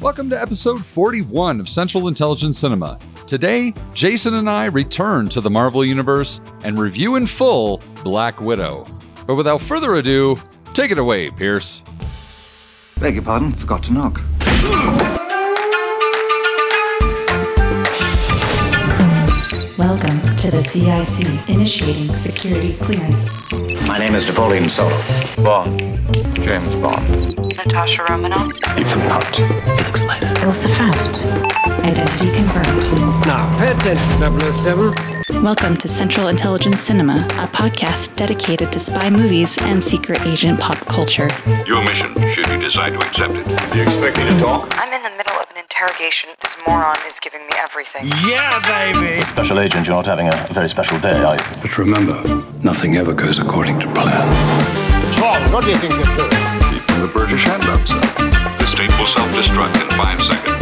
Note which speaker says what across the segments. Speaker 1: Welcome to episode 41 of Central Intelligence Cinema. Today, Jason and I return to the Marvel Universe and review in full Black Widow. But without further ado, take it away, Pierce.
Speaker 2: Beg your pardon, forgot to knock.
Speaker 3: Welcome to the CIC, initiating security clearance.
Speaker 4: My name is Napoleon Solo. Bond. James Bond.
Speaker 5: Natasha Romanoff.
Speaker 4: Ethan Hunt.
Speaker 3: Ilsa Faust. Identity confirmed.
Speaker 6: Now, pay attention, 007.
Speaker 7: Welcome to Central Intelligence Cinema, a podcast dedicated to spy movies and secret agent pop culture.
Speaker 8: Your mission, should you decide to accept it. Do you expect me to talk?
Speaker 5: I'm in the middle of an interrogation. This moron is giving me everything.
Speaker 9: Special agent, you're not having a very special day, are you?
Speaker 10: But remember, nothing ever goes according to plan.
Speaker 6: Paul, what do you think you're doing?
Speaker 8: Keeping the British hand up, sir. The state will self-destruct in five seconds.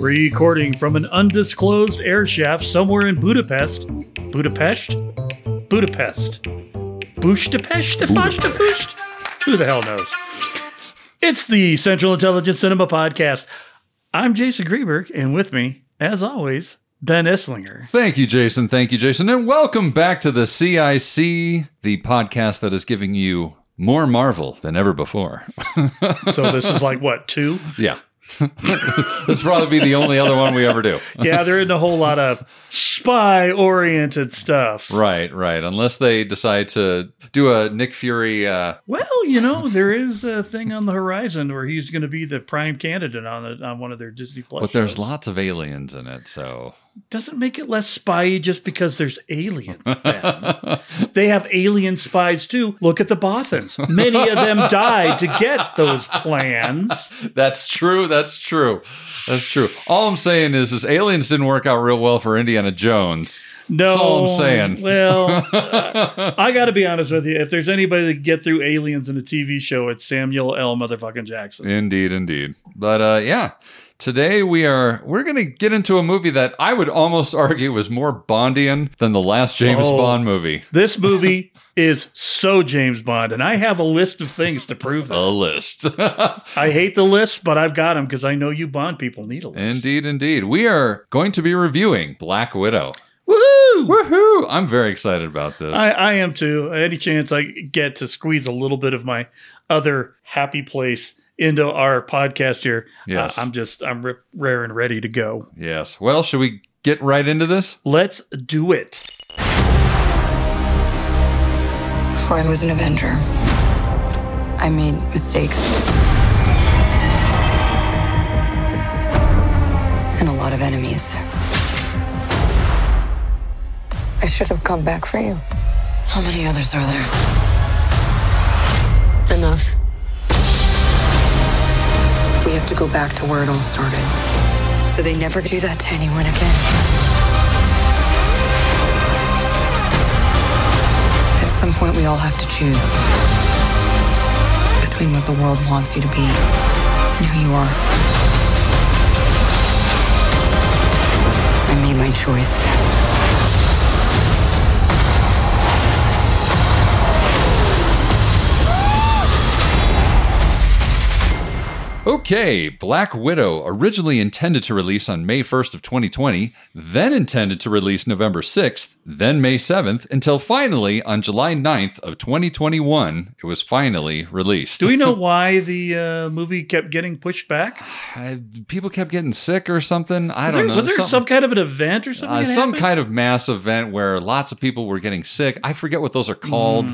Speaker 11: Recording from an undisclosed air shaft somewhere in Budapest. Budapest? Budapest. Budapest? Budapest? Who the hell knows? It's the Central Intelligence Cinema Podcast. I'm Jason Greenberg, and with me, as always, Ben Esslinger.
Speaker 1: Thank you, Jason. Thank you, Jason. And welcome back to the CIC, the podcast that is giving you more Marvel than ever before.
Speaker 11: So this is like what two?
Speaker 1: yeah. this will probably be the only other one we ever do.
Speaker 11: Yeah, they're in a whole lot of spy-oriented stuff.
Speaker 1: Right, right. Unless they decide to do a Nick Fury. Uh,
Speaker 11: Well, you know, there is a thing on the horizon where he's going to be the prime candidate on a, on one of their Disney Plus.
Speaker 1: but there's
Speaker 11: shows.
Speaker 1: lots of aliens in it, so
Speaker 11: doesn't make it less spy just because there's aliens. Ben. they have alien spies too. Look at the Bothans. Many of them died to get those plans.
Speaker 1: that's true. That's true. That's true. All I'm saying is, is aliens didn't work out real well for Indiana Jones.
Speaker 11: No,
Speaker 1: That's all I'm saying.
Speaker 11: Well, uh, I got to be honest with you. If there's anybody that can get through aliens in a TV show, it's Samuel L. Motherfucking Jackson.
Speaker 1: Indeed, indeed. But uh, yeah, today we are we're gonna get into a movie that I would almost argue was more Bondian than the last James
Speaker 11: Oh.
Speaker 1: Bond movie.
Speaker 11: This movie is so James Bond, and I have a list of things to prove that.
Speaker 1: A list.
Speaker 11: I hate the list, but I've got them because I know you Bond people need a list.
Speaker 1: indeed, indeed. We are going to be reviewing Black Widow.
Speaker 11: Woohoo!
Speaker 1: Woohoo! I'm very excited about this.
Speaker 11: I, I am too. Any chance I get to squeeze a little bit of my other happy place into our podcast here,
Speaker 1: Yes.
Speaker 11: I, am just I'm rip, rare and ready to go.
Speaker 1: yes. Well, should we get right into this?
Speaker 11: Let's do it.
Speaker 5: Before I was an Avenger, I made mistakes. And a lot of enemies. I should have come back for you. How many others are there? Enough. We have to go back to where it all started. So they never do that to anyone again. At some point, we all have to choose between what the world wants you to be and who you are. I made my choice.
Speaker 1: Okay, Black Widow, originally intended to release on May 1st of 2020, then intended to release November 6th, then May 7th, until finally on July 9th of 2021, it was finally released.
Speaker 11: Do we know why the uh, movie kept getting pushed back?
Speaker 1: Uh, people kept getting sick or something. I
Speaker 11: Was
Speaker 1: don't
Speaker 11: there,
Speaker 1: know.
Speaker 11: was there some
Speaker 1: Something-
Speaker 11: kind of an event or something?
Speaker 1: uh,
Speaker 11: that
Speaker 1: some
Speaker 11: happened?
Speaker 1: kind of mass event where lots of people were getting sick. I forget what those are called.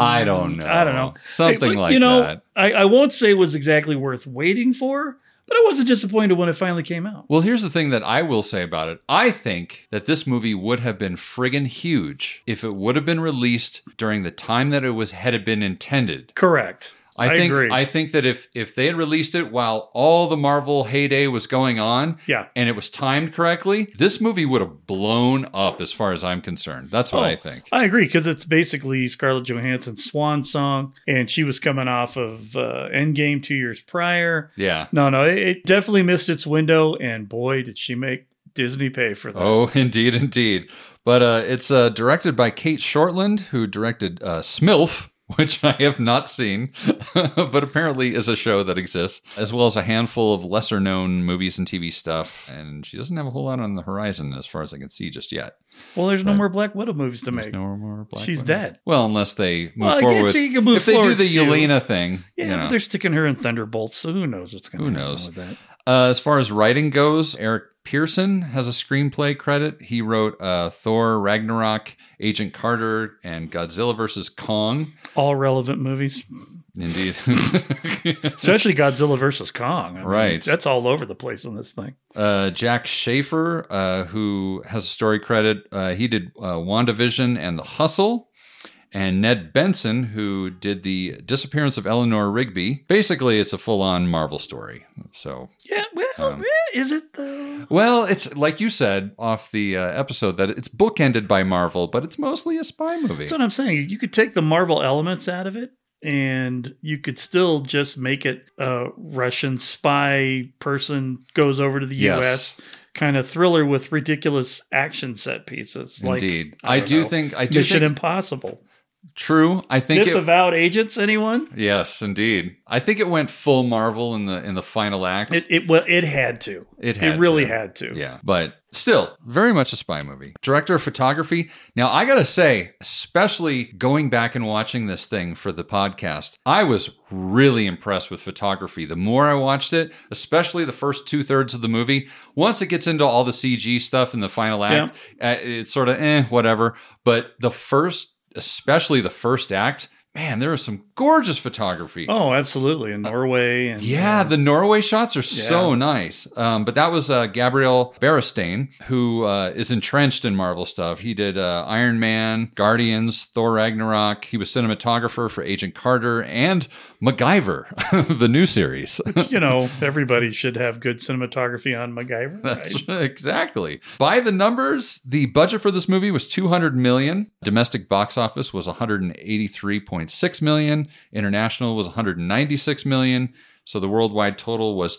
Speaker 1: I don't know.
Speaker 11: Mm, I don't know.
Speaker 1: Something
Speaker 11: Hey, but,
Speaker 1: like
Speaker 11: you know,
Speaker 1: that.
Speaker 11: I, I won't say it was exactly worth waiting for, but I wasn't disappointed when it finally came out.
Speaker 1: Well, here's the thing that I will say about it. I think that this movie would have been friggin' huge if it would have been released during the time that it was had been intended.
Speaker 11: Correct.
Speaker 1: I, think
Speaker 11: agree.
Speaker 1: I think that if if they had released it while all the Marvel heyday was going on,
Speaker 11: Yeah.
Speaker 1: and it was timed correctly, this movie would have blown up as far as I'm concerned. That's what I
Speaker 11: Oh,
Speaker 1: think.
Speaker 11: I agree because it's basically Scarlett Johansson's swan song, and she was coming off of uh, Endgame two years prior.
Speaker 1: yeah.
Speaker 11: No, no, it, it definitely missed its window, and boy, did she make Disney pay for that.
Speaker 1: Oh, indeed, indeed. But uh, it's uh, directed by Kate Shortland, who directed uh, Smilf, which I have not seen, but apparently is a show that exists, as well as a handful of lesser known movies and TV stuff. And she doesn't have a whole lot on the horizon as far as I can see just yet.
Speaker 11: Well, there's no more Black Widow movies to make.
Speaker 1: No more Black
Speaker 11: She's
Speaker 1: Widow.
Speaker 11: dead.
Speaker 1: Well, unless they move
Speaker 11: Well, I guess
Speaker 1: forward. with-
Speaker 11: she can move
Speaker 1: if they do
Speaker 11: forward
Speaker 1: the
Speaker 11: too.
Speaker 1: Yelena thing,
Speaker 11: Yeah,
Speaker 1: you know.
Speaker 11: but they're sticking her in Thunderbolts, so who knows what's going to
Speaker 1: Who
Speaker 11: happen
Speaker 1: knows?
Speaker 11: with that.
Speaker 1: Uh, as far as writing goes, Eric Pearson has a screenplay credit. He wrote uh, Thor, Ragnarok, Agent Carter, and Godzilla vs. Kong.
Speaker 11: All relevant movies,
Speaker 1: Indeed.
Speaker 11: especially Godzilla versus Kong. I mean,
Speaker 1: Right.
Speaker 11: that's all over the place in this thing.
Speaker 1: uh, Jack Schaefer, uh, who has a story credit, uh, he did uh, WandaVision and The Hustle. And Ned Benson, who did the disappearance of Eleanor Rigby. Basically, it's a full on Marvel story. So
Speaker 11: Yeah, well,
Speaker 1: Um,
Speaker 11: eh, is it though?
Speaker 1: Well, it's like you said off the uh, episode that it's bookended by Marvel, but it's mostly a spy movie.
Speaker 11: That's what I'm saying. You could take the Marvel elements out of it, and you could still just make it a Russian spy person goes over to the U.S. kind of thriller with ridiculous action set pieces.
Speaker 1: Indeed.
Speaker 11: like,
Speaker 1: I
Speaker 11: don't
Speaker 1: do
Speaker 11: know,
Speaker 1: think- I do
Speaker 11: Mission
Speaker 1: think-
Speaker 11: Impossible.
Speaker 1: True. I think it,
Speaker 11: Disavowed agents? Anyone?
Speaker 1: yes, indeed. I think it went full Marvel in the in the final act.
Speaker 11: It it well, it had to.
Speaker 1: It had
Speaker 11: it really
Speaker 1: to.
Speaker 11: had to.
Speaker 1: yeah, but still, very much a spy movie. Director of photography. Now, I gotta say, especially going back and watching this thing for the podcast, I was really impressed with photography. The more I watched it, especially the first two thirds of the movie, once it gets into all the CG stuff in the final act, uh, it's sort of eh, whatever. But the first, especially the first act, man, there is some gorgeous photography.
Speaker 11: Oh, absolutely. In Norway and
Speaker 1: Yeah, the Norway shots are so nice. Um, but that was uh, Gabriel Beristain, who uh, is entrenched in Marvel stuff. He did uh, Iron Man, Guardians, Thor Ragnarok. He was cinematographer for Agent Carter and MacGyver, the new series.
Speaker 11: you know, everybody should have good cinematography on MacGyver.
Speaker 1: That's
Speaker 11: right?
Speaker 1: exactly. By the numbers, the budget for this movie was 200 million. Domestic box office was 183.6 million. International was 196 million. So the worldwide total was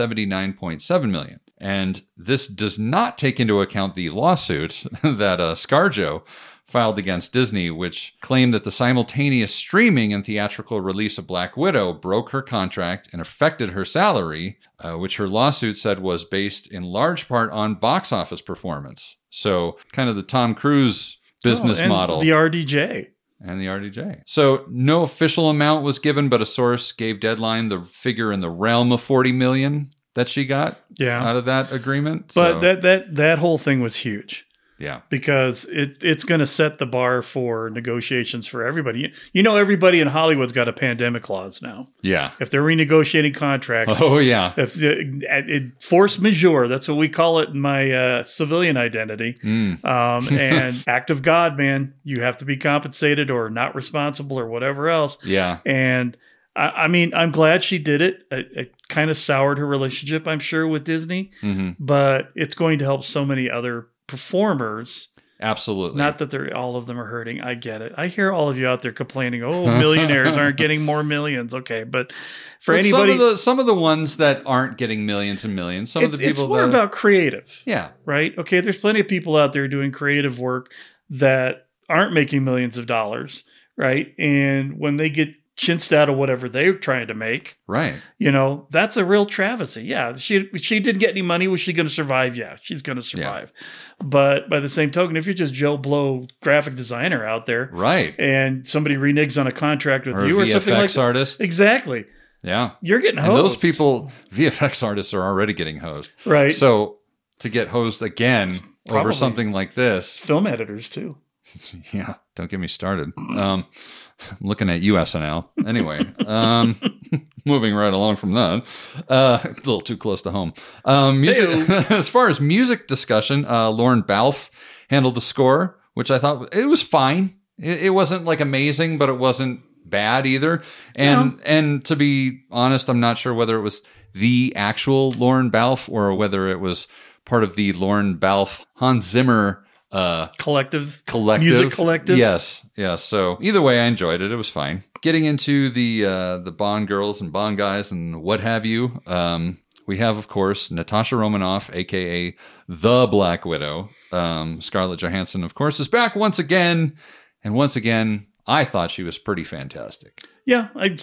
Speaker 1: 379.7 million. And this does not take into account the lawsuit that uh, Scarjo filed against Disney, which claimed that the simultaneous streaming and theatrical release of Black Widow broke her contract and affected her salary, uh, which her lawsuit said was based in large part on box office performance. So, kind of the Tom Cruise business
Speaker 11: Oh, and
Speaker 1: model
Speaker 11: The RDJ.
Speaker 1: and the RDJ. So no official amount was given, but a source gave Deadline the figure in the realm of 40 million that she got
Speaker 11: Yeah.
Speaker 1: out of that agreement.
Speaker 11: But
Speaker 1: So,
Speaker 11: that that that whole thing was huge
Speaker 1: yeah,
Speaker 11: because it it's going to set the bar for negotiations for everybody. You, you know, everybody in Hollywood's got a pandemic clause now.
Speaker 1: yeah.
Speaker 11: If they're renegotiating contracts,
Speaker 1: Oh yeah.
Speaker 11: if the, at- it, force majeure, that's what we call it in my uh, civilian identity.
Speaker 1: Mm.
Speaker 11: Um, and act of God, man, you have to be compensated or not responsible or whatever else.
Speaker 1: Yeah.
Speaker 11: And I, I mean, I'm glad she did it. It, it kind of soured her relationship, I'm sure, with Disney,
Speaker 1: Mm-hmm.
Speaker 11: but it's going to help so many other performers.
Speaker 1: Absolutely.
Speaker 11: Not that they're all of them are hurting. I get it. I hear all of you out there complaining, "Oh, millionaires aren't getting more millions. Okay, but for
Speaker 1: But some
Speaker 11: anybody,
Speaker 1: of the some of the ones that aren't getting millions and millions, some
Speaker 11: it's,
Speaker 1: of the people
Speaker 11: it's more
Speaker 1: that
Speaker 11: about creative.
Speaker 1: yeah,
Speaker 11: right? Okay, there's plenty of people out there doing creative work that aren't making millions of dollars, right? And when they get chinched out of whatever they're trying to make,
Speaker 1: right.
Speaker 11: you know, that's a real travesty. Yeah, she she didn't get any money. Was she going to survive? Yeah, she's going to survive. But by the same token, if you're just Joe Blow, graphic designer out there,
Speaker 1: Right.
Speaker 11: and somebody reneges on a contract with
Speaker 1: Or a
Speaker 11: you or something like
Speaker 1: VFX
Speaker 11: that,
Speaker 1: artist.
Speaker 11: exactly,
Speaker 1: Yeah.
Speaker 11: you're getting
Speaker 1: And
Speaker 11: hosed.
Speaker 1: those people, VFX artists, are already getting hosed.
Speaker 11: Right.
Speaker 1: So to get hosed again over
Speaker 11: Probably.
Speaker 1: something like this,
Speaker 11: film editors too.
Speaker 1: Yeah, don't get me started. Um, I'm looking at USNL. Anyway, um, moving right along from that, uh, a little too close to home. Um, music, as far as music discussion, uh, Lauren Balfe handled the score, which I thought it was fine. It, it wasn't like amazing, but it wasn't bad either. And and to be honest, I'm not sure whether it was the actual Lauren Balfe or whether it was part of the Lauren Balfe Hans Zimmer. Uh,
Speaker 11: Collective,
Speaker 1: collective
Speaker 11: music collective.
Speaker 1: yes yes so either way i enjoyed it it was fine getting into the uh the bond girls and bond guys and what have you um we have of course natasha romanoff aka the black widow um scarlett johansson of course is back once again and once again I thought she was pretty fantastic.
Speaker 11: Yeah, I,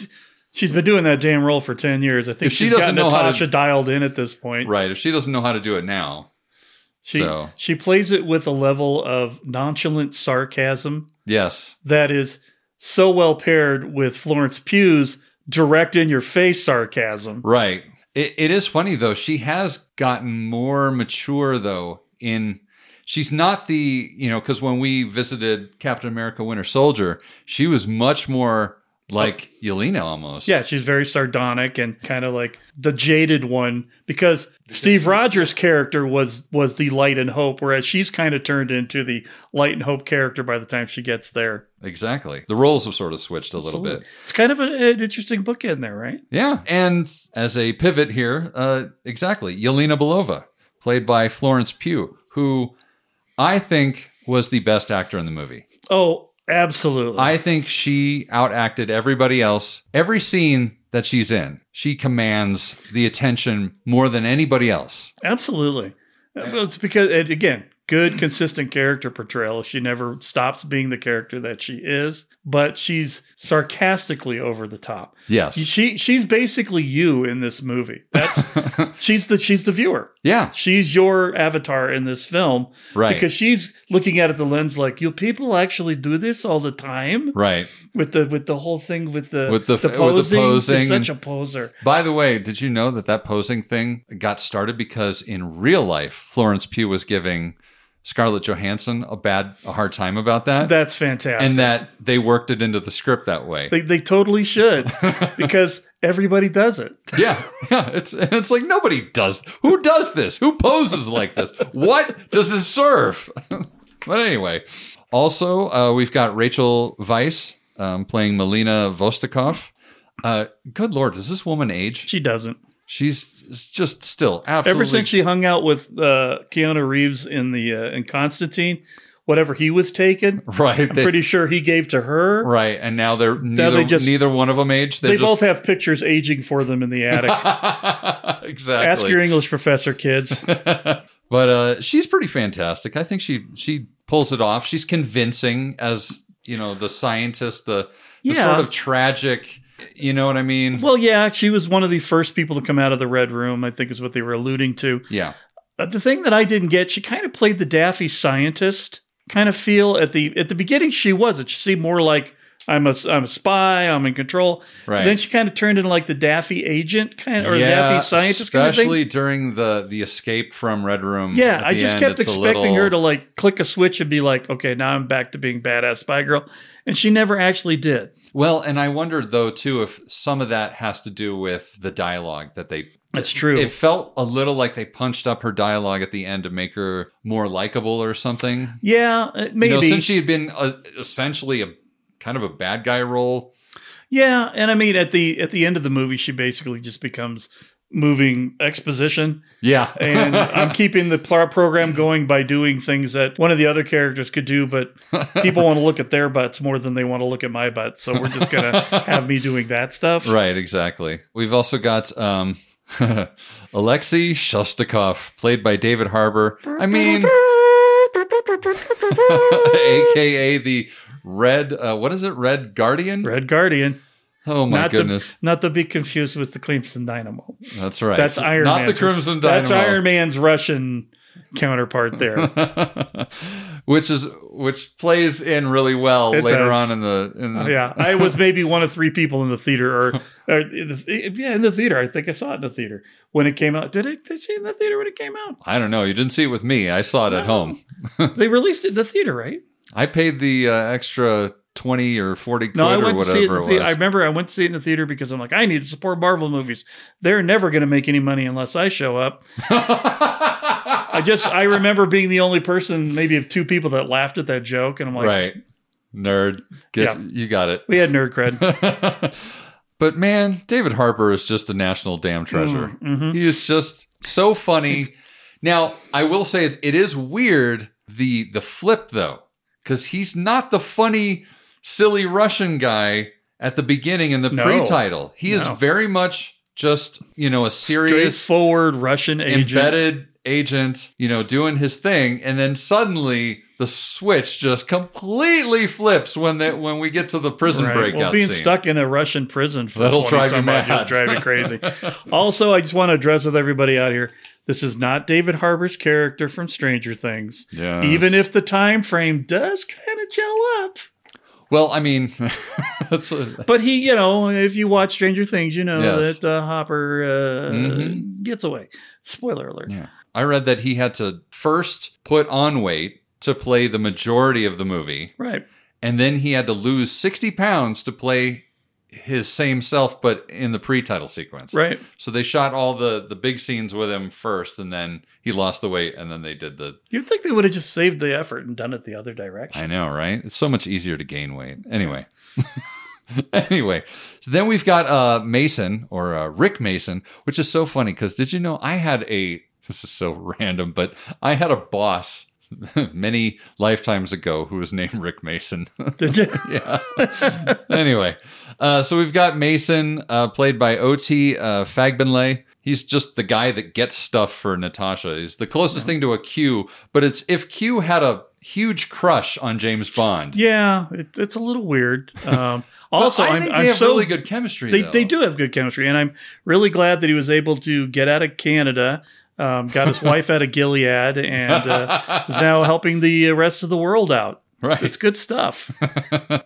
Speaker 11: she's been doing that damn role for ten years. I think
Speaker 1: If she
Speaker 11: she's
Speaker 1: doesn't
Speaker 11: got
Speaker 1: know how to-
Speaker 11: Natasha dialed in at this point.
Speaker 1: Right. If she doesn't know how to do it now,
Speaker 11: She
Speaker 1: So-
Speaker 11: she plays it with a level of nonchalant sarcasm
Speaker 1: yes.
Speaker 11: that is so well paired with Florence Pugh's direct in your face sarcasm.
Speaker 1: Right. It, it is funny though. She has gotten more mature though. In she's not the you know because when we visited Captain America: Winter Soldier, she was much more like Yelena almost.
Speaker 11: Yeah, she's very sardonic and kind of like the jaded one because Steve Rogers' character was was the light and hope, whereas she's kind of turned into the light and hope character by the time she gets there.
Speaker 1: Exactly. The roles have sort of switched a little bit.
Speaker 11: It's kind of an, an interesting book in there, right?
Speaker 1: Yeah. And as a pivot here, uh, exactly, Yelena Belova, played by Florence Pugh, who I think was the best actor in the movie.
Speaker 11: Oh, absolutely.
Speaker 1: I think she outacted everybody else. Every scene that she's in, she commands the attention more than anybody else.
Speaker 11: Absolutely. Uh, but It's because, and again, good, consistent character portrayal. She never stops being the character that she is, but she's sarcastically over the top.
Speaker 1: Yes.
Speaker 11: She she's basically you in this movie. That's she's the she's the viewer.
Speaker 1: Yeah.
Speaker 11: She's your avatar in this film.
Speaker 1: Right.
Speaker 11: Because she's looking at it the lens like, you people actually do this all the time
Speaker 1: Right.
Speaker 11: with the with the whole thing with the
Speaker 1: With the- with the
Speaker 11: She's
Speaker 1: posing.
Speaker 11: such a poser.
Speaker 1: By the way, did you know that that posing thing got started because in real life, Florence Pugh was giving Scarlett Johansson a bad, a hard time about that,
Speaker 11: That's fantastic.
Speaker 1: and that they worked it into the script that way.
Speaker 11: They, they totally should because everybody does it.
Speaker 1: yeah, yeah. It's and it's like nobody does. Who does this? Who poses like this? What does this serve? but anyway, also uh, we've got Rachel Weiss um, playing Melina Vostokov. Uh, good lord, does this woman age?
Speaker 11: She doesn't.
Speaker 1: She's just still absolutely
Speaker 11: Ever since she hung out with uh, Keanu Reeves in the uh, in Constantine, whatever he was taken,
Speaker 1: right.
Speaker 11: I'm
Speaker 1: they-
Speaker 11: pretty sure he gave to her.
Speaker 1: Right, and now they're neither,
Speaker 11: they just-
Speaker 1: neither one of them age.
Speaker 11: They both have pictures aging for them in the attic.
Speaker 1: have exactly.
Speaker 11: Ask your English professor, kids.
Speaker 1: but uh, she's pretty fantastic. I think she she pulls it off. She's convincing as you know the scientist, the, the
Speaker 11: Yeah.
Speaker 1: sort of tragic. You know what I mean?
Speaker 11: well, yeah, she was one of the first people to come out of the Red Room. I think is what they were alluding to.
Speaker 1: yeah,
Speaker 11: Uh, the thing that I didn't get, she kind of played the Daffy scientist kind of feel at the at the beginning. She wasn't. She seemed more like I'm a I'm a spy. I'm in control.
Speaker 1: Right.
Speaker 11: Then she kind of turned into like the Daffy agent kind of or
Speaker 1: yeah.
Speaker 11: Daffy scientist kind of
Speaker 1: especially
Speaker 11: thing.
Speaker 1: during the the escape from Red Room.
Speaker 11: Yeah,
Speaker 1: at
Speaker 11: I
Speaker 1: the
Speaker 11: just
Speaker 1: end,
Speaker 11: kept
Speaker 1: it's a
Speaker 11: expecting
Speaker 1: little-
Speaker 11: her to like click a switch and be like, okay, now I'm back to being badass spy girl, and she never actually did.
Speaker 1: Well, and I wondered though too if some of that has to do with the dialogue that they
Speaker 11: That's true.
Speaker 1: It felt a little like they punched up her dialogue at the end to make her more likable or something.
Speaker 11: yeah, uh,
Speaker 1: You
Speaker 11: maybe.
Speaker 1: know, since she had been uh essentially a kind of a bad guy role.
Speaker 11: yeah, and I mean at the at the end of the movie, she basically just becomes moving exposition.
Speaker 1: Yeah.
Speaker 11: and I'm keeping the pl- program going by doing things that one of the other characters could do, but people want to look at their butts more than they want to look at my butts. So we're just gonna have me doing that stuff.
Speaker 1: right, exactly. We've also got um Alexei Shostakov, played by David Harbour. I mean aka the Red uh, what is it? Red Guardian?
Speaker 11: Red Guardian,
Speaker 1: Oh my
Speaker 11: not
Speaker 1: goodness.
Speaker 11: to not to be confused with the Crimson Dynamo.
Speaker 1: That's right.
Speaker 11: That's Iron.
Speaker 1: Not the
Speaker 11: Man's-
Speaker 1: Crimson Dynamo.
Speaker 11: That's Iron Man's Russian counterpart. There,
Speaker 1: which is which plays in really well
Speaker 11: It
Speaker 1: later
Speaker 11: does.
Speaker 1: on in the in the,
Speaker 11: yeah. I was maybe one of three people in the theater, or, or in the th- yeah, in the theater. I think I saw it in the theater when it came out. Did I did I see it in the theater when it came out?
Speaker 1: I don't know. You didn't see it with me. I saw it at home.
Speaker 11: They released it in the theater, right?
Speaker 1: I paid the uh, extra twenty or forty quid
Speaker 11: No, I
Speaker 1: or
Speaker 11: went to
Speaker 1: whatever
Speaker 11: see it. In the
Speaker 1: it
Speaker 11: thea-
Speaker 1: was.
Speaker 11: I remember I went to see it in the theater because I'm like, I need to support Marvel movies. They're never going to make any money unless I show up. I just I remember being the only person, maybe of two people, that laughed at that joke, and I'm like,
Speaker 1: right, nerd. Get
Speaker 11: Yeah.
Speaker 1: you got it.
Speaker 11: we had nerd cred.
Speaker 1: But man, David Harper is just a national damn treasure.
Speaker 11: Mm-hmm.
Speaker 1: He is just so funny. Now, I will say it, it is weird the the flip though, because he's not the funny, silly Russian guy at the beginning in the
Speaker 11: No.
Speaker 1: pre-title. He is
Speaker 11: No.
Speaker 1: very much just you know a serious,
Speaker 11: Straightforward Russian agent.
Speaker 1: embedded agent, you know, doing his thing, and then suddenly the the switch just completely flips when they, when we get to the prison
Speaker 11: Right.
Speaker 1: breakout
Speaker 11: well, being
Speaker 1: scene.
Speaker 11: stuck in a Russian prison for
Speaker 1: That'll
Speaker 11: 20
Speaker 1: drive you
Speaker 11: some odd years
Speaker 1: mad.
Speaker 11: drive you crazy. also, I just want to address with everybody out here: this is not David Harbour's character from Stranger Things.
Speaker 1: Yes.
Speaker 11: Even if the time frame does kind of gel up,
Speaker 1: Well, I mean, that's a,
Speaker 11: but he, you know, if you watch Stranger Things, you know
Speaker 1: Yes.
Speaker 11: that uh, Hopper uh,
Speaker 1: Mhm.
Speaker 11: gets away. Spoiler alert.
Speaker 1: yeah. I read that he had to first put on weight to play the majority of the movie,
Speaker 11: Right.
Speaker 1: and then he had to lose sixty pounds to play his same self, but in the pre-title sequence.
Speaker 11: Right.
Speaker 1: So they shot all the the big scenes with him first, and then he lost the weight, and then they did the.
Speaker 11: You'd think they would have just saved the effort and done it the other direction.
Speaker 1: I know, right? It's so much easier to gain weight. Anyway. anyway, so then we've got uh, Mason or uh, Rick Mason, which is so funny because did you know I had a this is so random, but I had a boss many lifetimes ago who was named Rick Mason.
Speaker 11: Did you?
Speaker 1: yeah. anyway, uh, so we've got Mason, uh, played by O.T. Uh, Fagbenley. He's just the guy that gets stuff for Natasha. He's the closest thing to a Q, but it's if Q had a huge crush on James Bond.
Speaker 11: Yeah, it, it's a little weird. Um, also,
Speaker 1: I
Speaker 11: I'm,
Speaker 1: think they
Speaker 11: I'm
Speaker 1: have
Speaker 11: so
Speaker 1: really good chemistry.
Speaker 11: They,
Speaker 1: though.
Speaker 11: they do have good chemistry, and I'm really glad that he was able to get out of Canada, um, got his wife out of Gilead, and uh, is now helping the rest of the world out.
Speaker 1: Right.
Speaker 11: It's good stuff.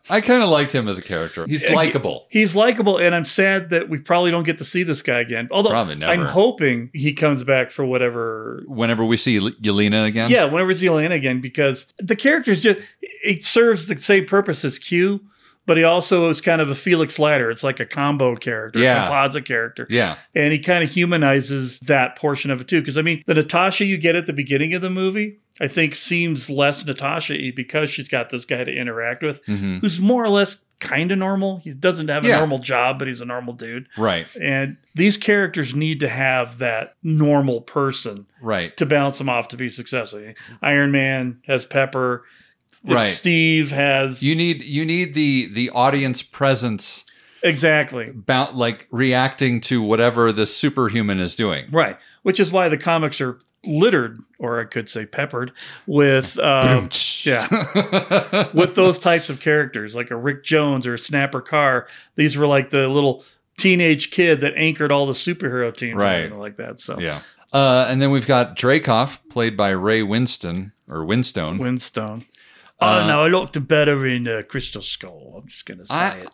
Speaker 1: I kind of liked him as a character. He's likable.
Speaker 11: He's likable, and I'm sad that we probably don't get to see this guy again. Although
Speaker 1: Probably never.
Speaker 11: I'm hoping he comes back for whatever
Speaker 1: Whenever we see Yel- Yelena again,
Speaker 11: Yeah, whenever Zealand again, because the character's just it serves the same purpose as Q, but he also is kind of a Felix Leiter. It's like a combo character,
Speaker 1: Yeah.
Speaker 11: a composite character.
Speaker 1: yeah,
Speaker 11: And he kind of humanizes that portion of it too. Because I mean, the Natasha you get at the beginning of the movie, I think seems less Natasha because she's got this guy to interact with
Speaker 1: Mhm.
Speaker 11: who's more or less kind of normal. He doesn't have a
Speaker 1: Yeah.
Speaker 11: normal job, but he's a normal dude.
Speaker 1: right,
Speaker 11: And these characters need to have that normal person
Speaker 1: right.
Speaker 11: to balance them off to be successful. Iron Man has Pepper.
Speaker 1: Right.
Speaker 11: Steve has
Speaker 1: You need you need the the audience presence
Speaker 11: exactly
Speaker 1: about like reacting to whatever the superhuman is doing.
Speaker 11: right, which is why the comics are littered, or I could say peppered, with um, yeah, with those types of characters like a Rick Jones or a Snapper Carr. These were like the little teenage kid that anchored all the superhero teams, and
Speaker 1: Right.
Speaker 11: everything like that. So
Speaker 1: Yeah. Uh, and then we've got Dracoff, played by Ray Winston or Winstone.
Speaker 11: Windstone.
Speaker 1: Uh,
Speaker 11: Oh no, I looked better in uh, Crystal Skull. I'm just gonna say
Speaker 1: I,
Speaker 11: it.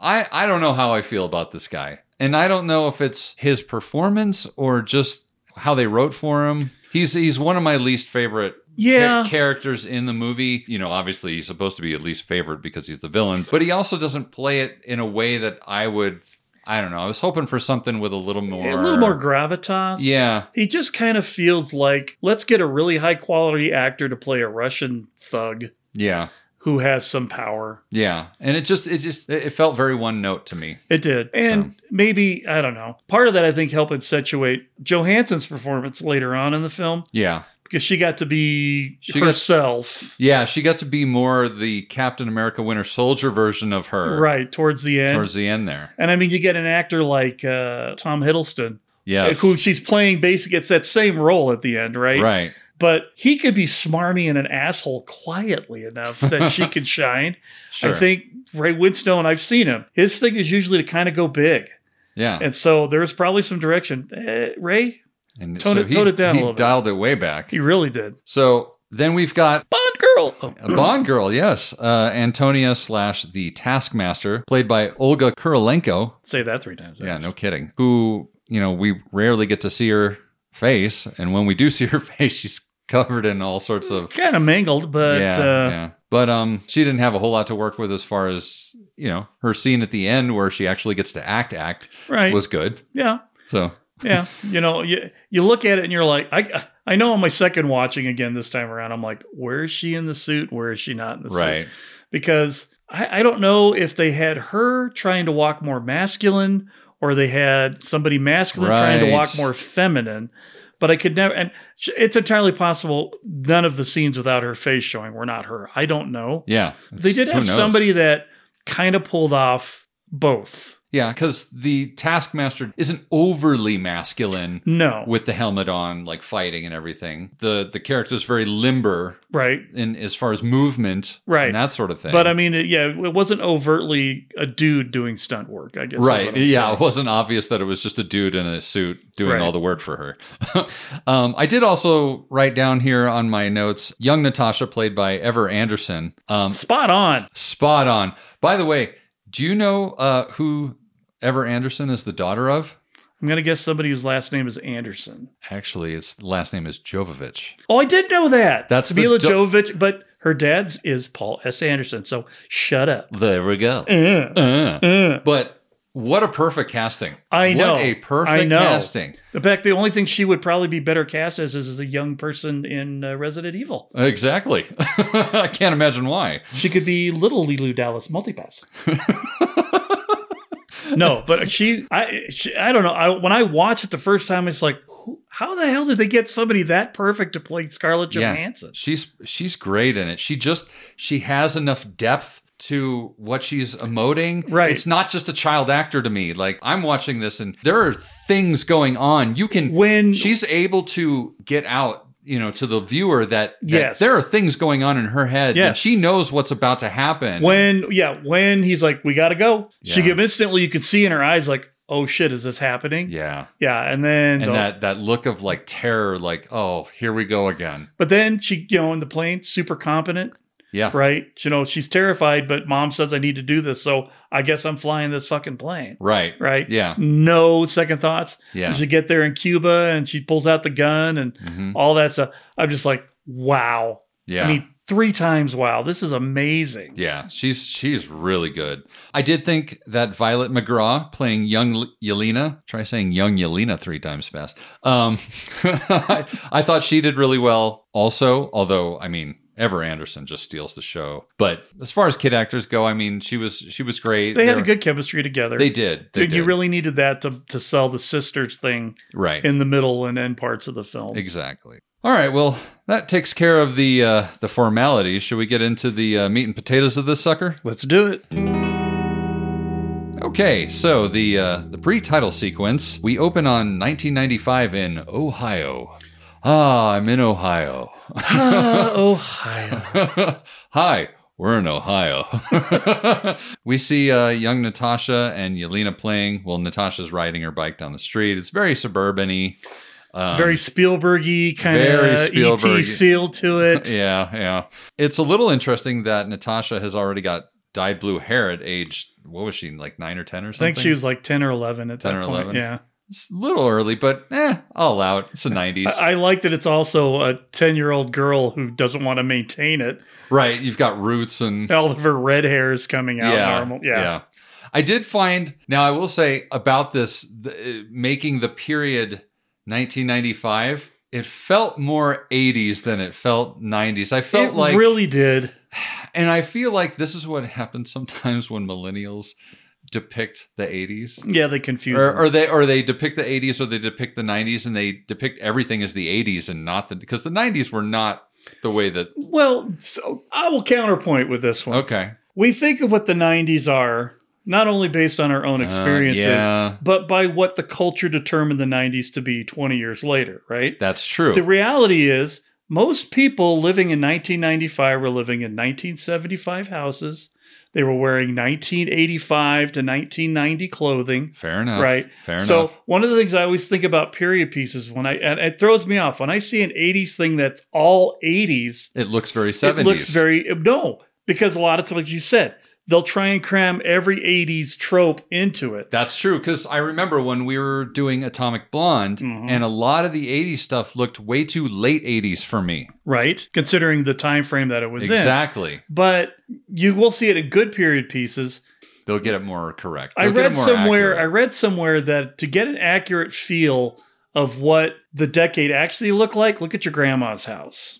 Speaker 1: I I don't know how I feel about this guy, and I don't know if it's his performance or just how they wrote for him. He's he's one of my least favorite. cha-
Speaker 11: Yeah.
Speaker 1: characters in the movie. You know, obviously he's supposed to be at least favorite because he's the villain, but he also doesn't play it in a way that I would. I don't know. I was hoping for something with a little more,
Speaker 11: a little more gravitas.
Speaker 1: Yeah.
Speaker 11: He just kind of feels like let's get a really high quality actor to play a Russian thug
Speaker 1: Yeah,
Speaker 11: who has some power.
Speaker 1: yeah, and it just it just it it felt very one note to me.
Speaker 11: It did. And maybe, I don't know, part of that I think helped accentuate Johansson's performance later on in the film
Speaker 1: Yeah,
Speaker 11: because she got to be
Speaker 1: She got-
Speaker 11: herself.
Speaker 1: yeah, she got to be more the Captain America Winter Soldier version of her
Speaker 11: Right, towards the end.
Speaker 1: towards the end there.
Speaker 11: and I mean, you get an actor like uh, Tom Hiddleston,
Speaker 1: Yes,
Speaker 11: who she's playing basic. It's that same role at the end, right?
Speaker 1: right.
Speaker 11: but he could be smarmy and an asshole quietly enough that she could shine.
Speaker 1: Sure.
Speaker 11: I think Ray Winstone, I've seen him. His thing is usually to kind of go big.
Speaker 1: Yeah,
Speaker 11: And so there's probably some direction. Eh, Ray,
Speaker 1: And
Speaker 11: Tone it-
Speaker 1: he,
Speaker 11: tone it down a
Speaker 1: he
Speaker 11: little bit.
Speaker 1: dialed it way back.
Speaker 11: he really did.
Speaker 1: So then we've got
Speaker 11: Bond girl. Oh,
Speaker 1: a Bond girl, yes, uh, Antonia slash the Taskmaster, played by Olga Kurilenko.
Speaker 11: say that three times.
Speaker 1: Yeah, no kidding. Who you know we rarely get to see her face, and when we do see her face, she's covered in all sorts of
Speaker 11: Kind of mangled, but
Speaker 1: yeah,
Speaker 11: uh,
Speaker 1: yeah. But um, she didn't have a whole lot to work with as far as you know her scene at the end where she actually gets to act act
Speaker 11: Right.
Speaker 1: was good.
Speaker 11: yeah,
Speaker 1: So
Speaker 11: yeah. you know, you you look at it and you're like, I I know on my second watching again this time around, I'm like, where is she in the suit? Where is she not in the suit?
Speaker 1: right,
Speaker 11: because I, I don't know if they had her trying to walk more masculine or they had somebody masculine trying to
Speaker 1: Right.
Speaker 11: walk more feminine. But I could never, and sh- it's entirely possible none of the scenes without her face showing were not her. I don't know.
Speaker 1: yeah,
Speaker 11: they did
Speaker 1: Who
Speaker 11: have
Speaker 1: knows?
Speaker 11: somebody that kind of pulled off both.
Speaker 1: Yeah, because the Taskmaster isn't overly masculine.
Speaker 11: No.
Speaker 1: With the helmet on, like fighting and everything. The the character's very limber
Speaker 11: Right.
Speaker 1: in as far as movement
Speaker 11: Right.
Speaker 1: and that sort of thing.
Speaker 11: But I mean, it, yeah, it wasn't overtly a dude doing stunt work, I guess. is
Speaker 1: Right.
Speaker 11: what I'm
Speaker 1: Yeah.
Speaker 11: saying.
Speaker 1: It wasn't obvious that it was just a dude in a suit doing
Speaker 11: Right.
Speaker 1: all the work for her. um, I did also write down here on my notes young Natasha, played by Ever Anderson. Um,
Speaker 11: Spot on.
Speaker 1: spot on. By the way, do you know uh, who Ever Anderson is the daughter of?
Speaker 11: I'm going to guess somebody whose last name is Anderson.
Speaker 1: Actually, its last name is Jovovich.
Speaker 11: Oh, I did know that.
Speaker 1: That's the
Speaker 11: Mila
Speaker 1: do-
Speaker 11: Jovovich, but her dad's is Paul S. Anderson. So shut up.
Speaker 1: There we go. Uh. But what a perfect casting.
Speaker 11: I know.
Speaker 1: What a perfect
Speaker 11: I know.
Speaker 1: casting.
Speaker 11: In fact, the only thing she would probably be better cast as is as a young person in uh, Resident Evil.
Speaker 1: Exactly. I can't imagine why.
Speaker 11: She could be little Lulu Dallas multipass. no, but she I she, I don't know. I, when I watched it the first time, it's like, who, how the hell did they get somebody that perfect to play Scarlett Johansson?
Speaker 1: She's she's great in it. She just she has enough depth to what she's emoting.
Speaker 11: Right.
Speaker 1: It's not just a child actor to me. Like I'm watching this and there are things going on. You can
Speaker 11: When-
Speaker 1: she's able to get out, you know, to the viewer that, that
Speaker 11: Yes.
Speaker 1: there are things going on in her head. and
Speaker 11: Yes.
Speaker 1: she knows what's about to happen.
Speaker 11: When yeah, when he's like, we gotta go. She
Speaker 1: Yeah.
Speaker 11: give instantly you could see in her eyes like, oh shit, is this happening?
Speaker 1: yeah.
Speaker 11: Yeah, and then
Speaker 1: And
Speaker 11: the-
Speaker 1: that that look of like terror, like, oh, here we go again.
Speaker 11: but then she you know in the plane, super competent.
Speaker 1: Yeah.
Speaker 11: right? You know, she's terrified, but mom says I need to do this, so I guess I'm flying this fucking plane.
Speaker 1: Right.
Speaker 11: Right?
Speaker 1: Yeah.
Speaker 11: No second thoughts.
Speaker 1: Yeah.
Speaker 11: And she get there in Cuba and she pulls out the gun and all that stuff. I'm just like, wow.
Speaker 1: Mm-hmm. Yeah.
Speaker 11: I mean, three times wow. This is amazing.
Speaker 1: Yeah, she's she's really good. I did think that Violet McGraw playing young L- Yelena, try saying young Yelena three times fast. Um, I, I thought she did really well also, although I mean Ever Anderson just steals the show. But as far as kid actors go, I mean she was she was great.
Speaker 11: They had a
Speaker 1: They're-
Speaker 11: good chemistry together.
Speaker 1: They did. They
Speaker 11: Dude, you
Speaker 1: did.
Speaker 11: really needed that to, to sell the sisters thing
Speaker 1: right.
Speaker 11: in the middle and end parts of the film.
Speaker 1: Exactly. All right. Well, that takes care of the uh, the formality. Should we get into the uh, meat and potatoes of this sucker?
Speaker 11: Let's do it.
Speaker 1: Okay, so the uh, the pre-title sequence we open on 1995 in Ohio. Ah, I'm in Ohio.
Speaker 11: Uh, Ohio.
Speaker 1: Hi, we're in Ohio. we see uh, young Natasha and Yelena playing. Well, Natasha's riding her bike down the street. It's very suburban-y.
Speaker 11: very Spielbergy kind
Speaker 1: Um, very
Speaker 11: of
Speaker 1: Spielberg-y.
Speaker 11: ET feel to it.
Speaker 1: Yeah, yeah. It's a little interesting that Natasha has already got dyed blue hair at age what was she like nine or ten or
Speaker 11: I
Speaker 1: something?
Speaker 11: think she was like 10 or 11 at
Speaker 1: 10
Speaker 11: that
Speaker 1: or
Speaker 11: point.
Speaker 1: 11.
Speaker 11: Yeah.
Speaker 1: It's a little early, but eh, I'll allow it. It's the 90s.
Speaker 11: I, I like that it's also a 10 year old girl who doesn't want to maintain it.
Speaker 1: Right, you've got roots and
Speaker 11: All of her red hair is coming out normal. Yeah.
Speaker 1: I did find now. I will say about this the, uh, making the period 1995. It felt more 80s than it felt 90s. I felt
Speaker 11: It
Speaker 1: like
Speaker 11: really did.
Speaker 1: and I feel like this is what happens sometimes when millennials depict the 80s.
Speaker 11: Yeah, they confused
Speaker 1: Or,
Speaker 11: her.
Speaker 1: or they or they depict the 80s or they depict the 90s and they depict everything as the 80s and not the because the 90s were not the way that
Speaker 11: Well, so I will counterpoint with this one.
Speaker 1: okay
Speaker 11: We think of what the 90s are not only based on our own experiences,
Speaker 1: Uh, yeah.
Speaker 11: but by what the culture determined the 90s to be 20 years later, right?
Speaker 1: that's true
Speaker 11: The reality is, most people living in 1995 were living in 1975 houses. They were wearing 1985 to 1990 clothing.
Speaker 1: Fair enough.
Speaker 11: Right.
Speaker 1: Fair
Speaker 11: so
Speaker 1: enough.
Speaker 11: one of the things I always think about period pieces when I and it throws me off when I see an 80s thing that's all 80s.
Speaker 1: It looks very 70s.
Speaker 11: It looks very no because a lot of times like you said they'll try and cram every 80s trope into it.
Speaker 1: That's true. Because I remember when we were doing Atomic Blonde,
Speaker 11: Mm-hmm.
Speaker 1: and a lot of the 80s stuff looked way too late 80s for me.
Speaker 11: right? Considering the time frame that it was in.
Speaker 1: Exactly.
Speaker 11: But you will see it in good period pieces.
Speaker 1: They'll get it more correct.
Speaker 11: I
Speaker 1: They'll get it
Speaker 11: read
Speaker 1: more
Speaker 11: somewhere I
Speaker 1: accurate.
Speaker 11: read somewhere that to get an accurate feel of what the decade actually looked like, look at your grandma's house.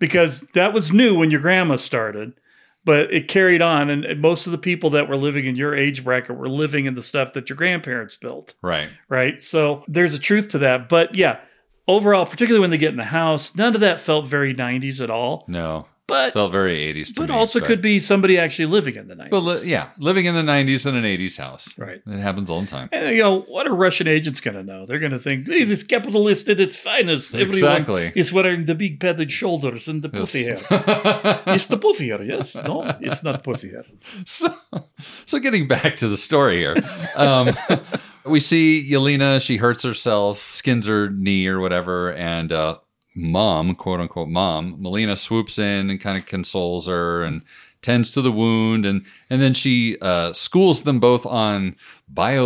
Speaker 11: because that was new when your grandma started, but it carried on and, and most of the people that were living in your age bracket were living in the stuff that your grandparents built,
Speaker 1: right.
Speaker 11: right? So there's a truth to that, but yeah, overall, particularly when they get in the house, none of that felt very 90s at all.
Speaker 1: No.
Speaker 11: but
Speaker 1: felt very 80s to
Speaker 11: but
Speaker 1: me,
Speaker 11: also could be somebody actually living in the 90s.
Speaker 1: But li- yeah, living in the 90s in an 80s house.
Speaker 11: Right.
Speaker 1: It happens all the time.
Speaker 11: And you know what? A Russian agent's gonna know. They're gonna think this is capitalist at its finest. Everyone
Speaker 1: Exactly.
Speaker 11: is wearing the big padded shoulders and the pussy hair. it's the puffy hair, yes? No, it's not puffy hair.
Speaker 1: so, so getting back to the story here, um, we see Yelena. She hurts herself, skins her knee or whatever, and uh, mom, quote unquote, mom, Melina swoops in and kind of consoles her and tends to the wound, and and then she uh, schools them both on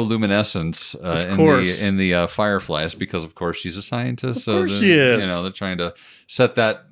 Speaker 1: bioluminescence uh,
Speaker 11: Of
Speaker 1: in
Speaker 11: course.
Speaker 1: the in the uh, fireflies because of course she's a scientist. so
Speaker 11: course
Speaker 1: they're-
Speaker 11: she is.
Speaker 1: You know they're trying to set that,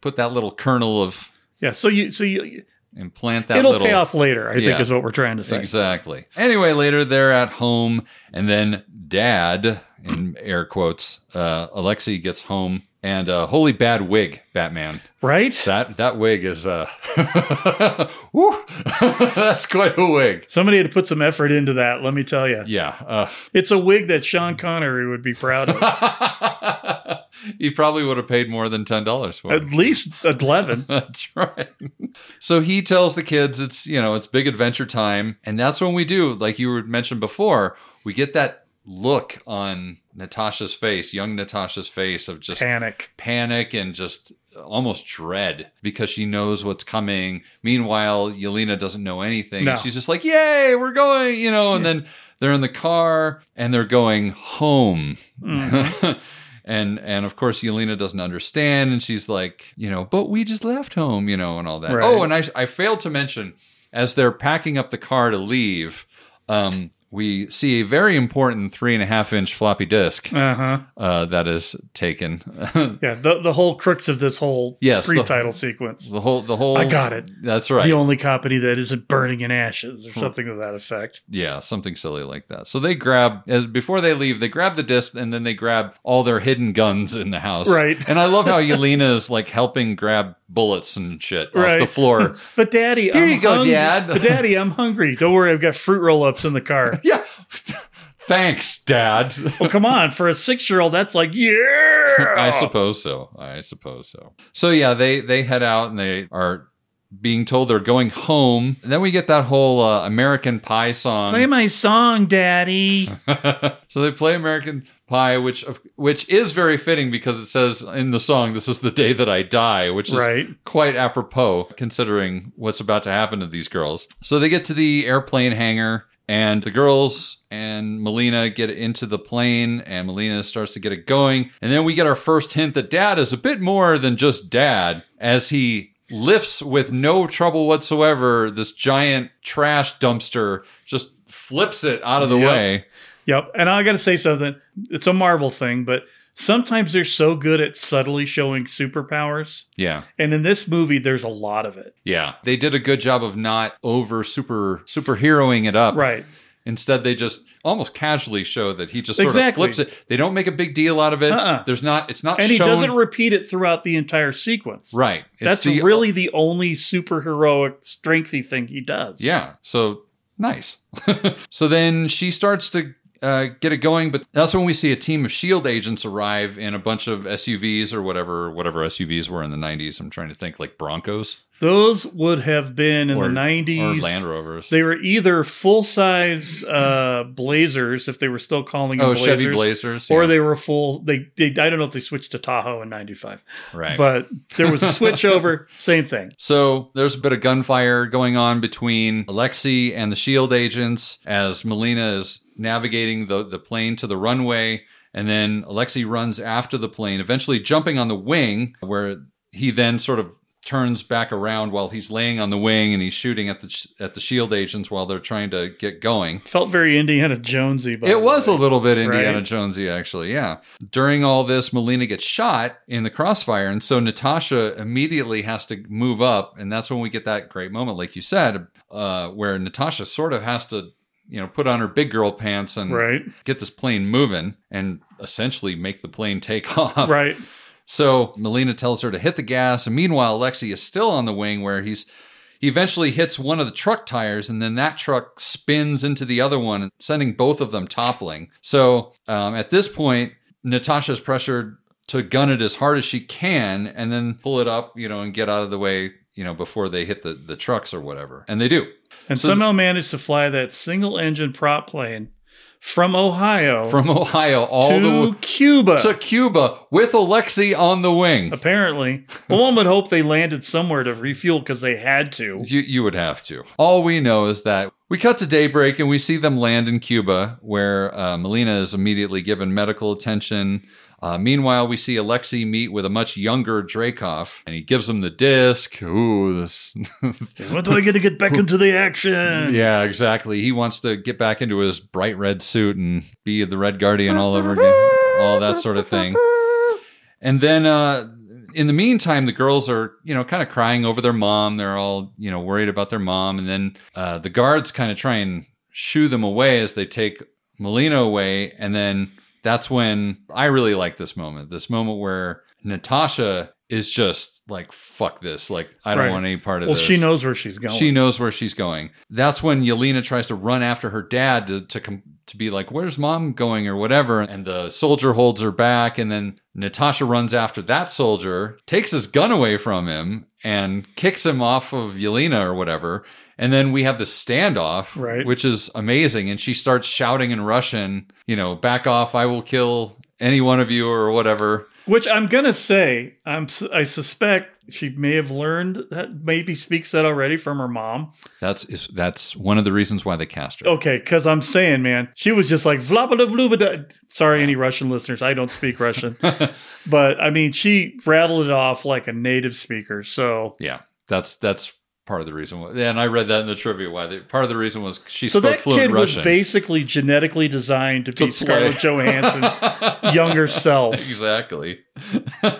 Speaker 1: put that little kernel of.
Speaker 11: Yeah, so you so you
Speaker 1: Implant that
Speaker 11: it'll
Speaker 1: little
Speaker 11: pay off later, I think
Speaker 1: Yeah.
Speaker 11: is what we're trying to say.
Speaker 1: Exactly. Anyway, later they're at home, and then Dad, in air quotes, uh, Alexei gets home, and uh, holy bad wig, Batman.
Speaker 11: Right?
Speaker 1: That that wig is uh, woo, that's quite a wig.
Speaker 11: Somebody had to put some effort into that, let me tell you.
Speaker 1: Yeah, uh,
Speaker 11: It's a wig that Sean Connery would be proud of.
Speaker 1: uh, he probably would have paid more than ten dollars for it.
Speaker 11: At least 11.
Speaker 1: That's right. So he tells the kids it's, you know, it's big adventure time. And that's when we do, like you were mentioned before, we get that look on Natasha's face, young Natasha's face of just
Speaker 11: Panic.
Speaker 1: panic and just almost dread because she knows what's coming. Meanwhile, Yelena doesn't know anything.
Speaker 11: No.
Speaker 1: She's just like, yay, we're going, you know, and then they're in the car and they're going home.
Speaker 11: Mm-hmm.
Speaker 1: and and of course Yelena doesn't understand and she's like, you know, but we just left home, you know, and all that.
Speaker 11: Right.
Speaker 1: Oh, and I I failed to mention as they're packing up the car to leave, um, we see a very important three and a half inch floppy disk
Speaker 11: Uh huh.
Speaker 1: uh, that is taken
Speaker 11: Yeah, the, the whole crux of this whole
Speaker 1: Yes, the-
Speaker 11: pre-title sequence.
Speaker 1: The whole, the whole.
Speaker 11: I got it.
Speaker 1: That's right. Hmm.
Speaker 11: The only company that isn't burning in ashes or something to that effect.
Speaker 1: yeah, something silly like that. So they grab as before they leave, they grab the disc and then they grab all their hidden guns in the house.
Speaker 11: Right.
Speaker 1: And I love how Yelena is like helping grab bullets and shit off the floor.
Speaker 11: but daddy,
Speaker 1: Here
Speaker 11: I'm
Speaker 1: you go,
Speaker 11: hungry.
Speaker 1: Dad.
Speaker 11: But daddy, I'm hungry. Don't worry, I've got fruit roll-ups in the car.
Speaker 1: yeah. Thanks, Dad.
Speaker 11: well, come on, for a six-year-old, that's like yeah.
Speaker 1: I suppose so. I suppose so. So yeah, they they head out and they are being told they're going home. And then we get that whole uh, American Pie song.
Speaker 11: Play my song, daddy.
Speaker 1: so they play American Pie, which of- which is very fitting because it says in the song, "This is the day that I die," which is
Speaker 11: Right.
Speaker 1: quite apropos considering what's about to happen to these girls. So they get to the airplane hangar. And the girls and Melina get into the plane, and Melina starts to get it going. And then we get our first hint that dad is a bit more than just dad, as he lifts with no trouble whatsoever this giant trash dumpster, just flips it out of the
Speaker 11: Yep.
Speaker 1: way.
Speaker 11: Yep. And I got to say something. It's a Marvel thing, but sometimes they're so good at subtly showing superpowers,
Speaker 1: Yeah.
Speaker 11: and in this movie, there's a lot of it.
Speaker 1: Yeah. They did a good job of not over super superheroing it up.
Speaker 11: Right.
Speaker 1: Instead they just almost casually show that he just sort
Speaker 11: Exactly.
Speaker 1: of flips it. They don't make a big deal out of it.
Speaker 11: Uh-uh.
Speaker 1: There's not it's not
Speaker 11: And he
Speaker 1: shown-
Speaker 11: doesn't repeat it throughout the entire sequence.
Speaker 1: Right. It's
Speaker 11: That's
Speaker 1: the- uh,
Speaker 11: really the only superheroic strengthy thing he does.
Speaker 1: Yeah. So nice. so then she starts to uh, get it going, but that's when we see a team of Shield E agents arrive in a bunch of SUVs or whatever whatever SUVs were in the 90s. I'm trying to think like Broncos
Speaker 11: Those would have been in
Speaker 1: or
Speaker 11: the 90s.
Speaker 1: or Land Rovers.
Speaker 11: They were either full size uh, Blazers, if they were still calling them
Speaker 1: oh,
Speaker 11: Blazers,
Speaker 1: Chevy Blazers.
Speaker 11: or
Speaker 1: yeah.
Speaker 11: they were full. They, they, I don't know if they switched to Tahoe in '95,
Speaker 1: right.
Speaker 11: but there was a switch over. Same thing.
Speaker 1: So there's a bit of gunfire going on between Alexei and the SHIELD E agents as Melina is navigating the, the plane to the runway. And then Alexei runs after the plane, eventually jumping on the wing, where he then sort of turns back around while he's laying on the wing and he's shooting at the sh- at the shield E agents while they're trying to get going.
Speaker 11: Felt very Indiana Jonesy, but
Speaker 1: It was a little bit Indiana
Speaker 11: Right?
Speaker 1: Jonesy, actually. Yeah. During all this, Melina gets shot in the crossfire, and so Natasha immediately has to move up, and that's when we get that great moment, like you said, uh, where Natasha sort of has to, you know, put on her big girl pants and
Speaker 11: right,
Speaker 1: get this plane moving, and essentially make the plane take off.
Speaker 11: right.
Speaker 1: So Melina tells her to hit the gas, and meanwhile, Alexei is still on the wing where he's he eventually hits one of the truck tires, and then that truck spins into the other one, sending both of them toppling. So um, at this point, Natasha's pressured to gun it as hard as she can and then pull it up, you know, and get out of the way, you know, before they hit the, the trucks or whatever. And they do.
Speaker 11: and somehow managed to fly that single engine prop plane from Ohio
Speaker 1: From Ohio all
Speaker 11: to
Speaker 1: the way
Speaker 11: Cuba.
Speaker 1: to Cuba with Alexi on the wing.
Speaker 11: apparently, well, one would hope they landed somewhere to refuel because they had to.
Speaker 1: You, you would have to. All we know is that we cut to daybreak and we see them land in Cuba, where uh, Melina is immediately given medical attention. Uh, meanwhile, we see Alexei meet with a much younger Dracoff, and he gives him the disc. Ooh, this.
Speaker 11: When do I get to get back into the action?
Speaker 1: yeah, exactly. He wants to get back into his bright red suit and be the Red Guardian all over again, all that sort of thing. And then uh, in the meantime, the girls are, you know, kind of crying over their mom. They're all, you know, worried about their mom. And then uh, the guards kind of try and shoo them away as they take Molina away. And then that's when I really like this moment this moment where Natasha is just like, fuck this. Like, I don't
Speaker 11: Right.
Speaker 1: want any part of
Speaker 11: Well,
Speaker 1: this.
Speaker 11: she knows where she's going.
Speaker 1: She knows where she's going. That's when Yelena tries to run after her dad to to, com- to be like, "Where's mom going?" or whatever. And the soldier holds her back, and then Natasha runs after that soldier, takes his gun away from him, and kicks him off of Yelena or whatever. And then we have the standoff,
Speaker 11: Right.
Speaker 1: which is amazing. And she starts shouting in Russian, you know, "Back off! I will kill any one of you," or whatever.
Speaker 11: Which I'm gonna say, I'm s- I suspect she may have learned that maybe speaks that already from her mom.
Speaker 1: That's is that's one of the reasons why they cast her.
Speaker 11: Okay, because I'm saying, man, she was just like vlabada blubada. Sorry, any Russian listeners, I don't speak Russian, but I mean, she rattled it off like a native speaker. So,
Speaker 1: Yeah, that's that's part of the reason. why- And I read that in the trivia why they, part of the reason was she
Speaker 11: so
Speaker 1: spoke
Speaker 11: that
Speaker 1: fluent
Speaker 11: kid was
Speaker 1: Russian.
Speaker 11: basically genetically designed to,
Speaker 1: To
Speaker 11: be Scarlett
Speaker 1: play.
Speaker 11: Johansson's younger self.
Speaker 1: exactly.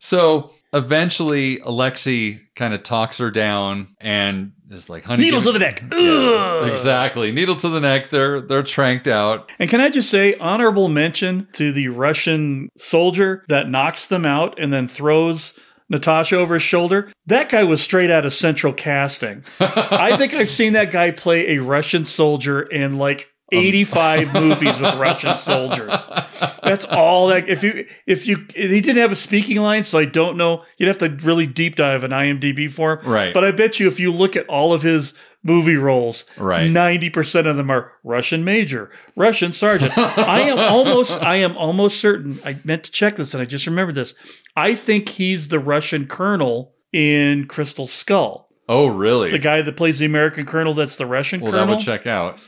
Speaker 1: so eventually, Alexi kind of talks her down and is like, "Honey,
Speaker 11: Needles
Speaker 1: give
Speaker 11: to
Speaker 1: me-"
Speaker 11: the neck. Ugh.
Speaker 1: Exactly, needle to the neck. They're they're tranked out.
Speaker 11: And can I just say honorable mention to the Russian soldier that knocks them out and then throws Natasha over his shoulder? That guy was straight out of central casting. I think I've seen that guy play a Russian soldier in like 85 movies with Russian soldiers. That's all that if you if you he didn't have a speaking line so I don't know. You'd have to really deep dive in IMDb for him.
Speaker 1: Right.
Speaker 11: But I bet you if you look at all of his movie roles,
Speaker 1: Right.
Speaker 11: 90% of them are Russian major, Russian sergeant. I am almost I am almost certain I meant to check this and I just remembered this. I think he's the Russian colonel in Crystal Skull.
Speaker 1: Oh, really?
Speaker 11: The guy that plays the American colonel that's the Russian
Speaker 1: well,
Speaker 11: colonel.
Speaker 1: that would check out.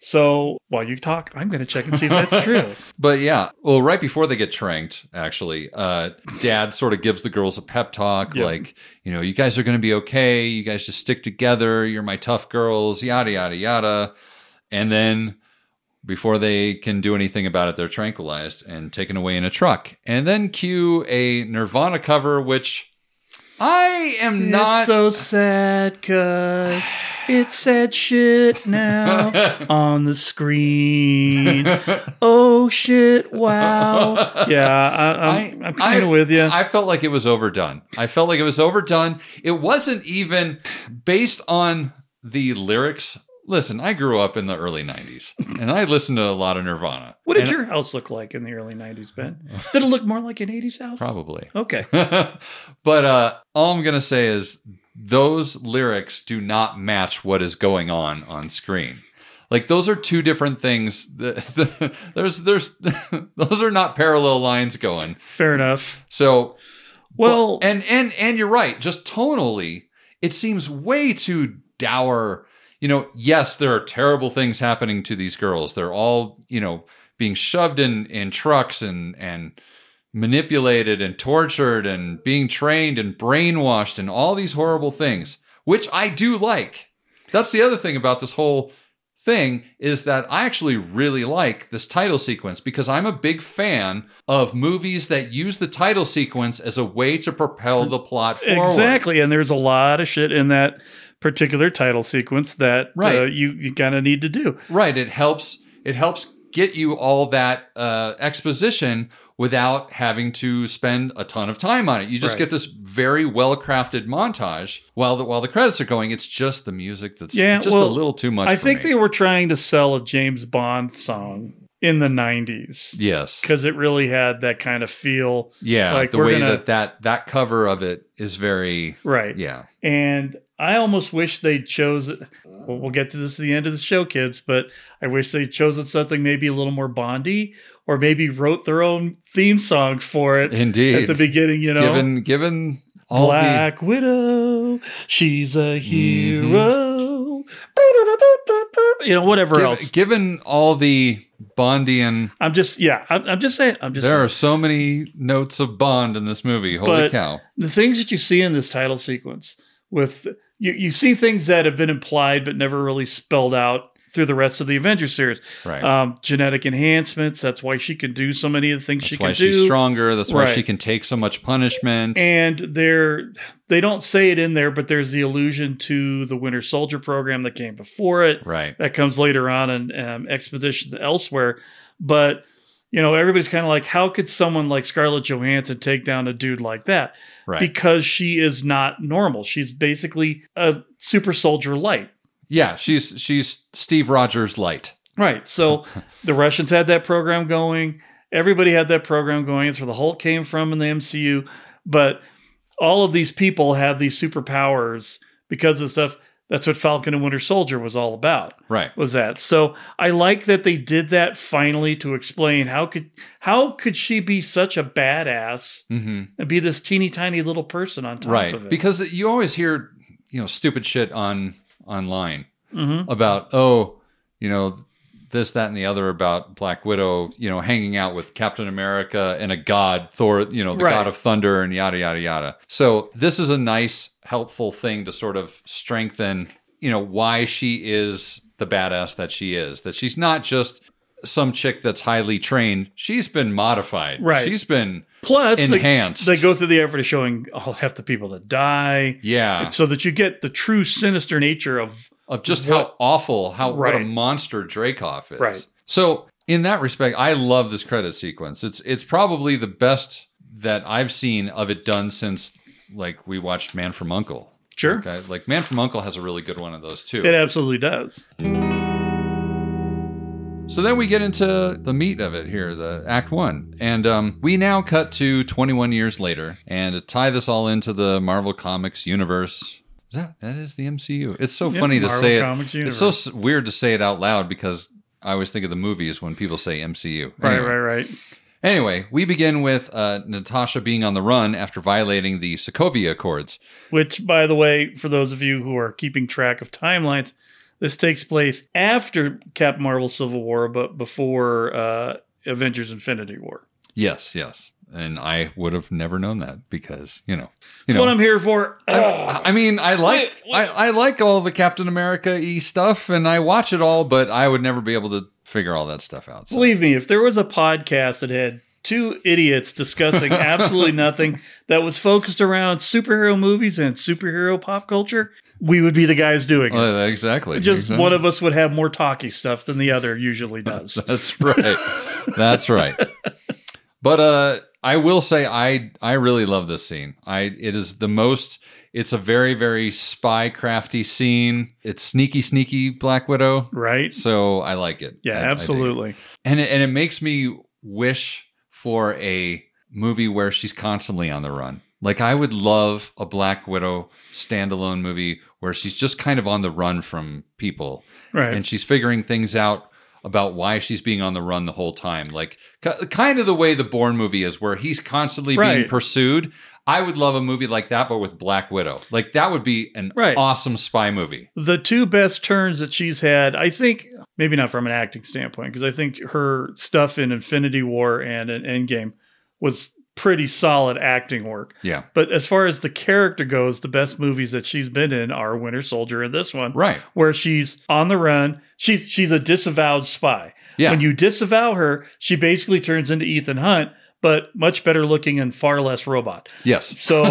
Speaker 11: So while you talk, I'm going to check and see if that's true.
Speaker 1: But yeah, well, right before they get tranked, actually, uh, Dad sort of gives the girls a pep talk,
Speaker 11: Yep.
Speaker 1: like, you know, you guys are going to be okay. You guys just stick together. You're my tough girls. Yada yada yada. And then before they can do anything about it, they're tranquilized and taken away in a truck. And then cue a Nirvana cover, which I am
Speaker 11: it's
Speaker 1: not.
Speaker 11: so sad because it's sad shit now on the screen. Oh shit! Wow. Yeah, I, I'm, I, am kind
Speaker 1: I-
Speaker 11: of with you.
Speaker 1: I felt like it was overdone. I felt like it was overdone. It wasn't even based on the lyrics. Listen, I grew up in the early 90s and I listened to a lot of Nirvana.
Speaker 11: what did
Speaker 1: And-
Speaker 11: your house look like in the early '90s, Ben? Did it look more like an '80s house?
Speaker 1: Probably.
Speaker 11: Okay.
Speaker 1: but uh, all I'm going to say is those lyrics do not match what is going on on screen. Like those are two different things. there's there's those are not parallel lines going.
Speaker 11: Fair enough.
Speaker 1: So
Speaker 11: Well,
Speaker 1: and and and you're right. Just tonally, it seems way too dour. You know, yes, there are terrible things happening to these girls. They're all you know being shoved in in trucks and and manipulated and tortured and being trained and brainwashed and all these horrible things, which I do like. That's the other thing about this whole thing is that I actually really like this title sequence because I'm a big fan of movies that use the title sequence as a way to propel the plot forward.
Speaker 11: Exactly, and there's a lot of shit in that particular title sequence that uh,
Speaker 1: Right.
Speaker 11: you you kind of need to do.
Speaker 1: Right. It helps. It helps get you all that uh, exposition without having to spend a ton of time on it. You just
Speaker 11: Right.
Speaker 1: get this very well crafted montage while the while the credits are going. It's just the music that's
Speaker 11: Yeah,
Speaker 1: just
Speaker 11: well,
Speaker 1: a little too much.
Speaker 11: I
Speaker 1: for
Speaker 11: think
Speaker 1: me.
Speaker 11: they were trying to sell a James Bond song in the 90s
Speaker 1: Yes.
Speaker 11: because it really had that kind of feel.
Speaker 1: Yeah.
Speaker 11: like
Speaker 1: the
Speaker 11: we're
Speaker 1: way
Speaker 11: gonna-
Speaker 1: that, that that cover of it is very
Speaker 11: Right.
Speaker 1: yeah.
Speaker 11: And I almost wish they chose. Well, we'll get to this at the end of the show, kids. But I wish they chosen something maybe a little more Bondy, or maybe wrote their own theme song for it
Speaker 1: Indeed.
Speaker 11: at the beginning. You know,
Speaker 1: given given all Mm-hmm.
Speaker 11: Black Widow, she's a hero. You know, whatever
Speaker 1: the giv-
Speaker 11: else.
Speaker 1: given all the Bondian
Speaker 11: I'm just, yeah, I'm, I'm just saying. I'm just.
Speaker 1: there are so many notes of Bond in this movie. Holy
Speaker 11: But-
Speaker 1: cow.
Speaker 11: the things that you see in this title sequence with you, you see things that have been implied but never really spelled out through the rest of the Avengers series.
Speaker 1: Right.
Speaker 11: Um, genetic enhancements. That's why she can do so many of the things she
Speaker 1: That's
Speaker 11: can
Speaker 1: why
Speaker 11: do.
Speaker 1: she's stronger. That's why
Speaker 11: Right.
Speaker 1: she can take so much punishment.
Speaker 11: And they're they don't say it in there, but there's the allusion to the Winter Soldier program that came before it.
Speaker 1: right.
Speaker 11: That comes later on in um, Expedition Elsewhere. But you know, everybody's kind of like, how could someone like Scarlett Johansson take down a dude like that?
Speaker 1: Right.
Speaker 11: because she is not normal. She's basically a super soldier light.
Speaker 1: yeah, she's she's Steve Rogers light.
Speaker 11: Right. So the Russians had that program going. Everybody had that program going. It's where the Hulk came from in the MCU. But all of these people have these superpowers because of stuff. That's what Falcon and Winter Soldier was all about.
Speaker 1: Right.
Speaker 11: Was that so? I like that they did that finally to explain how could how could she be such a badass
Speaker 1: Mhm.
Speaker 11: and be this teeny tiny little person on top of
Speaker 1: Right.
Speaker 11: it?
Speaker 1: Because you always hear, you know, stupid shit on online
Speaker 11: Mhm.
Speaker 1: about, oh, you know, this, that, and the other about Black Widow, you know, hanging out with Captain America and a god, Thor, you know, the
Speaker 11: Right.
Speaker 1: god of thunder and yada, yada, yada. So this is a nice, helpful thing to sort of strengthen, you know, why she is the badass that she is, that she's not just some chick that's highly trained. She's been modified.
Speaker 11: Right.
Speaker 1: She's been,
Speaker 11: Plus, they-
Speaker 1: Enhanced.
Speaker 11: They, go through the effort of showing all half the people that die,
Speaker 1: yeah.
Speaker 11: so that you get the true sinister nature of
Speaker 1: of just how
Speaker 11: What-
Speaker 1: awful, how what a
Speaker 11: Right.
Speaker 1: monster Dracoff is.
Speaker 11: Right.
Speaker 1: So in that respect, I love this credit sequence. It's it's probably the best that I've seen of it done since like we watched Man from Uncle.
Speaker 11: sure.
Speaker 1: Okay? Like Man from Uncle has a really good one of those too.
Speaker 11: It absolutely does.
Speaker 1: So then we get into the meat of it here, the Act One, and um, we now cut to 21 years later, and to tie this all into the Marvel Comics universe. Is That that is the MCU. It's so
Speaker 11: Yeah,
Speaker 1: funny to
Speaker 11: Marvel
Speaker 1: say
Speaker 11: Comics
Speaker 1: it. It's so s- weird to say it out loud because I always think of the movies when people say MCU.
Speaker 11: Right,
Speaker 1: Anyway.
Speaker 11: right, right.
Speaker 1: Anyway, we begin with uh, Natasha being on the run after violating the Sokovia Accords.
Speaker 11: Which, by the way, for those of you who are keeping track of timelines, this takes place after Cap Marvel Civil War, but before uh, Avengers Infinity War.
Speaker 1: Yes, yes, and I would have never known that because you know, you
Speaker 11: That's
Speaker 1: know,
Speaker 11: what I'm here for.
Speaker 1: I mean, I like
Speaker 11: Wait, wait.
Speaker 1: I, I like all the Captain America e stuff, and I watch it all, but I would never be able to figure all that stuff out. So.
Speaker 11: Believe me, if there was a podcast that had two idiots discussing absolutely nothing that was focused around superhero movies and superhero pop culture, we would be the guys doing it.
Speaker 1: Uh, exactly.
Speaker 11: Just
Speaker 1: Exactly.
Speaker 11: one of us would have more talky stuff than the other usually does.
Speaker 1: That's right. That's right. But uh, I will say I I really love this scene. I it is the most. It's a very very spy crafty scene. It's sneaky sneaky Black Widow.
Speaker 11: right?
Speaker 1: So I like it. I-
Speaker 11: Yeah,
Speaker 1: I dig it.
Speaker 11: absolutely.
Speaker 1: and it, and it makes me wish for a movie where she's constantly on the run. Like I would love a Black Widow standalone movie where she's just kind of on the run from people
Speaker 11: Right.
Speaker 1: and she's figuring things out about why she's being on the run the whole time. Like ki- kind of the way the Bourne movie is where he's constantly being
Speaker 11: Right.
Speaker 1: pursued. I would love a movie like that but with Black Widow. Like that would be an
Speaker 11: Right.
Speaker 1: awesome spy movie.
Speaker 11: the two best turns that she's had, I think, maybe not from an acting standpoint, because I think her stuff in Infinity War and in Endgame was pretty solid acting work.
Speaker 1: Yeah.
Speaker 11: But as far as the character goes, the best movies that she's been in are Winter Soldier and this one,
Speaker 1: Right.
Speaker 11: where she's on the run. She's she's a disavowed spy.
Speaker 1: Yeah.
Speaker 11: When you disavow her, she basically turns into Ethan Hunt, but much better looking and far less robot.
Speaker 1: Yes.
Speaker 11: So,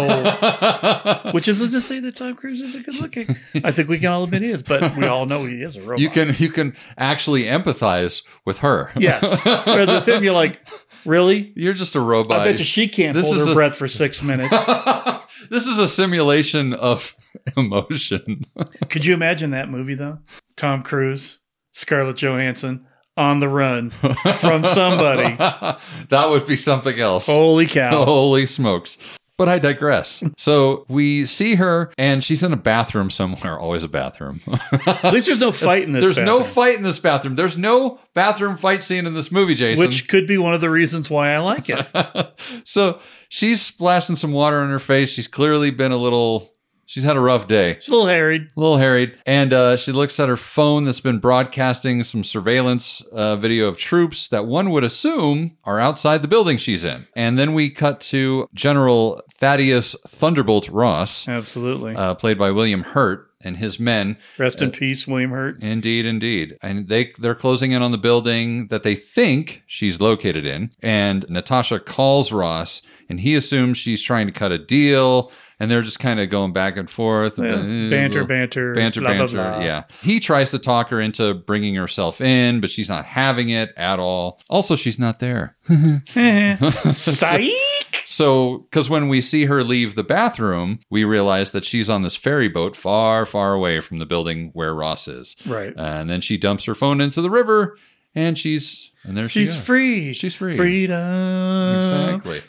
Speaker 11: which isn't to say that Tom Cruise isn't good looking. I think we can all admit he is, but we all know he is a robot.
Speaker 1: you can you can actually empathize with her.
Speaker 11: yes. Whereas with him, you're like, really?
Speaker 1: You're just a robot.
Speaker 11: I bet you she can't
Speaker 1: This
Speaker 11: hold
Speaker 1: is
Speaker 11: her
Speaker 1: a-
Speaker 11: breath for six minutes.
Speaker 1: this is a simulation of emotion.
Speaker 11: Could you imagine that movie though? Tom Cruise, Scarlett Johansson, on the run from somebody.
Speaker 1: that would be something else.
Speaker 11: Holy cow.
Speaker 1: Holy smokes. But I digress. So we see her, and she's in a bathroom somewhere, always a bathroom.
Speaker 11: At least there's no fight in this.
Speaker 1: There's no
Speaker 11: bathroom,
Speaker 1: fight in this bathroom. There's no bathroom fight scene in this movie, Jason.
Speaker 11: which could be one of the reasons why I like it.
Speaker 1: so she's splashing some water on her face. She's clearly been a little, she's had a rough day.
Speaker 11: It's a little harried.
Speaker 1: a little harried. And uh, she looks at her phone that's been broadcasting some surveillance uh, video of troops that one would assume are outside the building she's in. And then we cut to General Thaddeus Thunderbolt Ross,
Speaker 11: Absolutely.
Speaker 1: uh, played by William Hurt, and his men.
Speaker 11: Rest in peace, William Hurt.
Speaker 1: Indeed, indeed. And they they're closing in on the building that they think she's located in. And Natasha calls Ross and he assumes she's trying to cut a deal. And they're just kind of going back and forth. Uh,
Speaker 11: Yeah, it's banter, banter,
Speaker 1: Banter,
Speaker 11: blah, blah,
Speaker 1: banter.
Speaker 11: blah.
Speaker 1: Yeah. He tries to talk her into bringing herself in, but she's not having it at all. Also, she's not there.
Speaker 11: Psych.
Speaker 1: So, because when we see her leave the bathroom, we realize that she's on this ferry boat far, far away from the building where Ross is.
Speaker 11: Right.
Speaker 1: And then she dumps her phone into the river, and she's and there she
Speaker 11: She's
Speaker 1: goes.
Speaker 11: free.
Speaker 1: She's free.
Speaker 11: Freedom.
Speaker 1: Exactly.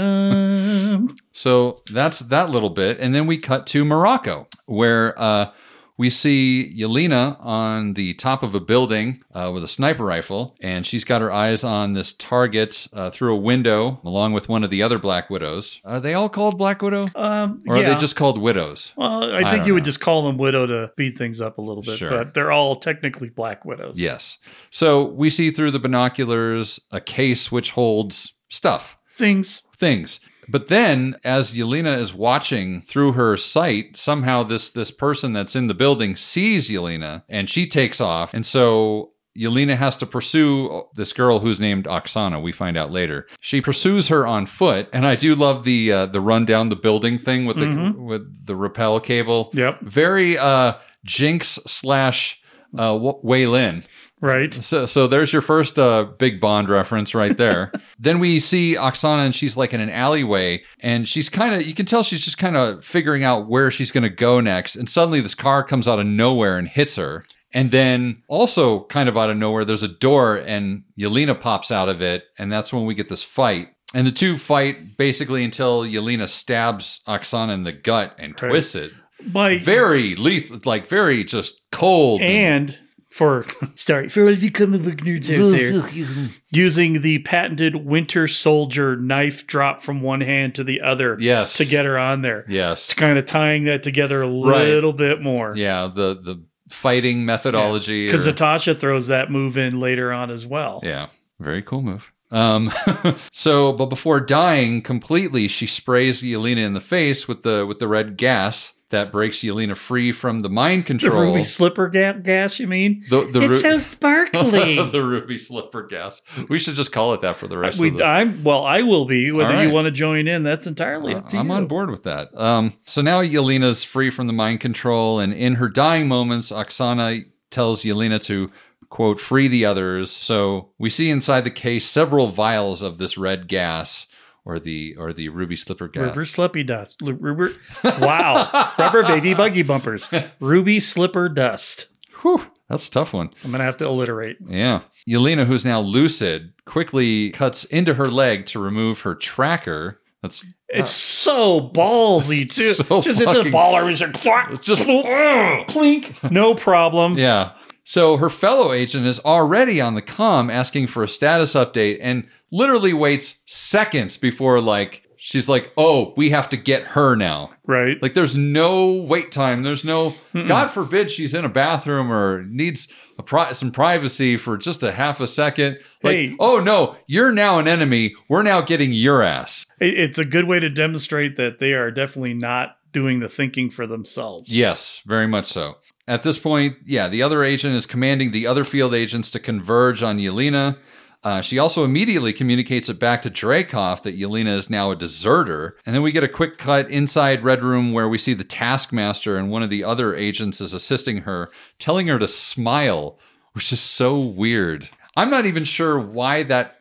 Speaker 11: Freedom.
Speaker 1: So that's that little bit, and then we cut to Morocco, where uh, we see Yelena on the top of a building uh, with a sniper rifle, and she's got her eyes on this target uh, through a window, along with one of the other Black Widows. Are they all called Black Widow?
Speaker 11: um,
Speaker 1: or
Speaker 11: yeah.
Speaker 1: are they just called widows?
Speaker 11: Well, I
Speaker 1: I
Speaker 11: think
Speaker 1: don't
Speaker 11: you would
Speaker 1: know.
Speaker 11: just call them widow to speed things up a little bit,
Speaker 1: Sure.
Speaker 11: but they're all technically black widows.
Speaker 1: Yes. So we see through the binoculars a case which holds stuff,
Speaker 11: Things.
Speaker 1: things. But then as Yelena is watching through her sight, somehow this this person that's in the building sees Yelena and she takes off. And so Yelena has to pursue this girl who's named Oksana. We find out later. She pursues her on foot, and I do love the uh, the run down the building thing with the with the rappel cable.
Speaker 11: Yep.
Speaker 1: Very uh, Jinx slash uh, Wa- Waylin.
Speaker 11: Right.
Speaker 1: So, so there's your first uh, big Bond reference right there. then we see Oksana, and she's like in an alleyway, and she's kind of, you can tell she's just kind of figuring out where she's going to go next. And suddenly this car comes out of nowhere and hits her. And then also, kind of out of nowhere, there's a door, and Yelena pops out of it. And that's when we get this fight. And the two fight basically until Yelena stabs Oksana in the gut and
Speaker 11: Right.
Speaker 1: twists it.
Speaker 11: By
Speaker 1: Very lethal, like very just cold.
Speaker 11: and for sorry for all of you comic book nerds out there, using the patented Winter Soldier knife drop from one hand to the other,
Speaker 1: Yes.
Speaker 11: to get her on there.
Speaker 1: yes.
Speaker 11: It's kind of tying that together a little bit more,
Speaker 1: Yeah, the the fighting methodology.
Speaker 11: Because
Speaker 1: or-
Speaker 11: Natasha throws that move in later on as well.
Speaker 1: yeah, very cool move. Um, so, but before dying completely, she sprays Yelena in the face with the with the red gas that breaks Yelena free from the mind
Speaker 11: The
Speaker 1: control.
Speaker 11: ruby slipper ga- gas, you mean?
Speaker 1: The- the
Speaker 11: it's
Speaker 1: ru-
Speaker 11: so sparkly.
Speaker 1: the ruby slipper gas. We should just call it that for the rest of
Speaker 11: we,
Speaker 1: the.
Speaker 11: I'm well. I will be. Whether
Speaker 1: All right. Uh,
Speaker 11: you want to join in, that's entirely up to
Speaker 1: I'm
Speaker 11: you.
Speaker 1: on board with that. Um, so now Yelena's free from the mind control, and in her dying moments, Oksana tells Yelena to quote free the others. So we see inside the case several vials of this red gas, or the or the ruby slipper gas.
Speaker 11: Rubber slippy dust. Lu- Rubber. Wow. rubber baby buggy bumpers. Ruby slipper dust.
Speaker 1: Whew, that's a tough one.
Speaker 11: I'm gonna have to alliterate.
Speaker 1: Yeah. Yelena, who's now lucid, quickly cuts into her leg to remove her tracker. That's
Speaker 11: It's so ballsy too.
Speaker 1: So
Speaker 11: just it's a
Speaker 1: fucking-
Speaker 11: baller. It's a clock.
Speaker 1: It's just-
Speaker 11: plink. No problem.
Speaker 1: Yeah. So her fellow agent is already on the comm asking for a status update and literally waits seconds before, like, she's like, oh, we have to get her now.
Speaker 11: Right.
Speaker 1: Like, there's no wait time. There's no, God forbid she's in a bathroom or needs a pri- some privacy for just a half a second. Like,
Speaker 11: Hey.
Speaker 1: oh, no, you're now an enemy. We're now getting your ass.
Speaker 11: It- it's a good way to demonstrate that they are definitely not doing the thinking for themselves.
Speaker 1: Yes, very much so. At this point, yeah, the other agent is commanding the other field agents to converge on Yelena. Uh, she also immediately communicates it back to Dracoff that Yelena is now a deserter. And then we get a quick cut inside Red Room where we see the Taskmaster and one of the other agents is assisting her, telling her to smile, which is so weird. I'm not even sure why that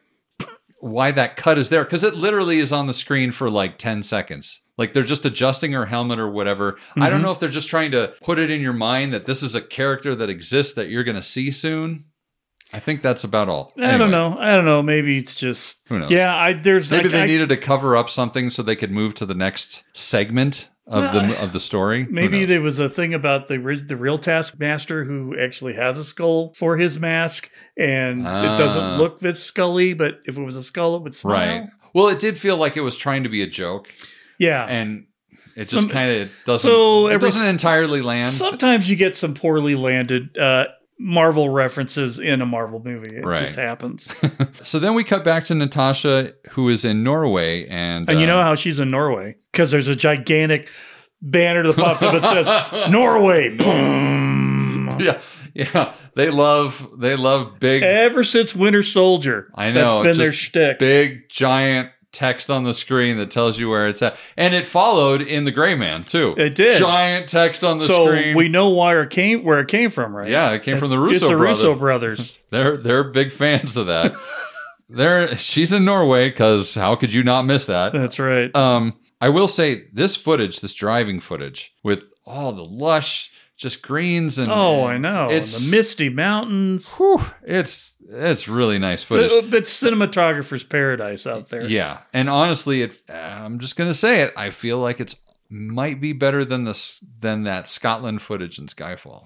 Speaker 1: why that cut is there because it literally is on the screen for like 10 seconds. Like they're just adjusting her helmet or whatever. I
Speaker 11: Mm-hmm.
Speaker 1: don't know if they're just trying to put it in your mind that this is a character that exists that you're going to see soon. I think that's about all.
Speaker 11: I
Speaker 1: Anyway,
Speaker 11: don't know. I don't know. Maybe it's just
Speaker 1: Who knows?
Speaker 11: Yeah, I there's
Speaker 1: Maybe
Speaker 11: I,
Speaker 1: they
Speaker 11: I-
Speaker 1: needed to cover up something so they could move to the next segment of the of the story. Who
Speaker 11: Maybe
Speaker 1: knows?
Speaker 11: there was a thing about the re- the real Taskmaster who actually has a skull for his mask, and it
Speaker 1: Ah.
Speaker 11: doesn't look this scully. But if it was a skull, it would smile.
Speaker 1: right. Well, it did feel like it was trying to be a joke,
Speaker 11: Yeah.
Speaker 1: and it just
Speaker 11: Some-
Speaker 1: kind of doesn't.
Speaker 11: so
Speaker 1: it
Speaker 11: every-
Speaker 1: doesn't entirely land.
Speaker 11: Sometimes you get some poorly landed uh, Marvel references in a Marvel movie. It
Speaker 1: Right.
Speaker 11: just happens.
Speaker 1: so then we cut back to Natasha, who is in Norway, and
Speaker 11: and you know
Speaker 1: um,
Speaker 11: how she's in Norway because there's a gigantic banner that pops up that says Norway.
Speaker 1: yeah, yeah, they love they love big.
Speaker 11: Ever since Winter Soldier,
Speaker 1: I know
Speaker 11: that's been their
Speaker 1: just
Speaker 11: shtick.
Speaker 1: Big giant text on the screen that tells you where it's at, and it followed in the Gray Man too.
Speaker 11: It did.
Speaker 1: giant text on the
Speaker 11: so
Speaker 1: screen.
Speaker 11: we know why it came where it came from, right?
Speaker 1: Yeah, it came from the
Speaker 11: It's
Speaker 1: Russo
Speaker 11: the
Speaker 1: brothers.
Speaker 11: Russo brothers.
Speaker 1: They're they're big fans of that. they're she's in Norway because how could you not miss that?
Speaker 11: That's right.
Speaker 1: Um, I will say this footage, this driving footage with all the lush, just greens and
Speaker 11: oh, I
Speaker 1: and
Speaker 11: know.
Speaker 1: It's
Speaker 11: the misty mountains.
Speaker 1: whew, it's it's really nice footage.
Speaker 11: It's, it's cinematographer's paradise out there.
Speaker 1: Yeah, and honestly, it. I'm just gonna say it. I feel like it's might be better than this than that Scotland footage in Skyfall.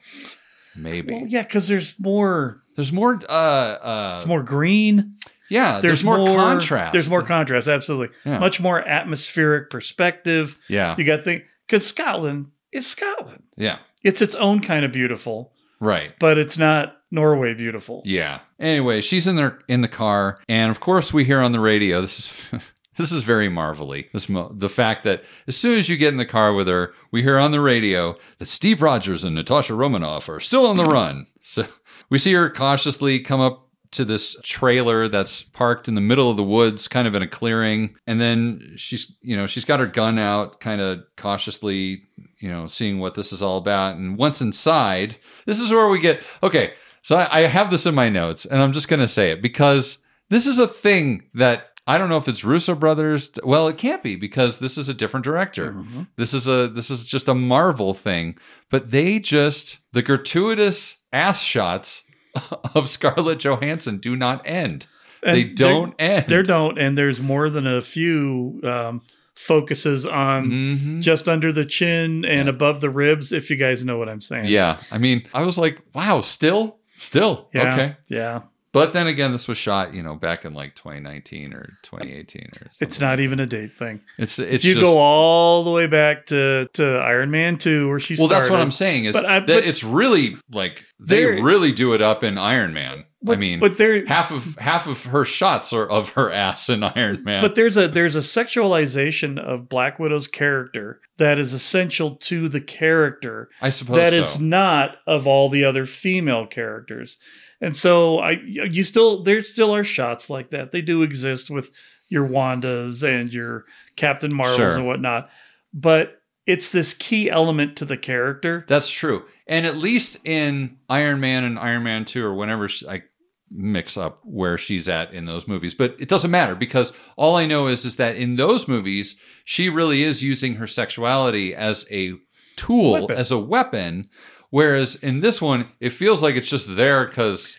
Speaker 1: Maybe
Speaker 11: Well, yeah, because there's more.
Speaker 1: there's more. Uh, uh,
Speaker 11: It's more green.
Speaker 1: yeah, there's,
Speaker 11: Uh, There's,
Speaker 1: more, contrast.
Speaker 11: There's more contrast. Absolutely.
Speaker 1: Yeah.
Speaker 11: Much more atmospheric perspective.
Speaker 1: Yeah,
Speaker 11: You got to think because Scotland is Scotland.
Speaker 1: yeah,
Speaker 11: It's its own kind of beautiful,
Speaker 1: right.
Speaker 11: but it's not Norway beautiful.
Speaker 1: Yeah. Anyway, she's in there in the car, and of course we hear on the radio. This is this is very marvelly. This mo- the fact that as soon as you get in the car with her, we hear on the radio that Steve Rogers and Natasha Romanoff are still on the run. So we see her cautiously come up to this trailer that's parked in the middle of the woods kind of in a clearing and then she's you know she's got her gun out kind of cautiously you know seeing what this is all about and once inside this is where we get okay so i, I have this in my notes and i'm just going to say it because this is a thing that i don't know if it's russo brothers well it can't be because this is a different director
Speaker 11: Mm-hmm.
Speaker 1: this is a this is just a marvel thing but they just the gratuitous ass shots of Scarlett Johansson do not end.
Speaker 11: And
Speaker 1: they
Speaker 11: there-
Speaker 1: don't end.
Speaker 11: There don't, and there's more than a few um, focuses on
Speaker 1: Mhm.
Speaker 11: just under the chin and above the ribs, if you guys know what I'm saying.
Speaker 1: Yeah. I mean, I was like, wow, still? Still.
Speaker 11: Yeah.
Speaker 1: Okay.
Speaker 11: Yeah.
Speaker 1: But then again, this was shot, you know, back in like 2019 or 2018 or something.
Speaker 11: It's not even a date thing.
Speaker 1: It's it's
Speaker 11: If you
Speaker 1: just,
Speaker 11: go all the way back to, to Iron Man 2, where she
Speaker 1: well,
Speaker 11: started.
Speaker 1: that's what I'm saying is
Speaker 11: But I-
Speaker 1: that
Speaker 11: but-
Speaker 1: it's really like they
Speaker 11: There-
Speaker 1: really do it up in Iron Man. I
Speaker 11: But-
Speaker 1: mean,
Speaker 11: but there-
Speaker 1: half of half of her shots are of her ass in Iron Man.
Speaker 11: But there's a there's a sexualization of Black Widow's character that is essential to the character
Speaker 1: I suppose
Speaker 11: that
Speaker 1: so.
Speaker 11: is not of all the other female characters. And so I you still there still are shots like that. They do exist with your Wandas and your Captain Marvels
Speaker 1: Sure.
Speaker 11: and whatnot. But it's this key element to the character.
Speaker 1: That's true. And at least in Iron Man and Iron Man 2 or whenever she, I mix up where she's at in those movies, but it doesn't matter because all I know is is that in those movies she really is using her sexuality as a tool,
Speaker 11: Weapon.
Speaker 1: as a weapon, whereas in this one it feels like it's just there cuz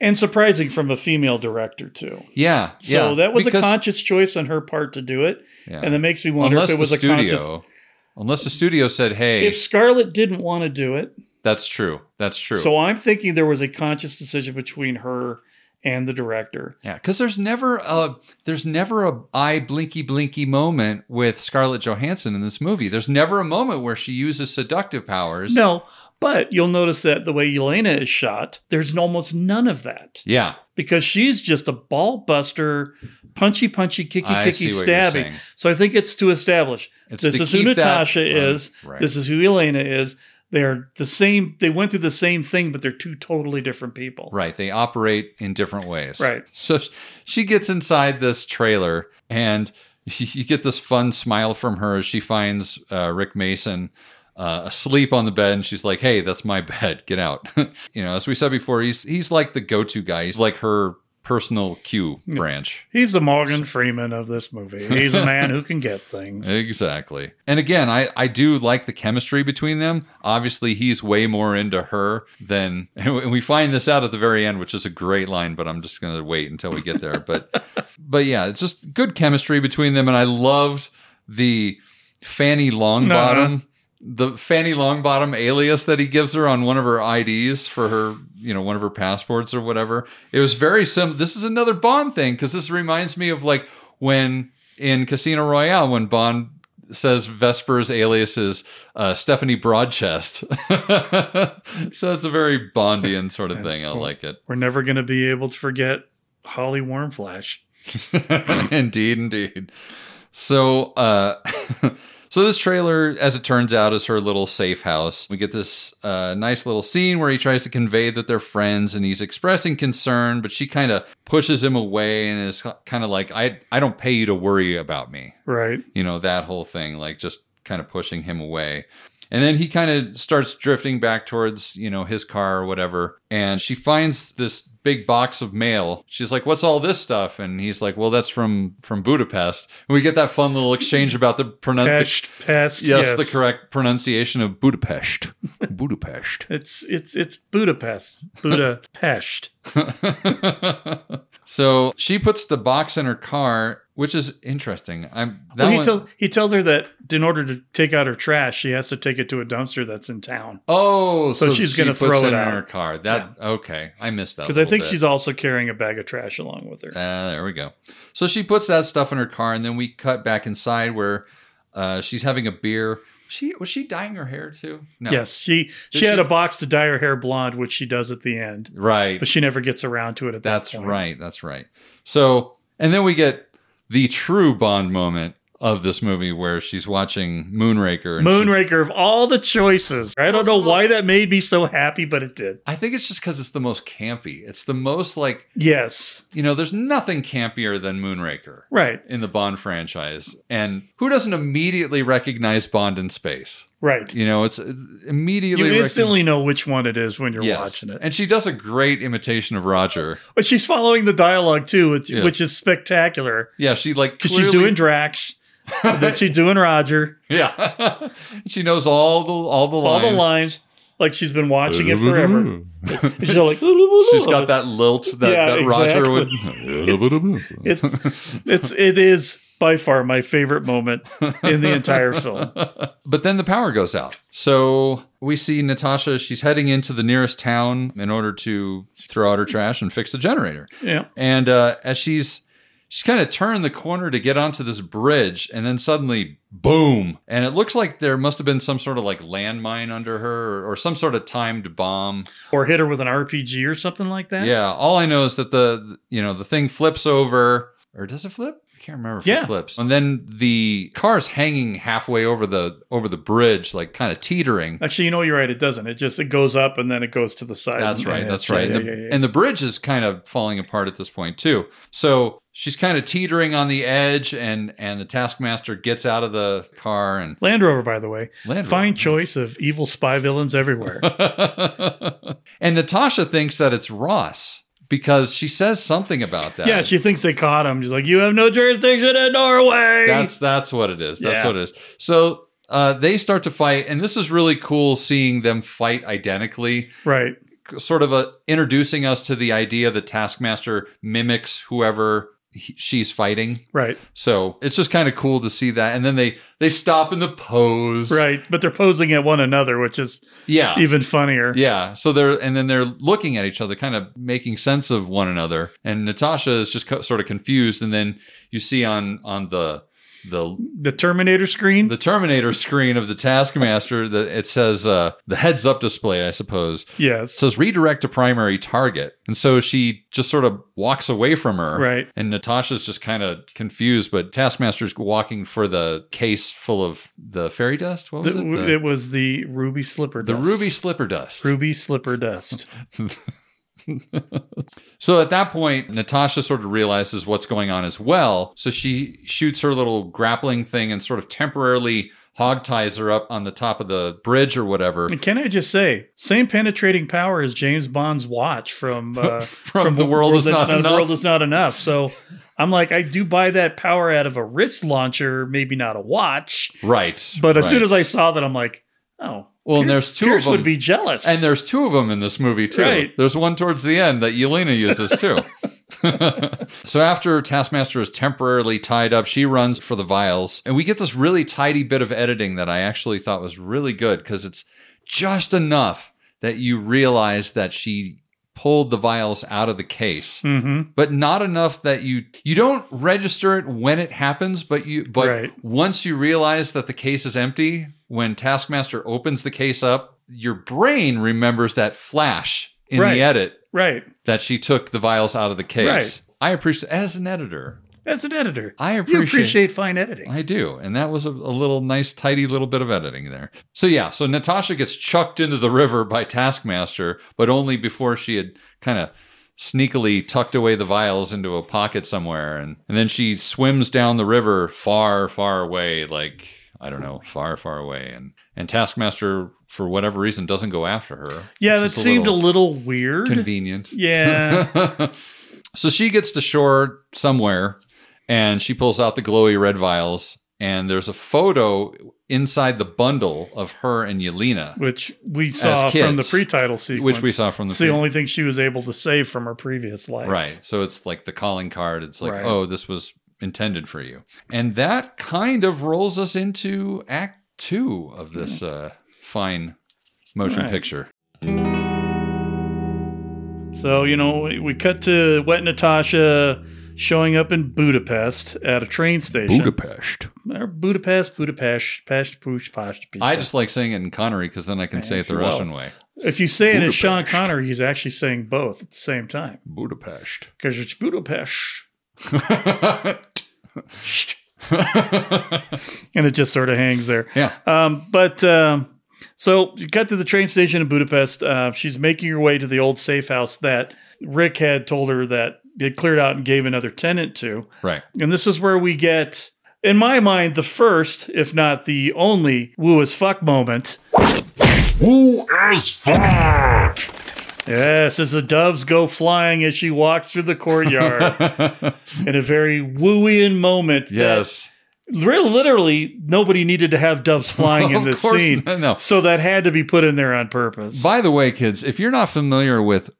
Speaker 11: And surprising from a female director too.
Speaker 1: yeah,
Speaker 11: So
Speaker 1: yeah,
Speaker 11: that was
Speaker 1: because-
Speaker 11: a conscious choice on her part to do it.
Speaker 1: Yeah.
Speaker 11: And that makes me wonder
Speaker 1: unless
Speaker 11: if it was
Speaker 1: the
Speaker 11: a
Speaker 1: studio
Speaker 11: conscious
Speaker 1: unless the studio said, "Hey,
Speaker 11: if Scarlett didn't want to do it,
Speaker 1: that's true. That's true."
Speaker 11: so I'm thinking there was a conscious decision between her and the director.
Speaker 1: Yeah, because there's never a there's never a eye blinky blinky moment with Scarlett Johansson in this movie. There's never a moment where she uses seductive powers.
Speaker 11: No, but you'll notice that the way Elena is shot, there's almost none of that
Speaker 1: Yeah.
Speaker 11: because she's just a ball buster, punchy, punchy, kicky,
Speaker 1: I see
Speaker 11: kicky,
Speaker 1: what you're
Speaker 11: stabby.
Speaker 1: saying.
Speaker 11: So I think it's to establish
Speaker 1: It's
Speaker 11: this
Speaker 1: to
Speaker 11: is who
Speaker 1: keep that-
Speaker 11: Natasha
Speaker 1: right,
Speaker 11: is,
Speaker 1: right.
Speaker 11: this is who Elena is. They're the same, they went through the same thing, but they're two totally different people.
Speaker 1: Right. They operate in different ways.
Speaker 11: Right.
Speaker 1: So sh- she gets inside this trailer and you get this fun smile from her as she finds uh, Rick Mason uh, asleep on the bed and she's like, hey, that's my bed. Get out. you know, as we said before, he's, he's like the go to guy. He's like her personal Q branch.
Speaker 11: He's the Morgan Freeman of this movie. He's a man who can get things.
Speaker 1: Exactly. And again, I, I do like the chemistry between them. Obviously, he's way more into her than, and we find this out at the very end, which is a great line, but I'm just going to wait until we get there. But, but yeah, it's just good chemistry between them. And I loved the Fanny Longbottom. The Fanny Longbottom alias that he gives her on one of her IDs for her, you know, one of her passports or whatever. It was very similar. This is another Bond thing because this reminds me of like when in Casino Royale when Bond says Vesper's alias is uh, Stephanie Broadchest. so it's a very Bondian sort of thing. I like it.
Speaker 11: We're never going to be able to forget Holly Warmflash.
Speaker 1: indeed, indeed. So, uh, so this trailer, as it turns out, is her little safe house. We get this uh, nice little scene where he tries to convey that they're friends, and he's expressing concern, but she kind of pushes him away and is kind of like, "I, I don't pay you to worry about me."
Speaker 11: Right.
Speaker 1: you know that whole thing like just kind of pushing him away and then he kind of starts drifting back towards you know his car or whatever and she finds this big box of mail she's like what's all this stuff and he's like well that's from from budapest and we get that fun little exchange about Uh, the pronunciation
Speaker 11: Pest, pest.
Speaker 1: yes,
Speaker 11: Yes,
Speaker 1: the correct pronunciation of budapest budapest
Speaker 11: It's it's it's Budapest. Budapest.
Speaker 1: so she puts the box in her car which is interesting i'm that
Speaker 11: Well, he
Speaker 1: one-
Speaker 11: tells he tells her that in order to take out her trash, she has to take it to a dumpster that's in town.
Speaker 1: Oh, so,
Speaker 11: So she's gonna
Speaker 1: puts
Speaker 11: throw it
Speaker 1: in
Speaker 11: out.
Speaker 1: her car. That okay? I missed that
Speaker 11: Because I
Speaker 1: little
Speaker 11: think
Speaker 1: bit.
Speaker 11: she's also carrying a bag of trash along with her.
Speaker 1: Ah, there we go. So she puts that stuff in her car, and then we cut back inside where uh, she's having a beer. She was she dyeing her hair too? No.
Speaker 11: Yes, she she,
Speaker 1: she-
Speaker 11: had a box to dye her hair blonde, which she does at the end,
Speaker 1: Right.
Speaker 11: but she never gets around to it at
Speaker 1: That's
Speaker 11: that point.
Speaker 1: right. That's right. So, and then we get the true Bond moment of this movie where she's watching Moonraker. And she-
Speaker 11: Moonraker of all the choices. I don't know why that made me so happy, but it did.
Speaker 1: I think it's just because it's the most campy. It's the most like
Speaker 11: Yes,
Speaker 1: you know. There's nothing campier than Moonraker.
Speaker 11: right,
Speaker 1: in the Bond franchise. And who doesn't immediately recognize Bond in space?
Speaker 11: right.
Speaker 1: You know, it's uh,
Speaker 11: You
Speaker 1: immediately
Speaker 11: instantly know which one it is when you're
Speaker 1: recogn- Yes.
Speaker 11: watching it.
Speaker 1: And she does a great imitation of Roger.
Speaker 11: But she's following the dialogue too, which,
Speaker 1: Yeah.
Speaker 11: which is spectacular.
Speaker 1: Yeah, she like
Speaker 11: Because she's
Speaker 1: clearly-
Speaker 11: doing Drax, and then she's doing Roger,
Speaker 1: Yeah, she knows all the all the
Speaker 11: all
Speaker 1: lines.
Speaker 11: the lines. Like she's been watching it forever. she's all like, she's
Speaker 1: She's got that lilt that,
Speaker 11: Yeah,
Speaker 1: that Roger would.
Speaker 11: It's it's it is by far my favorite moment in the entire film.
Speaker 1: But then the power goes out. So we see Natasha. She's heading into the nearest town in order to throw out her trash and fix the generator.
Speaker 11: Yeah,
Speaker 1: And uh, as she's she's kind of turned the corner to get onto this bridge, and then suddenly, boom! And it looks like there must have been some sort of like landmine under her, or, or some sort of timed bomb.
Speaker 11: or hit her with an RPG or something like that.
Speaker 1: Yeah. All I know is that the you know the thing flips over, or does it flip? I can't remember if
Speaker 11: Yeah.
Speaker 1: it flips. And then the car's hanging halfway over the over the bridge, like kind of teetering.
Speaker 11: Actually, you know you're right. It doesn't. It just it goes up and then it goes to the side.
Speaker 1: That's
Speaker 11: and-
Speaker 1: right.
Speaker 11: and
Speaker 1: That's
Speaker 11: it's-
Speaker 1: right.
Speaker 11: yeah,
Speaker 1: and, the,
Speaker 11: yeah, yeah, yeah.
Speaker 1: and the bridge is kind of falling apart at this point too. So she's kind of teetering on the edge, and and the Taskmaster gets out of the car and.
Speaker 11: Land Rover, by the way,
Speaker 1: Land Rover,
Speaker 11: fine
Speaker 1: yes.
Speaker 11: choice of evil spy villains everywhere.
Speaker 1: and Natasha thinks that it's Ross because she says something about that.
Speaker 11: yeah, she thinks they caught him. She's like, "You have no jurisdiction in Norway."
Speaker 1: That's that's what it is. That's
Speaker 11: Yeah.
Speaker 1: what it is. So uh, they start to fight, and this is really cool seeing them fight identically.
Speaker 11: right.
Speaker 1: sort of a, introducing us to the idea that Taskmaster mimics whoever he, she's fighting.
Speaker 11: Right.
Speaker 1: So it's just kind of cool to see that. And then they they stop in the pose.
Speaker 11: Right. But they're posing at one another, which is
Speaker 1: Yeah.
Speaker 11: even funnier.
Speaker 1: yeah. So they're and then they're looking at each other, kind of making sense of one another. And Natasha is just co- sort of confused. And then you see on on the the
Speaker 11: The Terminator screen.
Speaker 1: the Terminator screen of the Taskmaster that it says uh, the heads up display, I suppose. It
Speaker 11: yes.
Speaker 1: says redirect to primary target. And so she just sort of walks away from her.
Speaker 11: Right.
Speaker 1: And Natasha's just kind of confused, but Taskmaster's walking for the case full of the fairy dust. What was
Speaker 11: The-
Speaker 1: it? The,
Speaker 11: it was the ruby slipper.
Speaker 1: the
Speaker 11: dust.
Speaker 1: ruby slipper dust.
Speaker 11: ruby slipper dust.
Speaker 1: So at that point, Natasha sort of realizes what's going on as well. So she shoots her little grappling thing and sort of temporarily hog ties her up on the top of the bridge or whatever.
Speaker 11: And can I just say, same penetrating power as James Bond's watch from uh,
Speaker 1: From The World Is Not
Speaker 11: The
Speaker 1: Enough.
Speaker 11: world is not enough. So I'm like, I do buy that power out of a wrist launcher, maybe not a watch.
Speaker 1: Right.
Speaker 11: But as soon
Speaker 1: right.
Speaker 11: as I saw that, I'm like, oh,
Speaker 1: Well, and there's two
Speaker 11: Pierce
Speaker 1: of them.
Speaker 11: would be jealous.
Speaker 1: and there's two of them in this movie too.
Speaker 11: Right.
Speaker 1: There's one towards the end that Yelena uses too. so after Taskmaster is temporarily tied up, she runs for the vials, and we get this really tidy bit of editing that I actually thought was really good because it's just enough that you realize that she pulled the vials out of the case,
Speaker 11: Mhm.
Speaker 1: but not enough that you you don't register it when it happens, but you but
Speaker 11: Right.
Speaker 1: once you realize that the case is empty, when Taskmaster opens the case up, your brain remembers that flash in
Speaker 11: Right.
Speaker 1: the edit
Speaker 11: right.
Speaker 1: that she took the vials out of the case.
Speaker 11: Right.
Speaker 1: I appreciate as an editor.
Speaker 11: As an editor,
Speaker 1: I
Speaker 11: you
Speaker 1: appreciate-
Speaker 11: appreciate fine editing.
Speaker 1: I do. And that was a, a little nice, tidy little bit of editing there. So, yeah, so Natasha gets chucked into the river by Taskmaster, but only before she had kind of sneakily tucked away the vials into a pocket somewhere. And, and then she swims down the river far, far away, like, I don't know, far, far away. And, and Taskmaster, for whatever reason, doesn't go after her.
Speaker 11: yeah, that
Speaker 1: which is
Speaker 11: seemed a little weird.
Speaker 1: convenient.
Speaker 11: Yeah.
Speaker 1: So she gets to shore somewhere and she pulls out the glowy red vials, and there's a photo inside the bundle of her and Yelena.
Speaker 11: which we saw from the
Speaker 1: kids,
Speaker 11: pre-title sequence,
Speaker 1: we saw from the
Speaker 11: It's the
Speaker 1: pre-
Speaker 11: only thing she was able to save from her previous life,
Speaker 1: Right. So it's like the calling card. It's like,
Speaker 11: Right.
Speaker 1: oh, this was intended for you. And that kind of rolls us into act two of this uh, fine motion
Speaker 11: Hmm. Right.
Speaker 1: picture.
Speaker 11: So you know, we, we cut to Wet Natasha showing up in Budapest at a train station.
Speaker 1: Budapest.
Speaker 11: Or Budapest, Budapest, Pest, Push, Posh.
Speaker 1: I just like saying it in Connery because then I can say it the
Speaker 11: well.
Speaker 1: Russian way.
Speaker 11: if you say it as Sean Connery, he's actually saying both at the same time
Speaker 1: Budapest.
Speaker 11: because it's Budapest, and it just sort of hangs there.
Speaker 1: yeah.
Speaker 11: Um, but um, so you cut to the train station in Budapest. Uh, she's making her way to the old safe house that Rick had told her that he had cleared out and gave another tenant to.
Speaker 1: Right.
Speaker 11: And this is where we get, in my mind, the first, if not the only, woo as fuck moment. Woo as fuck! Yes, as the doves go flying as she walks through the courtyard in a very wooian moment. that
Speaker 1: Yes.
Speaker 11: Real literally, nobody needed to have doves flying in
Speaker 1: Of
Speaker 11: this
Speaker 1: course
Speaker 11: scene.
Speaker 1: not, no.
Speaker 11: So that had to be put in there on purpose.
Speaker 1: By the way, kids, if you're not familiar with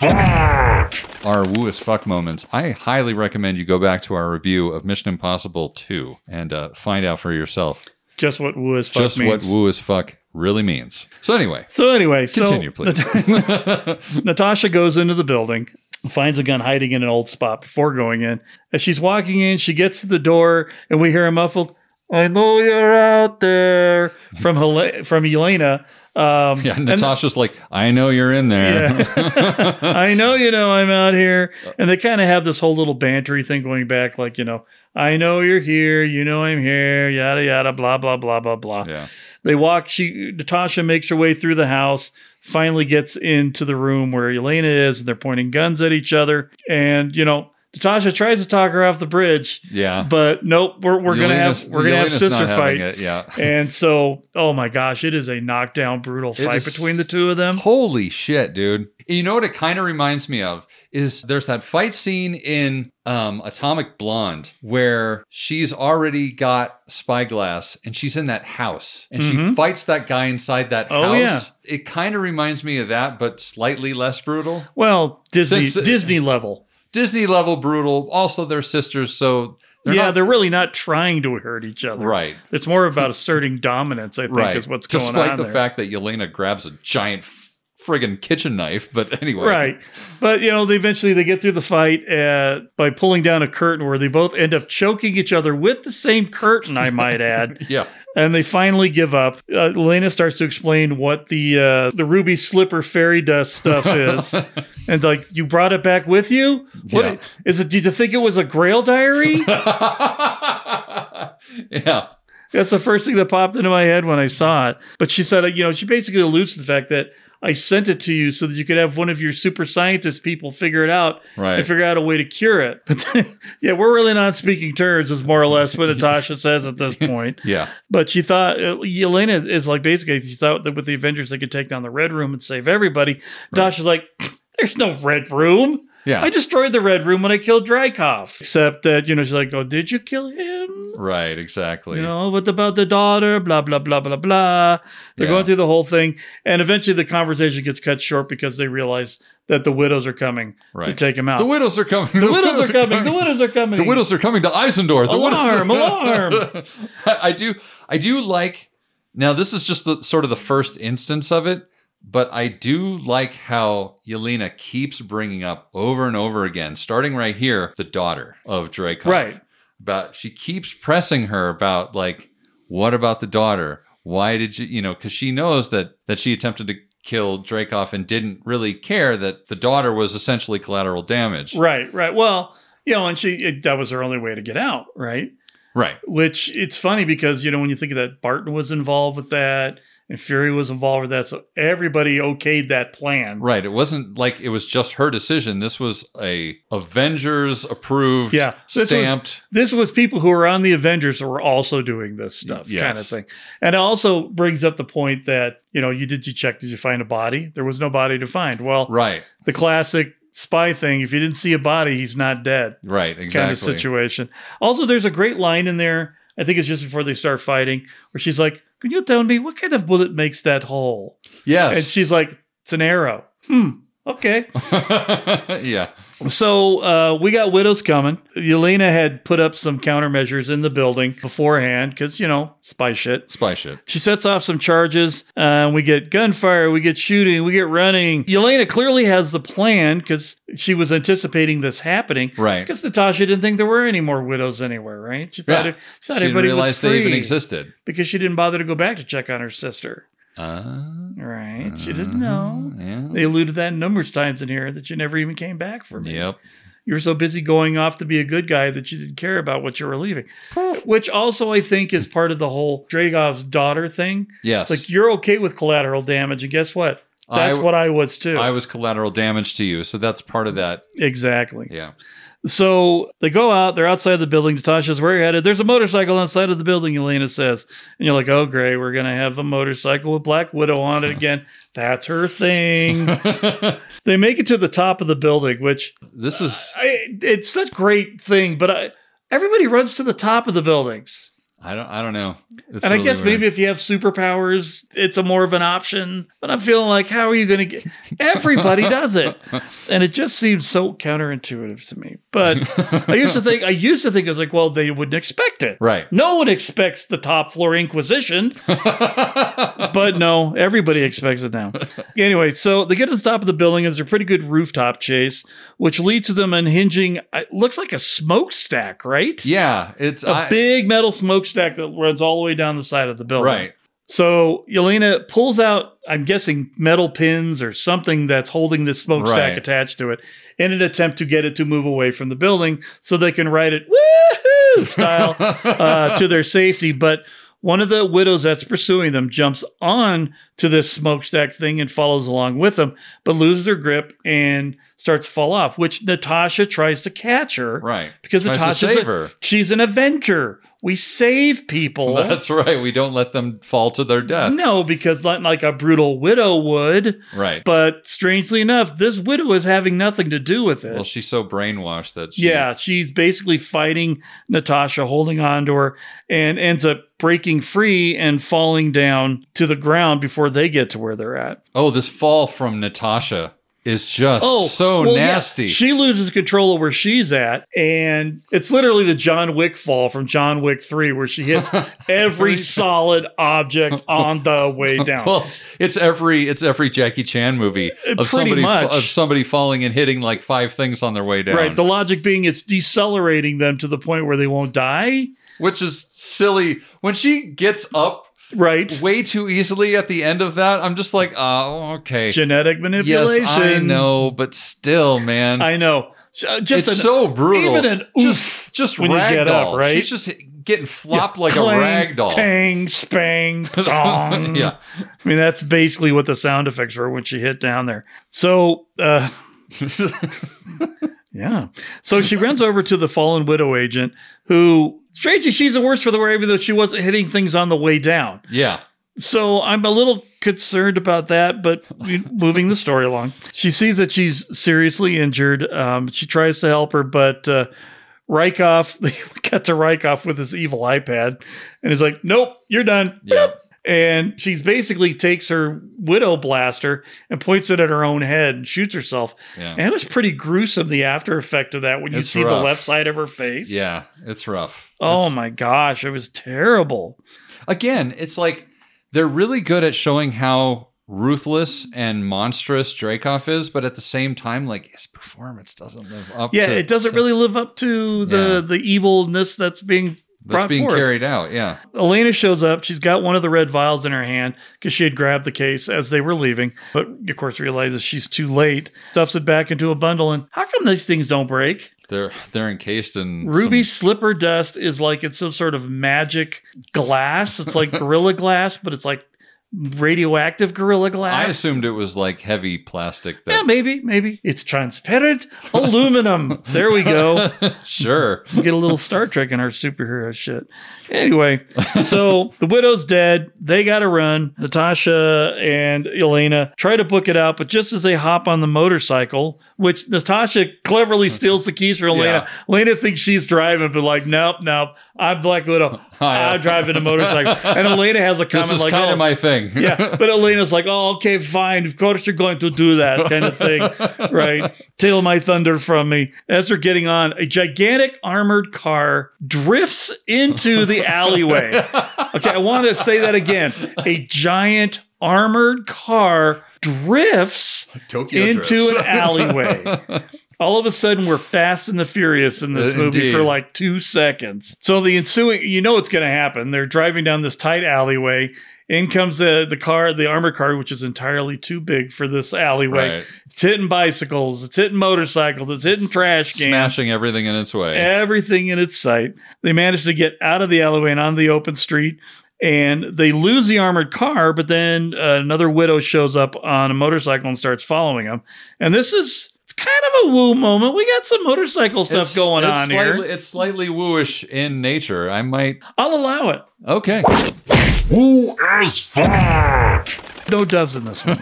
Speaker 1: woo as fuck, our woo as fuck moments, I highly recommend you go back to our review of Mission Impossible 2 and uh, find out for yourself
Speaker 11: just what woo as fuck
Speaker 1: just
Speaker 11: means.
Speaker 1: what woo as fuck really means. So, anyway,
Speaker 11: so anyway, so-
Speaker 1: continue, please.
Speaker 11: Natasha goes into the building, finds a gun hiding in an old spot before going in. As she's walking in, she gets to the door, and we hear a muffled, "I know you're out there," from Hel- from Elena. Um,
Speaker 1: yeah, Natasha's like, I know you're in there.
Speaker 11: I know you know I'm out here,
Speaker 1: Uh,
Speaker 11: and they kind of have this whole little bantery thing going back, like you know, I know you're here, you know I'm here, yada yada, blah blah blah blah blah.
Speaker 1: Yeah.
Speaker 11: They walk. She Natasha makes her way through the house. Finally, gets into the room where Elena is, and they're pointing guns at each other. And you know, Natasha tries to talk her off the bridge,
Speaker 1: Yeah.
Speaker 11: but nope, we're, we're gonna have
Speaker 1: Yelena's-
Speaker 11: we're gonna have
Speaker 1: Yelena's not
Speaker 11: sister
Speaker 1: having
Speaker 11: fight.
Speaker 1: it, Yeah.
Speaker 11: And so, oh my gosh, it is a knockdown, brutal
Speaker 1: It
Speaker 11: fight
Speaker 1: is-
Speaker 11: between the two of them.
Speaker 1: Holy shit, dude. You know what it kind of reminds me of is there's that fight scene in um, Atomic Blonde where she's already got spyglass and she's in that house and she fights that guy inside that
Speaker 11: Mm-hmm. Oh,
Speaker 1: house.
Speaker 11: yeah.
Speaker 1: It kind of reminds me of that, but slightly less brutal.
Speaker 11: Well, Disney
Speaker 1: Since-
Speaker 11: Disney level.
Speaker 1: Disney level brutal. Also, they're sisters, so they're
Speaker 11: yeah,
Speaker 1: not
Speaker 11: they're really not trying to hurt each other.
Speaker 1: Right.
Speaker 11: It's more about asserting dominance, I think,
Speaker 1: right.
Speaker 11: is what's going
Speaker 1: Despite
Speaker 11: on.
Speaker 1: the
Speaker 11: there.
Speaker 1: fact that Yelena grabs a giant f- friggin' kitchen knife, but anyway.
Speaker 11: Right. But, you know, they eventually they get through the fight uh, by pulling down a curtain where they both end up choking each other with the same curtain, I might add.
Speaker 1: Yeah.
Speaker 11: And they finally give up. Uh, Elena starts to explain what the uh, the ruby slipper fairy dust stuff is, and like you brought it back with you. What
Speaker 1: Yeah.
Speaker 11: is it? Did you think it was a Grail diary?
Speaker 1: yeah.
Speaker 11: That's the first thing that popped into my head when I saw it. But she said, you know, she basically alludes to the fact that I sent it to you so that you could have one of your super scientist people figure it out
Speaker 1: Right.
Speaker 11: and figure out a way to cure it. But then, yeah, we're really not speaking terms, is more or less what Natasha says at this point.
Speaker 1: Yeah.
Speaker 11: But she thought Elena is, is like basically she thought that with the Avengers they could take down the Red Room and save everybody. Dasha's like, there's no Red Room.
Speaker 1: Yeah.
Speaker 11: I destroyed the Red Room when I killed Drykov. Except that you know she's like, oh, did you kill him?
Speaker 1: Right, exactly.
Speaker 11: You know, what about the daughter? Blah blah blah blah blah. They're
Speaker 1: Yeah.
Speaker 11: going through the whole thing, and eventually the conversation gets cut short because they realize that the widows are coming to
Speaker 1: Right.
Speaker 11: take him out.
Speaker 1: The widows are coming.
Speaker 11: The widows are coming. The widows are coming.
Speaker 1: The widows are coming to Eisendorf. The
Speaker 11: Alarm,
Speaker 1: widows are-
Speaker 11: alarm.
Speaker 1: I I do. I do like. Now this is just the, sort of the first instance of it, but I do like how Yelena keeps bringing up over and over again, starting right here, the daughter of Dracov.
Speaker 11: Right.
Speaker 1: About she keeps pressing her about like, what about the daughter? Why did you, you know, because she knows that that she attempted to kill Dracov and didn't really care that the daughter was essentially collateral damage.
Speaker 11: Right, right. Well, you know, and she it, that was her only way to get out, right?
Speaker 1: Right.
Speaker 11: Which it's funny because you know when you think of that, Barton was involved with that, and Fury was involved with that, so everybody okayed that plan.
Speaker 1: Right. It wasn't like it was just her decision. This was a Avengers approved,
Speaker 11: Yeah, this
Speaker 1: stamped.
Speaker 11: Was, this was people who were on the Avengers who were also doing this stuff,
Speaker 1: Yes.
Speaker 11: kind of thing. And it also brings up the point that you know, you did you check? Did you find a body? There was no body to find. Well,
Speaker 1: right.
Speaker 11: the classic spy thing: if you didn't see a body, he's not dead.
Speaker 1: Right. Exactly.
Speaker 11: kind of situation. Also, there's a great line in there. I think it's just before they start fighting, where she's like, "Can you tell me what kind of bullet makes that hole?"
Speaker 1: Yes.
Speaker 11: And she's like, "It's an arrow." Hmm. Okay.
Speaker 1: yeah.
Speaker 11: so uh, we got widows coming. Elena had put up some countermeasures in the building beforehand because you know spy shit.
Speaker 1: Spy shit.
Speaker 11: She sets off some charges. Uh, we get gunfire, we get shooting, we get running. Yelena clearly has the plan because she was anticipating this happening.
Speaker 1: Right.
Speaker 11: Because Natasha didn't think there were any more widows anywhere, right? She thought,
Speaker 1: Yeah.
Speaker 11: it, she thought
Speaker 1: She didn't
Speaker 11: everybody was
Speaker 1: realize
Speaker 11: free
Speaker 1: they even existed.
Speaker 11: because she didn't bother to go back to check on her sister,
Speaker 1: Uh,
Speaker 11: right? She didn't know.
Speaker 1: yeah.
Speaker 11: They alluded that numerous times in here that she never even came back from it.
Speaker 1: Yep.
Speaker 11: You were so busy going off to be a good guy that you didn't care about what you were leaving. Which also I think is part of the whole Dragov's daughter thing.
Speaker 1: Yes.
Speaker 11: Like you're okay with collateral damage, and guess what? That's
Speaker 1: I-
Speaker 11: what I was too.
Speaker 1: I was collateral damage to you. So that's part of that.
Speaker 11: exactly.
Speaker 1: Yeah.
Speaker 11: So they go out. They're outside the building. Natasha's where you headed. There's a motorcycle outside of the building. Elena says, and you're like, "Oh, great, we're gonna have a motorcycle with Black Widow on it again. That's her thing." they make it to the top of the building, which
Speaker 1: This is,
Speaker 11: I, it's such great thing. But I, everybody runs to the top of the buildings,
Speaker 1: I don't, I don't know. It's
Speaker 11: and I
Speaker 1: really
Speaker 11: guess
Speaker 1: weird.
Speaker 11: maybe if you have superpowers, it's a more of an option. But I'm feeling like, how are you gonna get? Everybody does it, and it just seems so counterintuitive to me. But I used to think, I used to think it was like, well, they wouldn't expect it,
Speaker 1: Right.
Speaker 11: No one expects the top floor Inquisition, but no, everybody expects it now. Anyway, so they get to the top of the building, and there's a pretty good rooftop chase, which leads to them unhinging. It looks like a smokestack, right?
Speaker 1: Yeah. It's
Speaker 11: A
Speaker 1: I-
Speaker 11: big metal smokestack that runs all the way down the side of the building.
Speaker 1: Right.
Speaker 11: So Yelena pulls out, I'm guessing, metal pins or something that's holding this smokestack
Speaker 1: Right.
Speaker 11: attached to it in an attempt to get it to move away from the building so they can ride it woohoo style uh, to their safety. But one of the widows that's pursuing them jumps on to this smokestack thing and follows along with them, but loses her grip and starts to fall off, which Natasha tries to catch her.
Speaker 1: Right.
Speaker 11: Because
Speaker 1: Tries to
Speaker 11: Natasha's
Speaker 1: save
Speaker 11: a-
Speaker 1: her.
Speaker 11: she's an Avenger. We save people.
Speaker 1: That's right. We don't let them fall to their death.
Speaker 11: No, because not like a brutal widow would.
Speaker 1: Right.
Speaker 11: But strangely enough, this widow is having nothing to do with it.
Speaker 1: well, she's so brainwashed that she,
Speaker 11: yeah, she's basically fighting Natasha, holding on to her, and ends up breaking free and falling down to the ground before they get to where they're at.
Speaker 1: Oh, this fall from Natasha is just so
Speaker 11: Oh, well, yeah.
Speaker 1: nasty.
Speaker 11: She loses control of where she's at, and it's literally the John Wick fall from John Wick 3, where she hits every solid object on the way down.
Speaker 1: well, it's, it's every it's every Jackie Chan movie of
Speaker 11: Uh, pretty
Speaker 1: somebody fa-
Speaker 11: much.
Speaker 1: of somebody falling and hitting like five things on their way down,
Speaker 11: Right. The logic being it's decelerating them to the point where they won't die.
Speaker 1: which is silly. When she gets up
Speaker 11: Right.
Speaker 1: way too easily at the end of that. I'm just like, oh, okay.
Speaker 11: Genetic
Speaker 1: Yes,
Speaker 11: manipulation.
Speaker 1: I know, but still, man.
Speaker 11: I know. So, uh, just
Speaker 1: it's
Speaker 11: an-
Speaker 1: so brutal.
Speaker 11: Even an oof
Speaker 1: just, just
Speaker 11: when you
Speaker 1: ragdoll.
Speaker 11: get up, right?
Speaker 1: She's just getting flopped like
Speaker 11: Clang,
Speaker 1: a rag doll.
Speaker 11: Tang, spang, dong.
Speaker 1: yeah.
Speaker 11: I mean, that's basically what the sound effects were when she hit down there. So, uh, yeah. So she runs over to the fallen widow agent, who, strangely, she's the worst for the wear, even though she wasn't hitting things on the way down.
Speaker 1: Yeah.
Speaker 11: So I'm a little concerned about that, but we- moving the story along. She sees that she's seriously injured. Um, she tries to help her, but uh, Rykoff, they cut to Rykoff with his evil iPad, and he's like, nope, you're done.
Speaker 1: Yeah.
Speaker 11: And she's basically takes her widow blaster and points it at her own head and shoots herself.
Speaker 1: Yeah.
Speaker 11: And it was pretty gruesome, the after effect of that when you
Speaker 1: It's
Speaker 11: see the
Speaker 1: rough.
Speaker 11: left side of her face.
Speaker 1: Yeah. It's rough.
Speaker 11: Oh my gosh, it was terrible.
Speaker 1: again, it's like they're really good at showing how ruthless and monstrous Dracoff is, but at the same time, like his performance doesn't live up.
Speaker 11: Yeah,
Speaker 1: to
Speaker 11: it doesn't
Speaker 1: some-
Speaker 11: really live up to the the evilness that's being
Speaker 1: that's
Speaker 11: brought
Speaker 1: being
Speaker 11: forth.
Speaker 1: carried out. Yeah,
Speaker 11: Elena shows up. She's got one of the red vials in her hand because she had grabbed the case as they were leaving, but of course realizes she's too late. Stuffs it back into a bundle, and how come these things don't break?
Speaker 1: they're they're encased in
Speaker 11: Ruby
Speaker 1: some-
Speaker 11: slipper dust is like it's some sort of magic glass. It's like gorilla glass, but it's like radioactive gorilla
Speaker 1: I
Speaker 11: glass.
Speaker 1: assumed it was like heavy plastic.
Speaker 11: Yeah,
Speaker 1: That,
Speaker 11: maybe, maybe. It's transparent aluminum. There we go.
Speaker 1: sure.
Speaker 11: get a little Star Trek in our superhero shit. Anyway, so the widow's dead. They got to run. Natasha and Elena try to book it out, but just as they hop on the motorcycle, which Natasha cleverly steals the keys from Elena, Elena thinks she's driving, but like, nope, nope, I'm Black Widow. I'm driving a motorcycle. And Elena has a comment
Speaker 1: This is
Speaker 11: like,
Speaker 1: kind
Speaker 11: oh,
Speaker 1: of my thing.
Speaker 11: yeah, but Elena's like, oh, okay, fine. Of course you're going to do that kind of thing, right? Tail my thunder from me. As they're getting on, a gigantic armored car drifts into the alleyway. Okay, I want to say that again. A giant armored car drifts
Speaker 1: Tokyo
Speaker 11: into
Speaker 1: drifts.
Speaker 11: an alleyway. All of a sudden, we're fast and the furious in this
Speaker 1: Uh,
Speaker 11: movie
Speaker 1: indeed.
Speaker 11: for like two seconds. So the ensuing, you know, what's going to happen. They're driving down this tight alleyway. In comes the the car, the armored car, which is entirely too big for this alleyway.
Speaker 1: Right.
Speaker 11: It's hitting bicycles. It's hitting motorcycles. It's hitting trash cans
Speaker 1: smashing everything in its way.
Speaker 11: everything in its sight. They manage to get out of the alleyway and onto the open street, and they lose the armored car. But then uh, another widow shows up on a motorcycle and starts following them. And this is it's kind of a woo moment. We got some motorcycle stuff
Speaker 1: It's-
Speaker 11: going
Speaker 1: it's
Speaker 11: on
Speaker 1: slightly,
Speaker 11: here.
Speaker 1: It's slightly wooish in nature. I might.
Speaker 11: I'll allow it.
Speaker 1: Okay.
Speaker 11: No doves in this one.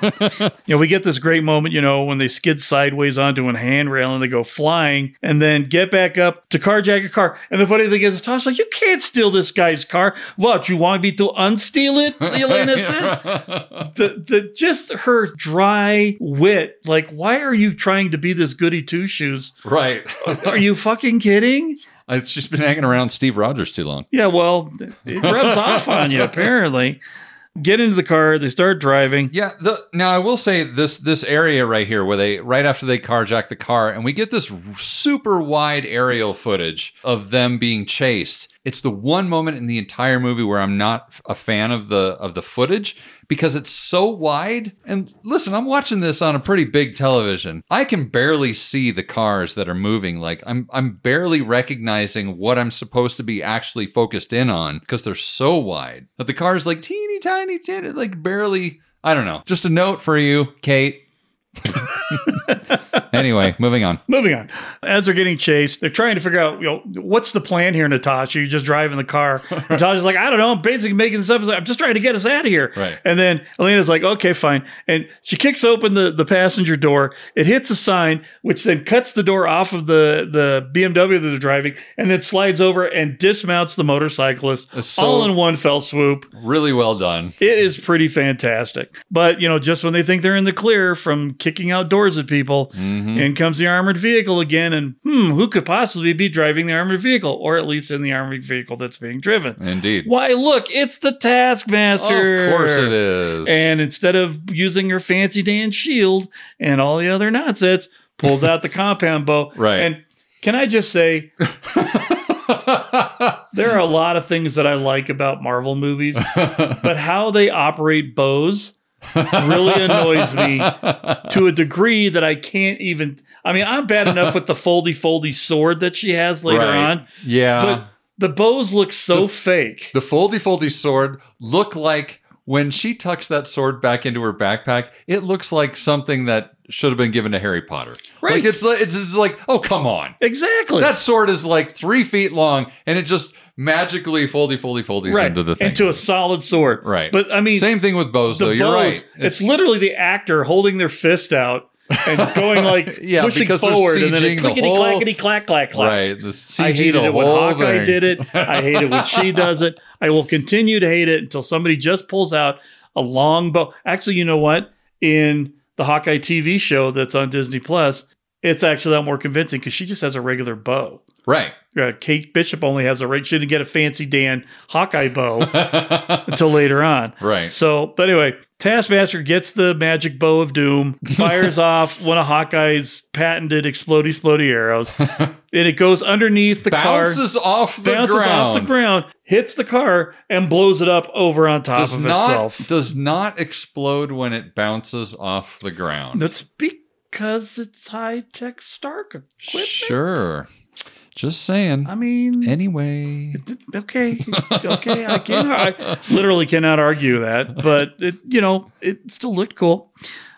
Speaker 11: you know, we get this great moment, you know, when they skid sideways onto a handrail and they go flying and then get back up to carjack a car. And the funny thing is, Tasha's like, you can't steal this guy's car. What, you want me to unsteal it? Elena says. The, the just her dry wit, like, why are you trying to be this goody two shoes?
Speaker 1: Right.
Speaker 11: Are you fucking kidding?
Speaker 1: It's just been hanging around Steve Rogers too long.
Speaker 11: Yeah, well, it rubs off on you, apparently. Get into the car, they start driving.
Speaker 1: Yeah. The, now I will say this this area right here where they right after they carjack the car and we get this super wide aerial footage of them being chased. It's the one moment in the entire movie where I'm not a fan of the of the footage because it's so wide. And listen, I'm watching this on a pretty big television. I can barely see the cars that are moving. Like I'm I'm barely recognizing what I'm supposed to be actually focused in on because they're so wide. That the car is like teeny tiny tiny like barely I don't know. Just a note for you, Kate. anyway, moving on.
Speaker 11: Moving on. As they're getting chased, they're trying to figure out, you know, what's the plan here, Natasha? You're just driving the car. Natasha's like, I don't know. I'm basically making this up. It's like, I'm just trying to get us out of here.
Speaker 1: Right.
Speaker 11: And then Elena's like, okay, fine. And she kicks open the, the passenger door. It hits a sign, which then cuts the door off of the, the BMW that they're driving and then slides over and dismounts the motorcyclist
Speaker 1: so-
Speaker 11: all in one fell swoop.
Speaker 1: Really well done.
Speaker 11: It is pretty fantastic. But, you know, just when they think they're in the clear from kicking out doors at people,
Speaker 1: Mm-hmm.
Speaker 11: in comes the armored vehicle again. And, hmm, who could possibly be driving the armored vehicle, or at least in the armored vehicle that's being driven?
Speaker 1: Indeed.
Speaker 11: Why, look, it's the Taskmaster.
Speaker 1: Of course it is.
Speaker 11: And instead of using her fancy Dan shield and all the other nonsense, pulls out the compound bow.
Speaker 1: Right.
Speaker 11: And can I just say, there are a lot of things that I like about Marvel movies, but how they operate bows really annoys me to a degree that I can't even. I mean, I'm bad enough with the foldy foldy sword that she has later
Speaker 1: Right.
Speaker 11: on,
Speaker 1: Yeah.
Speaker 11: but the bows look so fake.
Speaker 1: the foldy foldy sword look like when she tucks that sword back into her backpack, it looks like something that should have been given to Harry Potter. Like
Speaker 11: Right.
Speaker 1: it's like it's just like, oh come on.
Speaker 11: Exactly.
Speaker 1: That sword is like three feet long and it just magically foldy foldy foldies
Speaker 11: right
Speaker 1: into the thing.
Speaker 11: into a solid sword.
Speaker 1: right.
Speaker 11: But I mean,
Speaker 1: Same thing with bows though.
Speaker 11: the
Speaker 1: You're
Speaker 11: bows,
Speaker 1: right.
Speaker 11: It's, literally the actor holding their fist out and going like
Speaker 1: Yeah,
Speaker 11: pushing
Speaker 1: because they're
Speaker 11: forward and then
Speaker 1: CGing
Speaker 11: it
Speaker 1: the
Speaker 11: clickety
Speaker 1: whole-
Speaker 11: clackety clack clack clack.
Speaker 1: Right. The CG
Speaker 11: I hated
Speaker 1: the
Speaker 11: it when
Speaker 1: whole
Speaker 11: Hawkeye
Speaker 1: thing.
Speaker 11: did it. I hate it when she does it. I will continue to hate it until somebody just pulls out a long bow. Actually, you know what? In the Hawkeye TV show that's on Disney Plus, it's actually a lot more convincing because she just has a regular bow.
Speaker 1: Right.
Speaker 11: Uh, Kate Bishop only has a regular. She didn't get a fancy Dan Hawkeye bow until later on.
Speaker 1: Right.
Speaker 11: So, but anyway, Taskmaster gets the magic bow of doom, fires off one of Hawkeye's patented explodey explodey arrows, and it goes underneath the car,
Speaker 1: bounces off the
Speaker 11: bounces
Speaker 1: ground.
Speaker 11: off the ground, hits the car, and blows it up over on top
Speaker 1: Does
Speaker 11: of
Speaker 1: not
Speaker 11: itself.
Speaker 1: does not explode when it bounces off the ground.
Speaker 11: That's because it's high tech Stark equipment.
Speaker 1: Sure. Just saying.
Speaker 11: I mean,
Speaker 1: anyway.
Speaker 11: okay, okay, I can I literally cannot argue that, but it, you know, it still looked cool.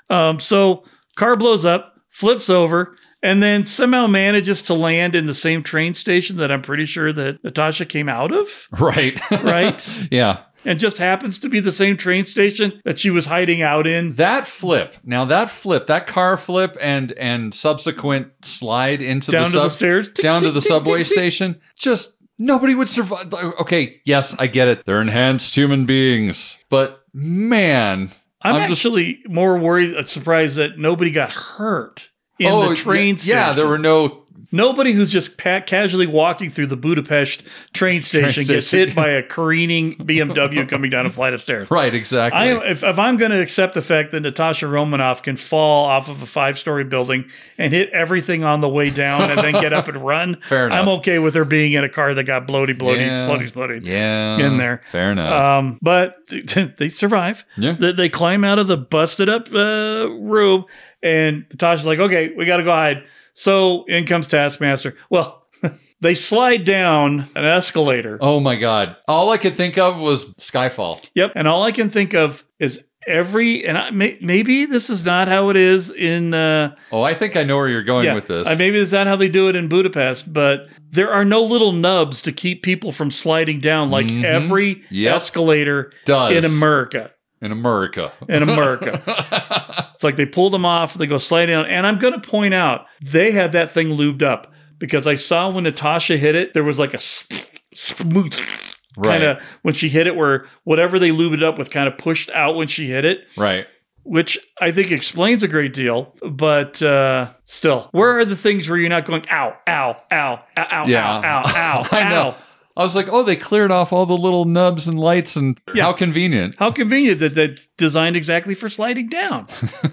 Speaker 11: Um, so car blows up, flips over, and then somehow manages to land in the same train station that I'm pretty sure that Natasha came out of,
Speaker 1: Right.
Speaker 11: right?
Speaker 1: yeah.
Speaker 11: and just happens to be the same train station that she was hiding out in.
Speaker 1: That flip. Now that flip, that car flip and and subsequent slide into
Speaker 11: Down
Speaker 1: the,
Speaker 11: to
Speaker 1: sub-
Speaker 11: the stairs. Tick,
Speaker 1: down to
Speaker 11: tick,
Speaker 1: the
Speaker 11: tick,
Speaker 1: subway
Speaker 11: tick, tick.
Speaker 1: station. Just nobody would survive. Okay, yes, I get it. They're enhanced human beings. But man,
Speaker 11: I'm,
Speaker 1: I'm just-
Speaker 11: actually more worried, uh, surprised that nobody got hurt in
Speaker 1: oh,
Speaker 11: the
Speaker 1: yeah,
Speaker 11: train station.
Speaker 1: yeah, there were no
Speaker 11: Nobody who's just pa- casually walking through the Budapest train station gets
Speaker 1: station.
Speaker 11: hit by a careening BMW coming down a flight of stairs.
Speaker 1: Right, exactly.
Speaker 11: I am, if, if I'm going to accept the fact that Natasha Romanoff can fall off of a five story building and hit everything on the way down and then get up and run,
Speaker 1: Fair enough.
Speaker 11: I'm okay with her being in a car that got bloaty, bloaty,
Speaker 1: Yeah.
Speaker 11: bloaty, bloaty.
Speaker 1: yeah.
Speaker 11: in there.
Speaker 1: Uh, Fair enough.
Speaker 11: Um, but they survive.
Speaker 1: Yeah.
Speaker 11: They, they climb out of the busted up uh, room, and Tasha's like, "Okay, we got to go hide." So in comes Taskmaster. Well, they slide down an escalator.
Speaker 1: oh my god. All I could think of was Skyfall.
Speaker 11: Yep. And all I can think of is every and I, may, maybe this is not how it is in. Uh,
Speaker 1: Oh, I think I know where you're going
Speaker 11: yeah,
Speaker 1: with this.
Speaker 11: uh, maybe it's not how they do it in Budapest, but there are no little nubs to keep people from sliding down like
Speaker 1: Mhm.
Speaker 11: every
Speaker 1: Yep.
Speaker 11: escalator
Speaker 1: Does.
Speaker 11: in America.
Speaker 1: in America.
Speaker 11: in America. it's like they pull them off, they go slide down. And I'm going to point out, they had that thing lubed up because I saw when Natasha hit it, there was like a smooth
Speaker 1: Right.
Speaker 11: kind of when she hit it, where whatever they lubed it up with kind of pushed out when she hit it,
Speaker 1: Right.
Speaker 11: which I think explains a great deal. But uh, still, where are the things where you're not going, ow, ow, ow, ow, ow,
Speaker 1: Yeah.
Speaker 11: ow, ow, ow,
Speaker 1: I know.
Speaker 11: ow?
Speaker 1: I was like, oh, they cleared off all the little nubs and lights, and
Speaker 11: Yeah.
Speaker 1: how convenient.
Speaker 11: How convenient that that's designed exactly for sliding down.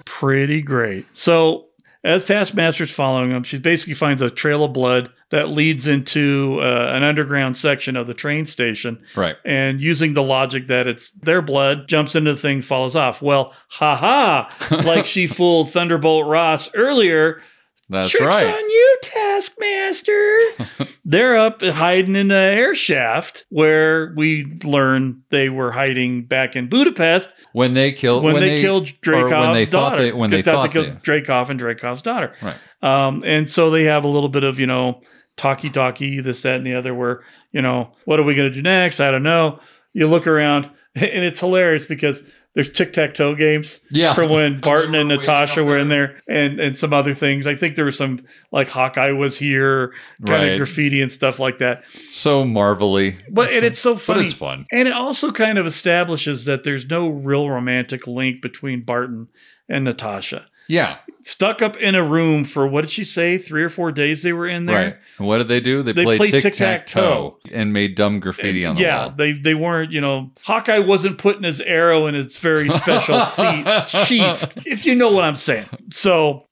Speaker 11: Pretty great. So, as Taskmaster's following him, she basically finds a trail of blood that leads into uh, an underground section of the train station.
Speaker 1: Right.
Speaker 11: And using the logic that it's their blood, jumps into the thing, follows off. Well, haha, like she fooled Thunderbolt Ross earlier.
Speaker 1: That's
Speaker 11: Tricks
Speaker 1: right.
Speaker 11: on you, Taskmaster. They're up hiding in the air shaft where we learn they were hiding back in Budapest
Speaker 1: When they killed
Speaker 11: when, they, killed
Speaker 1: or
Speaker 11: Dracov's
Speaker 1: when they thought
Speaker 11: daughter.
Speaker 1: they when they thought they,
Speaker 11: killed Dracov and Dracov's daughter.
Speaker 1: right.
Speaker 11: Um, and so they have a little bit of, you know, talkie talkie, this, that, and the other, where, you know, what are we going to do next? I don't know. You look around, and it's hilarious because there's tic tac toe games
Speaker 1: Yeah.
Speaker 11: from when Barton and
Speaker 1: were way
Speaker 11: Natasha
Speaker 1: up
Speaker 11: were in there and, and some other things. I think there was some like Hawkeye was here kind
Speaker 1: Right.
Speaker 11: of graffiti and stuff like that.
Speaker 1: So marvelly.
Speaker 11: But and it's so funny.
Speaker 1: But it's fun.
Speaker 11: And it also kind of establishes that there's no real romantic link between Barton and Natasha.
Speaker 1: Yeah.
Speaker 11: stuck up in a room for what did she say? Three or four days they were in there.
Speaker 1: Right. And what did they do? They,
Speaker 11: They
Speaker 1: played
Speaker 11: played
Speaker 1: tic tac toe
Speaker 11: tic-tac-toe.
Speaker 1: and made dumb graffiti on the
Speaker 11: yeah,
Speaker 1: wall.
Speaker 11: they they weren't. You know, Hawkeye wasn't putting his arrow in his very special feet sheath, if you know what I'm saying. So,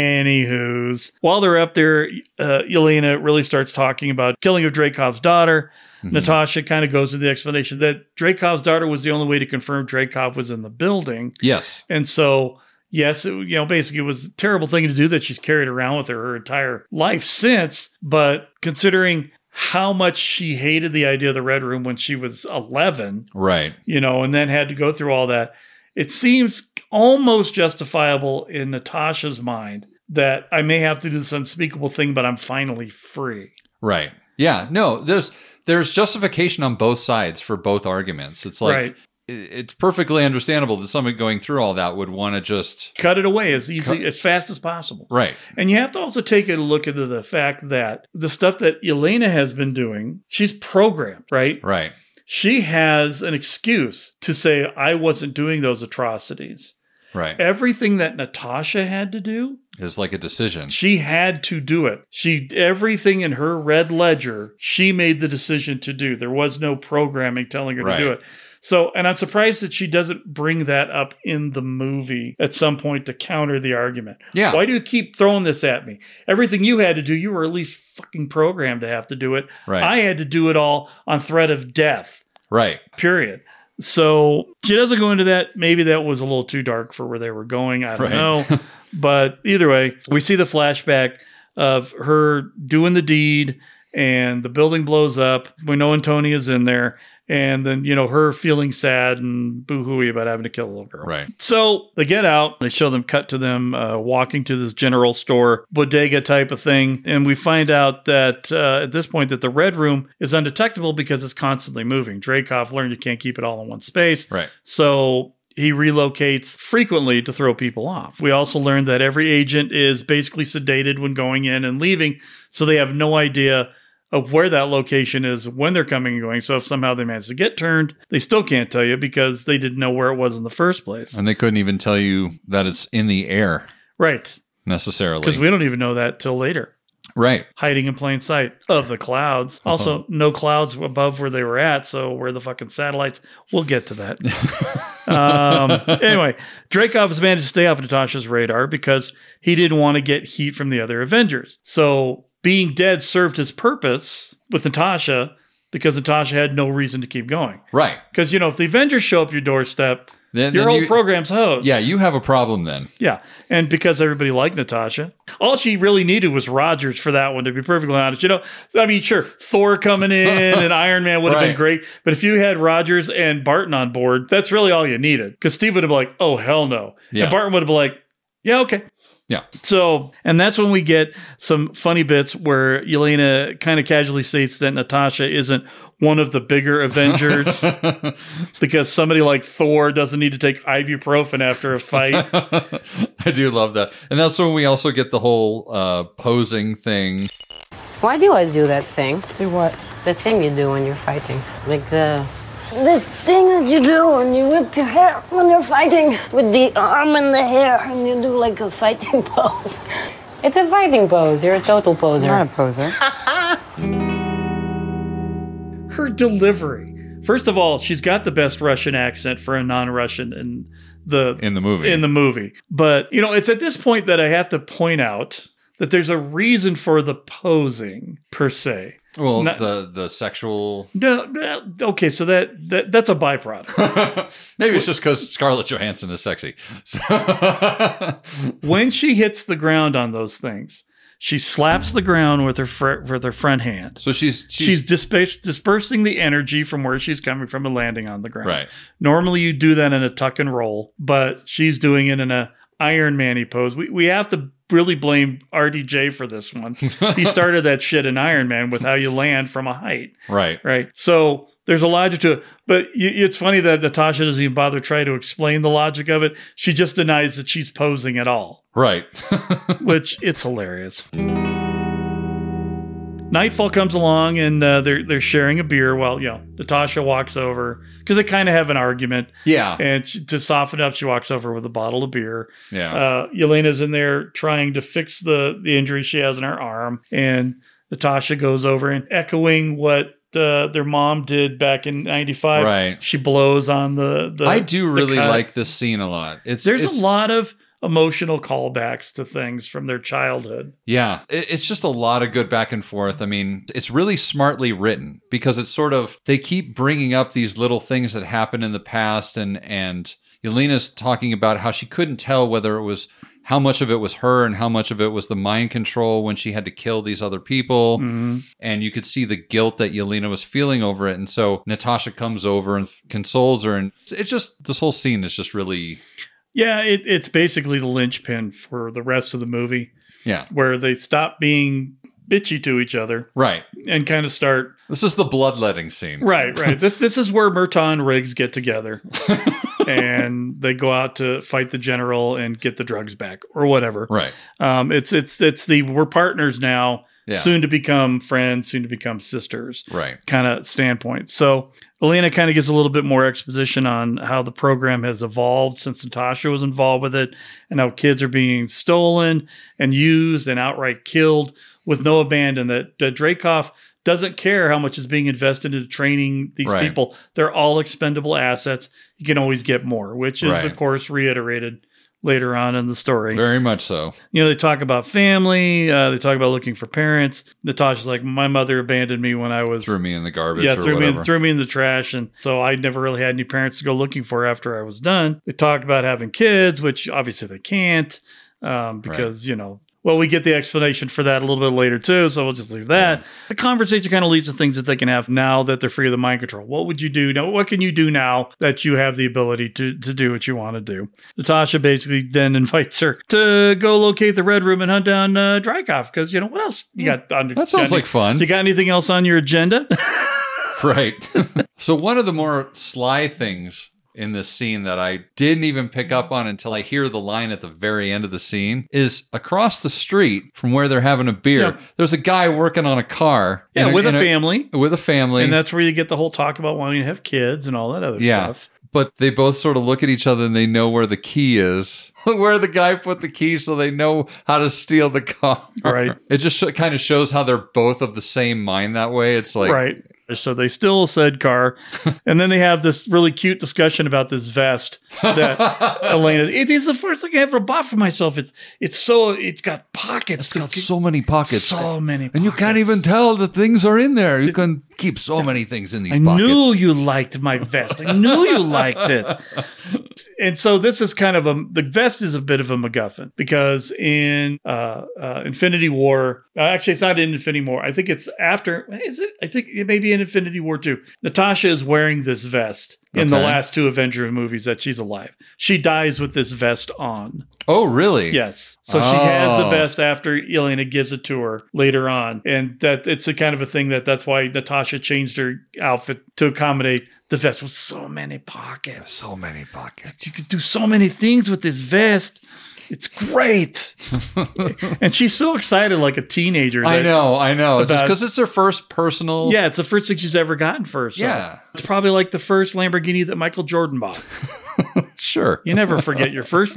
Speaker 11: anywho's, while they're up there, uh, Elena really starts talking about killing of Dracov's daughter.
Speaker 1: Mm-hmm.
Speaker 11: Natasha kind of goes into the explanation that Dracov's daughter was the only way to confirm Dracov was in the building.
Speaker 1: Yes.
Speaker 11: And so, yes, it, you know, basically it was a terrible thing to do that she's carried around with her her entire life since. But considering how much she hated the idea of the Red Room when she was 11,
Speaker 1: Right.
Speaker 11: you know, and then had to go through all that, it seems almost justifiable in Natasha's mind that I may have to do this unspeakable thing, but I'm finally free.
Speaker 1: Right. Yeah. No, there's there's justification on both sides for both arguments. It's like
Speaker 11: Right.
Speaker 1: i- it's perfectly understandable that someone going through all that would want to just
Speaker 11: Cut it away as easy, as fast as possible.
Speaker 1: Right.
Speaker 11: And you have to also take a look into the fact that the stuff that Elena has been doing, she's programmed, right?
Speaker 1: Right.
Speaker 11: She has an excuse to say, I wasn't doing those atrocities.
Speaker 1: Right.
Speaker 11: Everything that Natasha had to do,
Speaker 1: It's like a decision.
Speaker 11: she had to do it. She everything in her red ledger, she made the decision to do. There was no programming telling her
Speaker 1: Right.
Speaker 11: to do it. So, and I'm surprised that she doesn't bring that up in the movie at some point to counter the argument.
Speaker 1: Yeah.
Speaker 11: Why do you keep throwing this at me? Everything you had to do, you were at least fucking programmed to have to do it.
Speaker 1: Right.
Speaker 11: I had to do it all on threat of death.
Speaker 1: Right.
Speaker 11: Period. So she doesn't go into that. Maybe that was a little too dark for where they were going. I don't
Speaker 1: Right.
Speaker 11: know. but either way, we see the flashback of her doing the deed and the building blows up. We know Antonia's in there. And then, you know, her feeling sad and boo hooey about having to kill a little girl.
Speaker 1: Right.
Speaker 11: So they get out. They show them cut to them uh, walking to this general store bodega type of thing, and we find out that uh, at this point that the red room is undetectable because it's constantly moving. Dracov learned you can't keep it all in one space,
Speaker 1: Right.
Speaker 11: so he relocates frequently to throw people off. We also learned that every agent is basically sedated when going in and leaving, so they have no idea of where that location is when they're coming and going. So if somehow they manage to get turned, they still can't tell you because they didn't know where it was in the first place.
Speaker 1: And they couldn't even tell you that it's in the air
Speaker 11: Right.
Speaker 1: necessarily.
Speaker 11: Because we don't even know that till later.
Speaker 1: right.
Speaker 11: Hiding in plain sight of the clouds.
Speaker 1: Uh-huh.
Speaker 11: Also, no clouds above where they were at, so where the fucking satellites. We'll get to that. um, anyway, Dracov has managed to stay off Natasha's radar because he didn't want to get heat from the other Avengers. So being dead served his purpose with Natasha because Natasha had no reason to keep going.
Speaker 1: Right.
Speaker 11: Because, you know, if the Avengers show up your doorstep,
Speaker 1: Then,
Speaker 11: your
Speaker 1: then
Speaker 11: whole
Speaker 1: you-
Speaker 11: program's hosed.
Speaker 1: Yeah, you have a problem then.
Speaker 11: Yeah. And because everybody liked Natasha, all she really needed was Rogers for that one, to be perfectly honest. You know, I mean, sure, Thor coming in and Iron Man would have
Speaker 1: Right.
Speaker 11: been great. But if you had Rogers and Barton on board, that's really all you needed. Because Steve would have been like, oh, hell no.
Speaker 1: Yeah.
Speaker 11: And Barton would have been like, yeah, okay.
Speaker 1: Yeah.
Speaker 11: So, and that's when we get some funny bits where Elena kind of casually states that Natasha isn't one of the bigger Avengers because somebody like Thor doesn't need to take ibuprofen after a fight.
Speaker 1: I do love that. And that's when we also get the whole uh, posing thing.
Speaker 12: Why do you always do that thing?
Speaker 13: Do what?
Speaker 12: That thing you do when you're fighting. Like the. This thing that you do when you whip your hair when you're fighting with the arm and the hair and you do like a fighting pose. It's a fighting pose. You're a total poser.
Speaker 13: Not a poser.
Speaker 11: her delivery. First of all, she's got the best Russian accent for a non-Russian in the
Speaker 1: In the movie.
Speaker 11: In the movie. But, you know, it's at this point that I have to point out that there's a reason for the posing per se.
Speaker 1: Well,
Speaker 11: Not-
Speaker 1: the the sexual.
Speaker 11: No, no, okay, so that, that that's a byproduct.
Speaker 1: Maybe it's just because Scarlett Johansson is sexy. So-
Speaker 11: when she hits the ground on those things, she slaps the ground with her fr- with her front hand.
Speaker 1: So she's she's,
Speaker 11: she's disperse, dispersing the energy from where she's coming from and landing on the ground.
Speaker 1: Right.
Speaker 11: Normally you do that in a tuck and roll, but she's doing it in a Iron Man pose. We we have to really blame RDJ for this one. he started that shit in Iron Man with how you land from a height.
Speaker 1: right.
Speaker 11: Right. So there's a logic to it, but y- it's funny that Natasha doesn't even bother try to explain the logic of it. She just denies that she's posing at all
Speaker 1: Right.
Speaker 11: which it's hilarious. Nightfall comes along and uh, they're they're sharing a beer. Well, you know, Natasha walks over because they kind of have an argument.
Speaker 1: Yeah.
Speaker 11: and she, to soften up, she walks over with a bottle of beer.
Speaker 1: Yeah.
Speaker 11: uh, Yelena's in there trying to fix the the injury she has in her arm, and Natasha goes over and echoing what. Uh, their mom did back in '95.
Speaker 1: Right.
Speaker 11: she blows on the. the
Speaker 1: I do
Speaker 11: the
Speaker 1: really
Speaker 11: cut.
Speaker 1: like this scene a lot. It's
Speaker 11: There's
Speaker 1: it's-
Speaker 11: a lot of emotional callbacks to things from their childhood.
Speaker 1: Yeah, It- it's just a lot of good back and forth. I mean, it's really smartly written because it's sort of they keep bringing up these little things that happened in the past, and and Yelena's talking about how she couldn't tell whether it was how much of it was her and how much of it was the mind control when she had to kill these other people, and you could see the guilt that Yelena was feeling over it, and so Natasha comes over and consoles her, and it's just this whole scene is just really
Speaker 11: Yeah, it, it's basically the linchpin for the rest of the movie,
Speaker 1: yeah
Speaker 11: where they stop being bitchy to each other
Speaker 1: right.
Speaker 11: and kind of start.
Speaker 1: This is the bloodletting scene,
Speaker 11: Right, right. this this is where Murtaugh and Riggs get together, and they go out to fight the general and get the drugs back or whatever.
Speaker 1: Right.
Speaker 11: Um, it's it's it's the we're partners now,
Speaker 1: Yeah.
Speaker 11: soon to become friends, soon to become sisters.
Speaker 1: Right.
Speaker 11: kind of standpoint. So Elena kind of gives a little bit more exposition on how the program has evolved since Natasha was involved with it and how kids are being stolen and used and outright killed with no abandon. That, that Dracoff doesn't care how much is being invested into training these
Speaker 1: Right.
Speaker 11: people. They're all expendable assets. You can always get more, which is,
Speaker 1: Right.
Speaker 11: of course, reiterated later on in the story.
Speaker 1: Very much so.
Speaker 11: You know, they talk about family. Uh, they talk about looking for parents. Natasha's like, my mother abandoned me when I was
Speaker 1: Threw me in the garbage
Speaker 11: yeah,
Speaker 1: or
Speaker 11: threw me
Speaker 1: whatever.
Speaker 11: in, threw me in the trash, and so I never really had any parents to go looking for after I was done. They talked about having kids, which obviously they can't um, because you know. Well, we get the explanation for that a little bit later too, so we'll just leave that. The conversation kind of leads to things that they can have now that they're free of the mind control. What would you do now? What can you do now that you have the ability to to do what you want to do? Natasha basically then invites her to go locate the red room and hunt down uh, Drykoff because you know what else you got on
Speaker 1: That sounds
Speaker 11: got any-
Speaker 1: like fun.
Speaker 11: You got anything else on your agenda?
Speaker 1: Right. so one of the more sly things in this scene that I didn't even pick up on until I hear the line at the very end of the scene is across the street from where they're having a beer.
Speaker 11: Yeah.
Speaker 1: There's a guy working on a car.
Speaker 11: Yeah,
Speaker 1: in
Speaker 11: with a
Speaker 1: in
Speaker 11: family.
Speaker 1: With a family.
Speaker 11: And that's where you get the whole talk about wanting to have kids and all that other
Speaker 1: yeah.
Speaker 11: stuff.
Speaker 1: But they both sort of look at each other and they know where the key is, where the guy put the key, so they know how to steal the car.
Speaker 11: Right.
Speaker 1: It just sh- kind of shows how they're both of the same mind that way. It's like,
Speaker 11: right. So they still said car. and then they have this really cute discussion about this vest that Elena it is the first thing I ever bought for myself. It's it's so it's got pockets.
Speaker 1: It's got so many pockets.
Speaker 11: So many
Speaker 1: And you can't even tell that things are in there. You can keep so many things in these
Speaker 11: I
Speaker 1: pockets.
Speaker 11: knew you liked my vest. I knew you liked it. And so this is kind of a the vest is a bit of a MacGuffin because in uh, uh, Infinity War, uh, actually it's not in Infinity War. I think it's after. Is it? I think it may be in Infinity War too. Natasha is wearing this vest in the
Speaker 1: Okay.
Speaker 11: last two Avenger movies that she's alive. She dies with this vest on.
Speaker 1: Oh, really?
Speaker 11: Yes. So she has the
Speaker 1: Oh.
Speaker 11: vest after Elena gives it to her later on. And that it's the kind of a thing that that's why Natasha changed her outfit to accommodate the vest with so many pockets.
Speaker 1: So many pockets.
Speaker 11: You could do so many things with this vest. It's great. and she's so excited like a teenager.
Speaker 1: I
Speaker 11: that-
Speaker 1: know, I know. Just
Speaker 11: About-
Speaker 1: because it's her first personal.
Speaker 11: Yeah, it's the first thing she's ever gotten for herself.
Speaker 1: Yeah.
Speaker 11: It's probably like the first Lamborghini that Michael Jordan bought.
Speaker 1: Sure.
Speaker 11: You never forget your first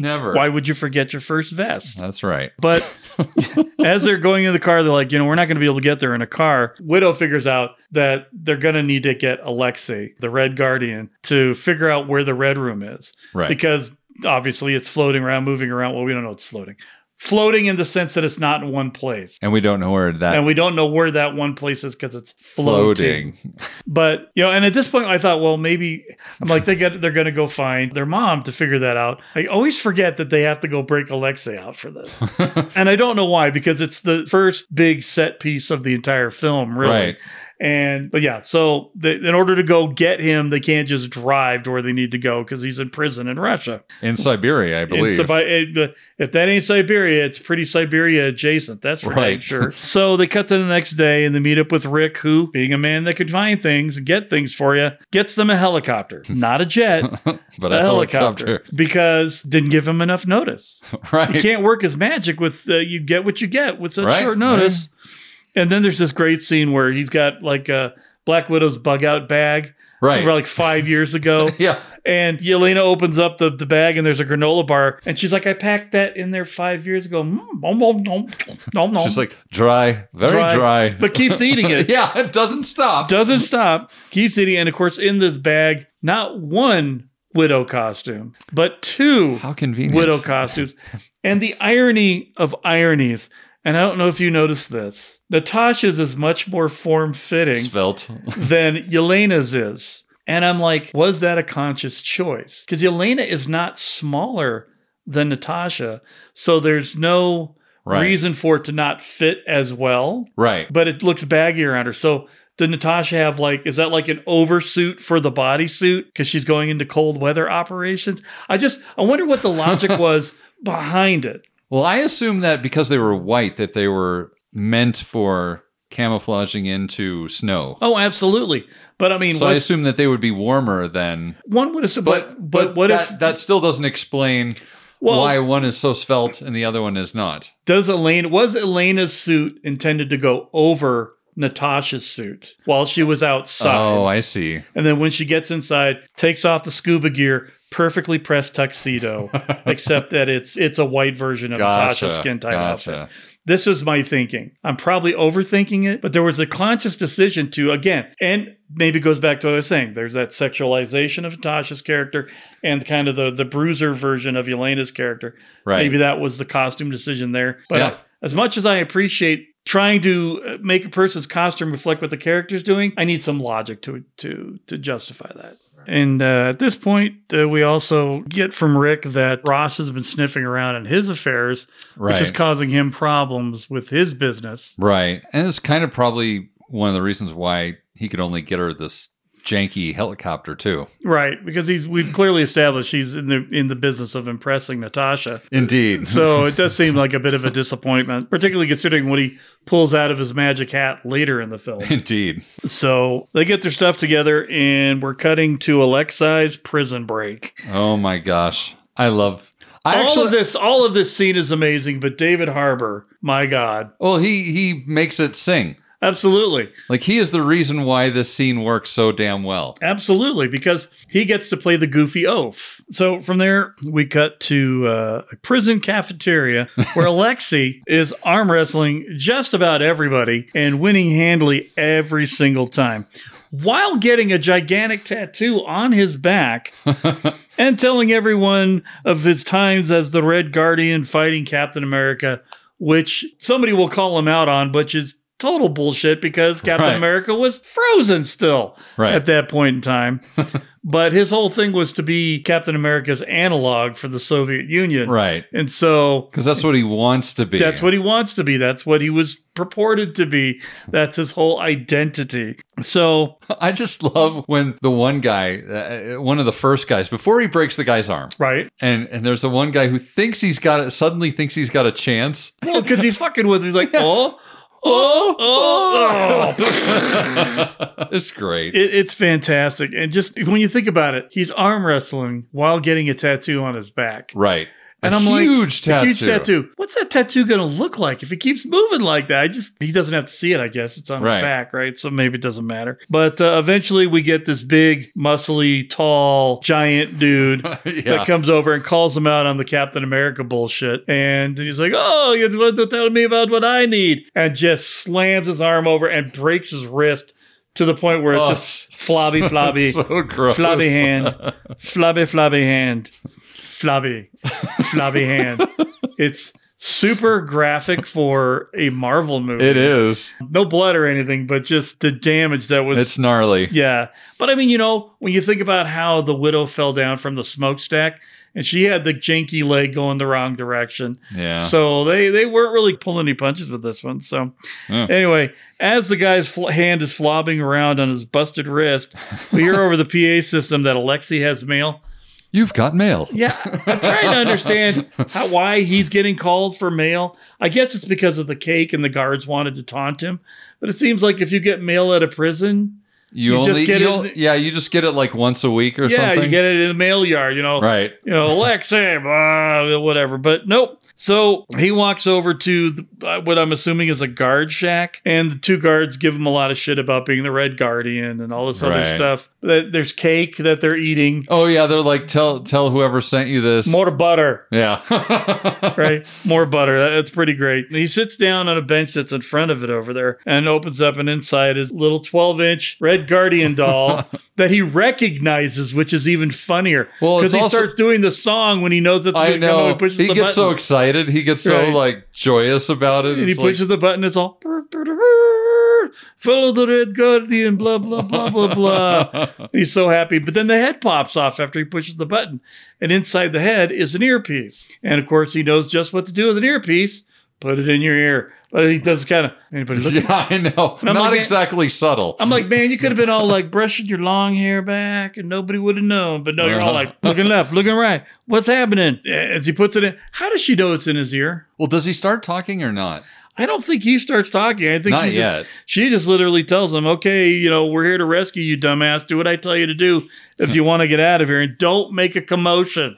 Speaker 1: Never.
Speaker 11: Why would you forget your first vest?
Speaker 1: That's right.
Speaker 11: But as they're going in the car, they're like, you know, we're not going to be able to get there in a car. Widow figures out that they're going to need to get Alexei, the Red Guardian, to figure out where the Red Room is.
Speaker 1: Right.
Speaker 11: Because obviously it's floating around, moving around. Well, we don't know it's floating. Floating in the sense that it's not in one place.
Speaker 1: And we don't know where that
Speaker 11: And we don't know where that one place is because it's floating.
Speaker 1: floating.
Speaker 11: But you know, and at this point, I thought, well, maybe I'm like they got they're going to go find their mom to figure that out. I always forget that they have to go break Alexei out for this, and I don't know why because it's the first big set piece of the entire film, really.
Speaker 1: Right.
Speaker 11: And but yeah, so the, in order to go get him, they can't just drive to where they need to go because he's in prison in Russia.
Speaker 1: In Siberia, I
Speaker 11: In
Speaker 1: believe.
Speaker 11: Sibi- it- uh, if that ain't Siberia, it's pretty Siberia adjacent. That's for right.
Speaker 1: Right.
Speaker 11: sure. so they cut to the next day and they meet up with Rick, who, being a man that could find things and get things for you, gets them a helicopter, not a jet, but
Speaker 1: but
Speaker 11: a,
Speaker 1: a
Speaker 11: helicopter,
Speaker 1: helicopter.
Speaker 11: because didn't give him enough notice.
Speaker 1: Right.
Speaker 11: You can't work as magic with uh, you get what you get with such
Speaker 1: Right,
Speaker 11: short notice. And then there's this great scene where he's got like a Black Widow's bug out bag.
Speaker 1: Right.
Speaker 11: From like five years ago.
Speaker 1: yeah.
Speaker 11: And Yelena opens up the, the bag and there's a granola bar. And she's like, I packed that in there five years ago. Mm, nom, nom, nom, nom, nom.
Speaker 1: She's like dry, very dry,
Speaker 11: But keeps eating it.
Speaker 1: yeah, it doesn't stop.
Speaker 11: Doesn't stop. Keeps eating. And of course, in this bag, not one widow costume, but two
Speaker 1: How convenient.
Speaker 11: widow costumes. And the irony of ironies. And I don't know if you noticed this. Natasha's is much more form fitting
Speaker 1: Svelte.
Speaker 11: than Yelena's is. And I'm like, was that a conscious choice? Because Yelena is not smaller than Natasha. So there's no
Speaker 1: Right.
Speaker 11: reason for it to not fit as well.
Speaker 1: Right.
Speaker 11: But it looks baggier on her. So did Natasha have like, is that like an oversuit for the bodysuit? Because she's going into cold weather operations. I just, I wonder what the logic was behind it.
Speaker 1: Well, I assume that because they were white, that they were meant for camouflaging into snow.
Speaker 11: Oh, absolutely. But I mean,
Speaker 1: so I
Speaker 11: was-
Speaker 1: assume that they would be warmer than.
Speaker 11: one would assume, but, but, what
Speaker 1: that,
Speaker 11: if
Speaker 1: that still doesn't explain
Speaker 11: Well-
Speaker 1: why one is so svelte and the other one is not?
Speaker 11: Does Elena was Elena's suit intended to go over Natasha's suit while she was outside?
Speaker 1: Oh, I see.
Speaker 11: and then when she gets inside, takes off the scuba gear, perfectly pressed tuxedo, except that it's it's a white version of
Speaker 1: Gotcha,
Speaker 11: Natasha's skin tight
Speaker 1: gotcha.
Speaker 11: outfit. This is my thinking. I'm probably overthinking it, but there was a conscious decision to again, and maybe it goes back to what I was saying. There's that sexualization of Natasha's character and kind of the the bruiser version of Elena's character.
Speaker 1: Right.
Speaker 11: Maybe that was the costume decision there. But
Speaker 1: Yeah.
Speaker 11: as much as I appreciate trying to uh, make a person's costume reflect what the character's doing, I need some logic to to to justify that. And uh, at this point, uh, we also get from Rick that Ross has been sniffing around in his affairs, which is
Speaker 1: Right.
Speaker 11: causing him problems with his business.
Speaker 1: Right. And it's kind of probably one of the reasons why he could only get her this janky helicopter, too.
Speaker 11: Right, because he's we've clearly established he's in the in the business of impressing Natasha.
Speaker 1: Indeed.
Speaker 11: So it does seem like a bit of a disappointment, particularly considering what he pulls out of his magic hat later in the film.
Speaker 1: Indeed.
Speaker 11: So they get their stuff together, and we're cutting to Alexei's prison break.
Speaker 1: Oh my gosh. I love. I
Speaker 11: all
Speaker 1: actually,
Speaker 11: of this, all of this scene is amazing, but David Harbour, my God,
Speaker 1: Well, he he makes it sing.
Speaker 11: absolutely,
Speaker 1: Like he is the reason why this scene works so damn well.
Speaker 11: absolutely, because he gets to play the goofy oaf. So from there, we cut to uh, a prison cafeteria where Alexei is arm wrestling just about everybody and winning handily every single time. While getting a gigantic tattoo on his back and telling everyone of his times as the Red Guardian fighting Captain America, which somebody will call him out on, which is total bullshit because Captain
Speaker 1: Right.
Speaker 11: America was frozen still
Speaker 1: Right.
Speaker 11: at that point in time. but his whole thing was to be Captain America's analog for the Soviet Union.
Speaker 1: Right.
Speaker 11: And so
Speaker 1: Because that's what he wants to be.
Speaker 11: that's what he wants to be. That's what he was purported to be. That's his whole identity. So
Speaker 1: I just love when the one guy, uh, one of the first guys, before he breaks the guy's arm,
Speaker 11: right.
Speaker 1: and and there's the one guy who thinks he's got it, suddenly thinks he's got a chance.
Speaker 11: Well, because he's fucking with him. He's like, oh, oh, oh, oh.
Speaker 1: it's great.
Speaker 11: It, it's fantastic. And just when you think about it, he's arm wrestling while getting a tattoo on his back.
Speaker 1: right.
Speaker 11: And
Speaker 1: a
Speaker 11: I'm like,
Speaker 1: huge
Speaker 11: a
Speaker 1: tattoo.
Speaker 11: Huge tattoo. What's that tattoo going to look like if it keeps moving like that? I just he doesn't have to see it. I guess it's on
Speaker 1: Right.
Speaker 11: his back, right? So maybe it doesn't matter. But uh, eventually, we get this big, muscly, tall, giant dude
Speaker 1: Yeah.
Speaker 11: that comes over and calls him out on the Captain America bullshit. And he's like, "Oh, you want to tell me about what I need?" And just slams his arm over and breaks his wrist. To the point where it's
Speaker 1: Oh,
Speaker 11: just flabby, flabby,
Speaker 1: so gross.
Speaker 11: flabby hand, flabby, flabby hand, flabby, flabby hand. It's super graphic for a Marvel movie.
Speaker 1: It is.
Speaker 11: No blood or anything, but just the damage that was.
Speaker 1: It's gnarly.
Speaker 11: yeah. But I mean, you know, when you think about how the widow fell down from the smokestack and she had the janky leg going the wrong direction.
Speaker 1: Yeah.
Speaker 11: So they, they weren't really pulling any punches with this one. So
Speaker 1: Yeah.
Speaker 11: anyway, as the guy's fl- hand is flobbing around on his busted wrist, we hear over the PA system that Alexi has mail.
Speaker 1: You've got mail.
Speaker 11: Yeah, I'm trying to understand how, why he's getting calls for mail. I guess it's because of the cake and the guards wanted to taunt him. But it seems like if you get mail at a prison,
Speaker 1: You,
Speaker 11: You
Speaker 1: only
Speaker 11: just get it-
Speaker 1: you'll- yeah, you just get it like once a week or
Speaker 11: yeah,
Speaker 1: something.
Speaker 11: you get it in the mail yard, you know.
Speaker 1: Right.
Speaker 11: You know, Alexa, blah, whatever. But nope. So he walks over to the, uh, what I'm assuming is a guard shack, and the two guards give him a lot of shit about being the Red Guardian and all this
Speaker 1: Right.
Speaker 11: other stuff. That- There's cake that they're eating,
Speaker 1: Oh yeah, they're like tell tell whoever sent you this.
Speaker 11: more butter,
Speaker 1: yeah.
Speaker 11: right? More butter. That- That's pretty great. And he sits down on a bench that's in front of it over there and opens up, and inside is a little 12 inch Red Guardian doll that he recognizes, which is even funnier.
Speaker 1: Well, it's
Speaker 11: because he
Speaker 1: also-
Speaker 11: starts doing the song when he knows it's
Speaker 1: I
Speaker 11: going to come
Speaker 1: know.
Speaker 11: out. He pushes
Speaker 1: He
Speaker 11: the
Speaker 1: gets
Speaker 11: button.
Speaker 1: so excited. He gets so
Speaker 11: Right.
Speaker 1: like joyous about it.
Speaker 11: and he
Speaker 1: It's like-
Speaker 11: pushes the button, it's all follow the red guardian, blah blah blah blah blah. He's so happy, but then the head pops off after he pushes the button, and inside the head is an earpiece. And of course, he knows just what to do with an earpiece: put it in your ear. But he does kind of anybody look.
Speaker 1: yeah, I know.
Speaker 11: And I'm
Speaker 1: Not
Speaker 11: like, man-
Speaker 1: exactly subtle.
Speaker 11: I'm like, man, you could have been all like brushing your long hair back and nobody would have known. But no, you're
Speaker 1: Uh-huh.
Speaker 11: all like looking left, looking right. What's happening? As he puts it in, how does she know it's in his ear?
Speaker 1: well, does he start talking or not?
Speaker 11: I don't think he starts talking. I think
Speaker 1: Not
Speaker 11: she
Speaker 1: yet.
Speaker 11: just she just literally tells him, "Okay, you know, we're here to rescue you, dumbass. Do what I tell you to do if you want to get out of here, and don't make a commotion."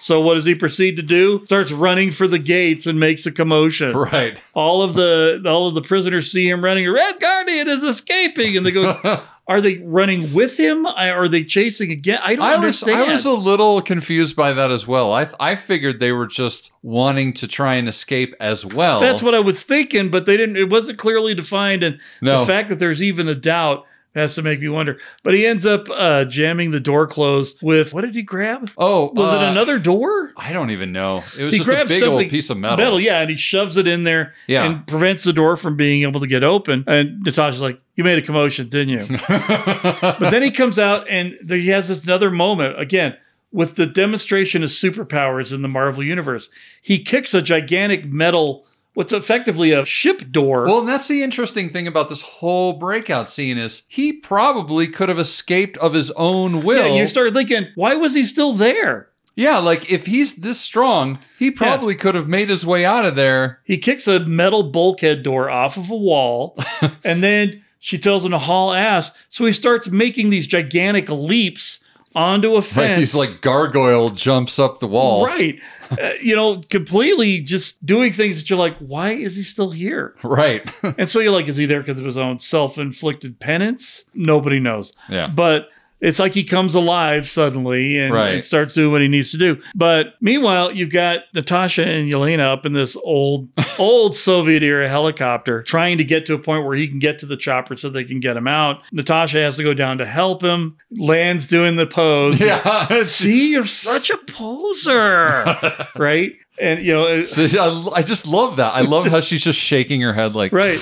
Speaker 11: so what does he proceed to do? Starts running for the gates and makes a commotion.
Speaker 1: Right.
Speaker 11: All of the all of the prisoners see him running. Red Guardian is escaping, and they go. Are they running with him? I- Are they chasing again? I don't
Speaker 1: I was
Speaker 11: understand.
Speaker 1: I was a little confused by that as well. I I figured they were just wanting to try and escape as well.
Speaker 11: That's what I was thinking, but they didn't. It wasn't clearly defined, and
Speaker 1: No.
Speaker 11: the fact that there's even a doubt has to make me wonder. But he ends up uh, jamming the door closed with what did he grab?
Speaker 1: Oh,
Speaker 11: was it
Speaker 1: uh,
Speaker 11: another door?
Speaker 1: I don't even know. It was
Speaker 11: he
Speaker 1: just a
Speaker 11: grabs
Speaker 1: big
Speaker 11: something
Speaker 1: old piece of metal.
Speaker 11: yeah, and he shoves it in there
Speaker 1: Yeah.
Speaker 11: and prevents the door from being able to get open. And Natasha's like, "You made a commotion, didn't you?" but then he comes out, and there, he has this another moment again with the demonstration of superpowers in the Marvel universe. He kicks a gigantic metal, what's effectively a ship door.
Speaker 1: Well, and that's the interesting thing about this whole breakout scene is he probably could have escaped of his own will.
Speaker 11: yeah, you start thinking, why was he still there?
Speaker 1: Yeah, like if he's this strong, he probably could have made his way out of there.
Speaker 11: He kicks a metal bulkhead door off of a wall, and then she tells him to haul ass. So he starts making these gigantic leaps onto a fence.
Speaker 1: Right, he's like gargoyle jumps up the wall.
Speaker 11: right, Uh, you know, completely just doing things that you're like, why is he still here?
Speaker 1: Right.
Speaker 11: And so you're like, is he there because of his own self-inflicted penance? Nobody knows.
Speaker 1: Yeah.
Speaker 11: But it's like he comes alive suddenly and,
Speaker 1: Right.
Speaker 11: and starts doing what he needs to do. But meanwhile, you've got Natasha and Yelena up in this old, old Soviet era helicopter trying to get to a point where he can get to the chopper so they can get him out. Natasha has to go down to help him. Land's doing the pose.
Speaker 1: yeah.
Speaker 11: See, you're such a poser. right? And, you know, it-
Speaker 1: So, I, I just love that. I love how she's just shaking her head like
Speaker 11: Right.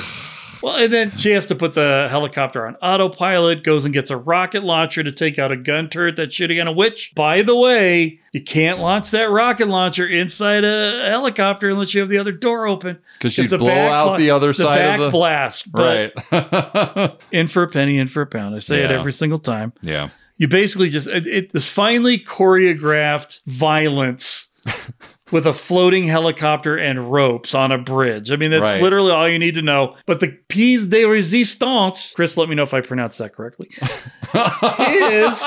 Speaker 11: Well, and then she has to put the helicopter on autopilot, goes and gets a rocket launcher to take out a gun turret that's shooting on a witch. By the way, you can't launch that rocket launcher inside a helicopter unless you have the other door open.
Speaker 1: 'Cause she'd
Speaker 11: It's a
Speaker 1: blow
Speaker 11: back
Speaker 1: out the other
Speaker 11: it's a
Speaker 1: side of the-
Speaker 11: back blast. But
Speaker 1: right.
Speaker 11: In for a penny, in for a pound. I say it
Speaker 1: Yeah.
Speaker 11: every single time.
Speaker 1: yeah.
Speaker 11: You basically just, it, it, this finely choreographed violence. With a floating helicopter and ropes on a bridge. I mean, that's
Speaker 1: Right.
Speaker 11: literally all you need to know. But the piece de resistance, Chris, let me know if I pronounced that correctly, is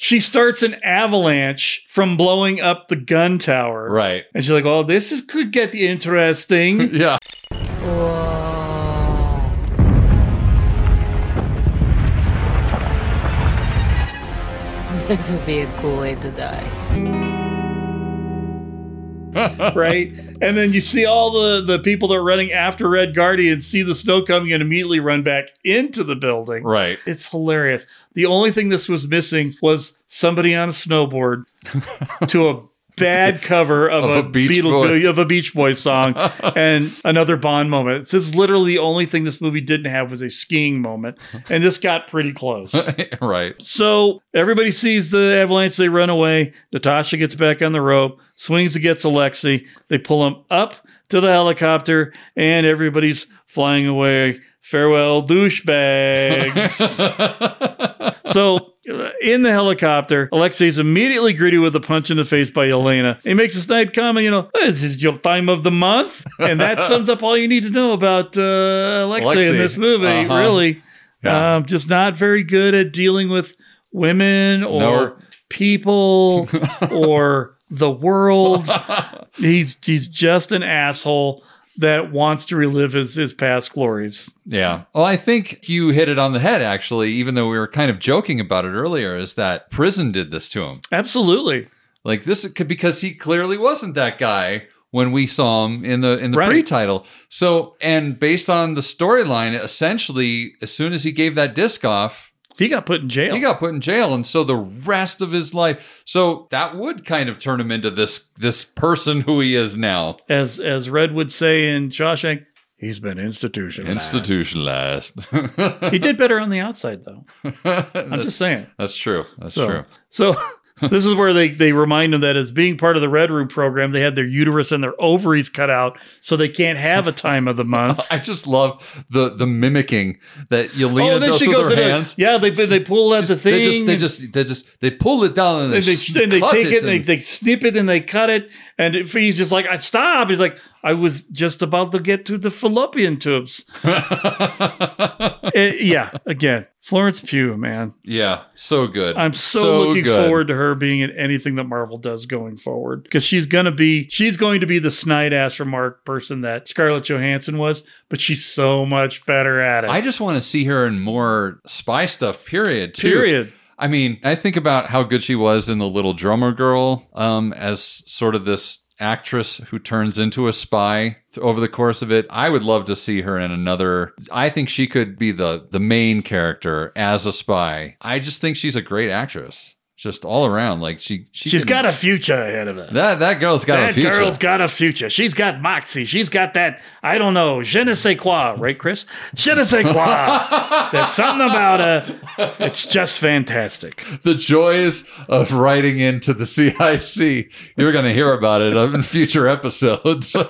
Speaker 11: she starts an avalanche from blowing up the gun tower.
Speaker 1: Right.
Speaker 11: And she's like, oh, this is, could get interesting.
Speaker 1: Yeah.
Speaker 13: This would be a cool way to die.
Speaker 11: right? And then you see all the the people that are running after Red Guardian see the snow coming and immediately run back into the building.
Speaker 1: Right.
Speaker 11: It's hilarious. The only thing this was missing was somebody on a snowboard to a bad cover of,
Speaker 1: Of
Speaker 11: a,
Speaker 1: a Beach
Speaker 11: Beatles-
Speaker 1: Boy.
Speaker 11: of a Beach Boy song and another Bond moment. This is literally the only thing this movie didn't have was a skiing moment, and this got pretty close.
Speaker 1: right.
Speaker 11: So everybody sees the avalanche. They run away. Natasha gets back on the rope, swings and gets Alexei. They pull him up to the helicopter, and everybody's flying away. Farewell, douchebags. so uh, in the helicopter, Alexei's immediately greeted with a punch in the face by Elena. He makes a snide comment, you know, this is your time of the month. And that sums up all you need to know about uh, Alexei in
Speaker 1: Alexei.
Speaker 11: this movie,
Speaker 1: Uh-huh.
Speaker 11: really. Um, just not very good at dealing with women or
Speaker 1: Nope.
Speaker 11: people or the world. he's he's just an asshole that wants to relive his, his past glories.
Speaker 1: Yeah. Well, I think you hit it on the head, actually, even though we were kind of joking about it earlier, is that prison did this to him.
Speaker 11: Absolutely.
Speaker 1: Like this could because he clearly wasn't that guy when we saw him in the in the
Speaker 11: Right.
Speaker 1: pre-title. So and based on the storyline, essentially, as soon as he gave that disc off,
Speaker 11: he got put in jail.
Speaker 1: He got put in jail. And so the rest of his life. So that would kind of turn him into this this person who he is now.
Speaker 11: As as Red would say in Shawshank, he's been institutionalized.
Speaker 1: Institutionalized.
Speaker 11: he did better on the outside though. I'm just saying.
Speaker 1: That's true. That's
Speaker 11: so,
Speaker 1: true.
Speaker 11: So this is where they, they remind them that as being part of the Red Room program, they had their uterus and their ovaries cut out, so they can't have a time of the month.
Speaker 1: I just love the the mimicking that
Speaker 11: Oh,
Speaker 1: Yelena does with her
Speaker 11: into the-
Speaker 1: hands.
Speaker 11: yeah, they they pull out the thing.
Speaker 1: They just they just they just they pull it down and they,
Speaker 11: and they,
Speaker 1: s-
Speaker 11: and they
Speaker 1: cut
Speaker 11: take it, and they,
Speaker 1: and-
Speaker 11: they snip it and they cut it. And if he's just like, I stop. He's like, I was just about to get to the fallopian tubes. Eh, yeah, again, Florence Pugh, man.
Speaker 1: yeah, so good.
Speaker 11: I'm so, looking
Speaker 1: good.
Speaker 11: forward to her being in anything that Marvel does going forward because she's gonna be she's going to be the snide ass remark person that Scarlett Johansson was, but she's so much better at it.
Speaker 1: I just want to see her in more spy stuff. Period. Too.
Speaker 11: Period.
Speaker 1: I mean, I think about how good she was in The Little Drummer Girl um, as sort of this actress who turns into a spy th- over the course of it. I would love to see her in another. I think she could be the the main character as a spy. I just think she's a great actress, just all around. Like she, she
Speaker 11: she's
Speaker 1: can-
Speaker 11: got a future ahead of her.
Speaker 1: that that girl's got
Speaker 11: that
Speaker 1: a future.
Speaker 11: girl's got a future. She's got moxie. She's got that, I don't know, je ne sais quoi, right, Chris? Je ne sais quoi. There's something about her. It's just fantastic.
Speaker 1: the joys of writing into the CIC. You're going to hear about it in future episodes.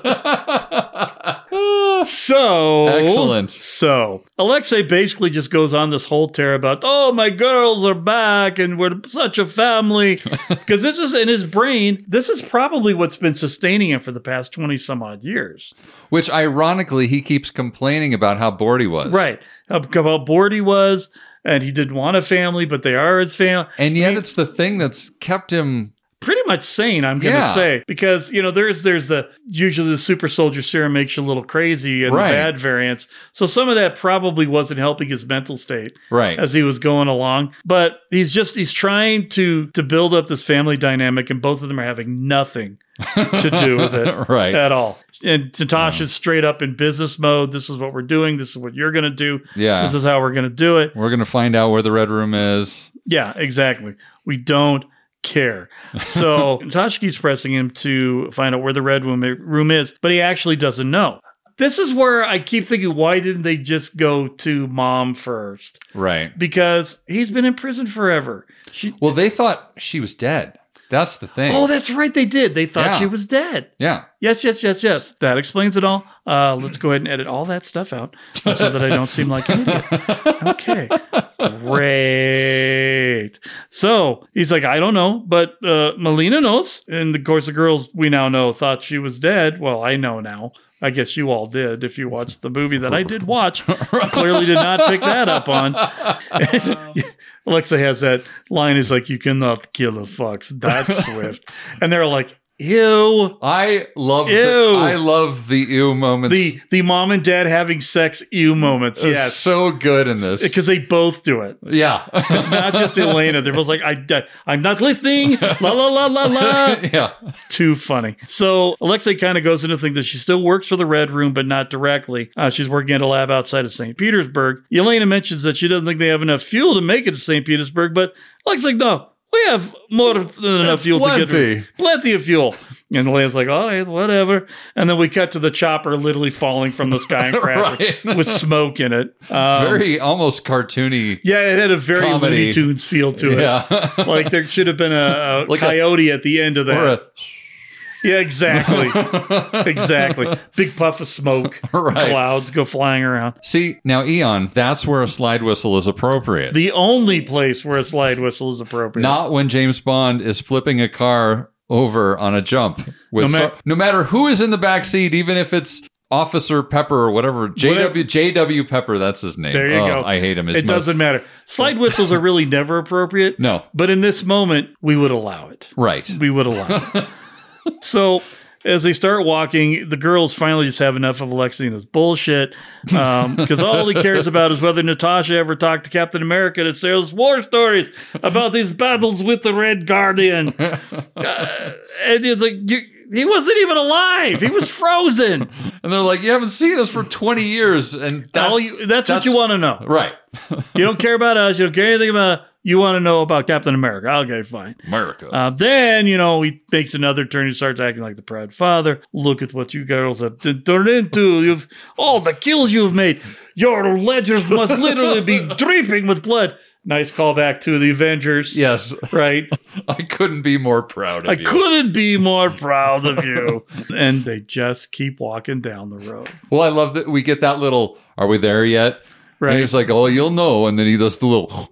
Speaker 11: So
Speaker 1: Excellent.
Speaker 11: So Alexei basically just goes on this whole tear about, oh, my girls are back and we're such a family. Because this is in his brain, this is probably what's been sustaining him for the past 20 some odd years.
Speaker 1: Which ironically, he keeps complaining about how bored he was.
Speaker 11: Right. How, how bored he was and he didn't want a family, but they are his family.
Speaker 1: And yet it's the thing that's kept him.
Speaker 11: pretty much sane i'm gonna
Speaker 1: Yeah.
Speaker 11: say because you know there's there's the usually the super soldier serum makes you a little crazy and
Speaker 1: Right.
Speaker 11: the bad variants so some of that probably wasn't helping his mental state
Speaker 1: Right.
Speaker 11: as he was going along but he's just he's trying to to build up this family dynamic and both of them are having nothing to do with it
Speaker 1: Right.
Speaker 11: at all and natasha's straight up in business mode this is what we're doing this is what you're gonna do
Speaker 1: Yeah.
Speaker 11: this is how we're gonna do it
Speaker 1: We're going to find out where the Red Room is.
Speaker 11: yeah, exactly. We don't care. So Natasha keeps pressing him to find out where the red room, room is, but he actually doesn't know. This is where I keep thinking, why didn't they just go to mom first?
Speaker 1: Right.
Speaker 11: Because he's been in prison forever. She,
Speaker 1: Well, they thought she was dead. That's the thing.
Speaker 11: oh, that's right. They did. They thought
Speaker 1: Yeah.
Speaker 11: she was dead.
Speaker 1: Yeah.
Speaker 11: Yes, yes, yes, yes. That explains it all. Uh, let's go ahead and edit all that stuff out uh, so that I don't seem like an idiot. Okay. Great. So he's like, I don't know, but uh, Melina knows. And of course, the girls we now know thought she was dead. Well, I know now. I guess you all did if you watched the movie that I did watch. You clearly did not pick that up on. Alexa has that line is like, You cannot kill a fox that swift. And they're like, Ew
Speaker 1: I love
Speaker 11: Ew.
Speaker 1: The, I love the ew moments.
Speaker 11: the the mom and dad having sex ew moments.
Speaker 1: It's
Speaker 11: Yes,
Speaker 1: so good in this.
Speaker 11: because they both do it.
Speaker 1: yeah.
Speaker 11: It's not just Elena. They're both like, I, I'm not listening. La la la la la.
Speaker 1: yeah.
Speaker 11: Too funny. So Alexei kind of goes into the thing that she still works for the Red Room, but not directly. Uh, she's working at a lab outside of St. Petersburg. Elena mentions that she doesn't think they have enough fuel to make it to St. Petersburg, but Alexei's like, no. We have more than enough fuel to get
Speaker 1: plenty.
Speaker 11: to plenty of fuel. And Elena's like, all right, whatever. And then we cut to the chopper literally falling from the sky and crashing
Speaker 1: Right.
Speaker 11: with smoke in it. Um,
Speaker 1: Very almost cartoony.
Speaker 11: yeah, it had a very
Speaker 1: Comedy.
Speaker 11: Looney Tunes feel to it.
Speaker 1: Yeah.
Speaker 11: like there should have been a, a
Speaker 1: Like a-
Speaker 11: coyote at the end of that.
Speaker 1: or a
Speaker 11: yeah, exactly, exactly. Big puff of smoke,
Speaker 1: Right.
Speaker 11: clouds go flying around.
Speaker 1: See, now Eon, that's where a slide whistle is appropriate.
Speaker 11: The only place where a slide whistle is appropriate.
Speaker 1: Not when James Bond is flipping a car over on a jump with
Speaker 11: No
Speaker 1: so- no,
Speaker 11: ma-
Speaker 1: matter who is in the back seat, even if it's Officer Pepper or whatever JW JW Pepper. That's his name.
Speaker 11: There you
Speaker 1: Oh,
Speaker 11: go.
Speaker 1: I hate him. as
Speaker 11: It
Speaker 1: much.
Speaker 11: doesn't matter. Slide whistles are really never appropriate.
Speaker 1: No.
Speaker 11: But in this moment, we would allow it.
Speaker 1: Right.
Speaker 11: We would allow it. so as they start walking, the girls finally just have enough of Alexina's bullshit because all he cares about is whether Natasha ever talked to Captain America to say those war stories about these battles with the Red Guardian. Uh, and it's like, you, he wasn't even alive. He was frozen.
Speaker 1: And they're like, you haven't seen us for 20 years. And that's,
Speaker 11: All you- that's what you want to know.
Speaker 1: Right.
Speaker 11: you don't care about us. You don't care anything about us. You want to know about Captain America. Okay, fine.
Speaker 1: America.
Speaker 11: Uh, then, you know, he takes another turn. He starts acting like the proud father. Look at what you girls have t- turned into. You've all the kills you've made. Your ledgers must literally be dripping with blood. Nice callback to the Avengers.
Speaker 1: yes.
Speaker 11: Right.
Speaker 1: I couldn't be more proud of
Speaker 11: I
Speaker 1: you.
Speaker 11: couldn't be more proud of you. and they just keep walking down the road.
Speaker 1: Well, I love that we get that little, are we there yet?
Speaker 11: Right.
Speaker 1: And he's like, oh, you'll know. And then he does the little,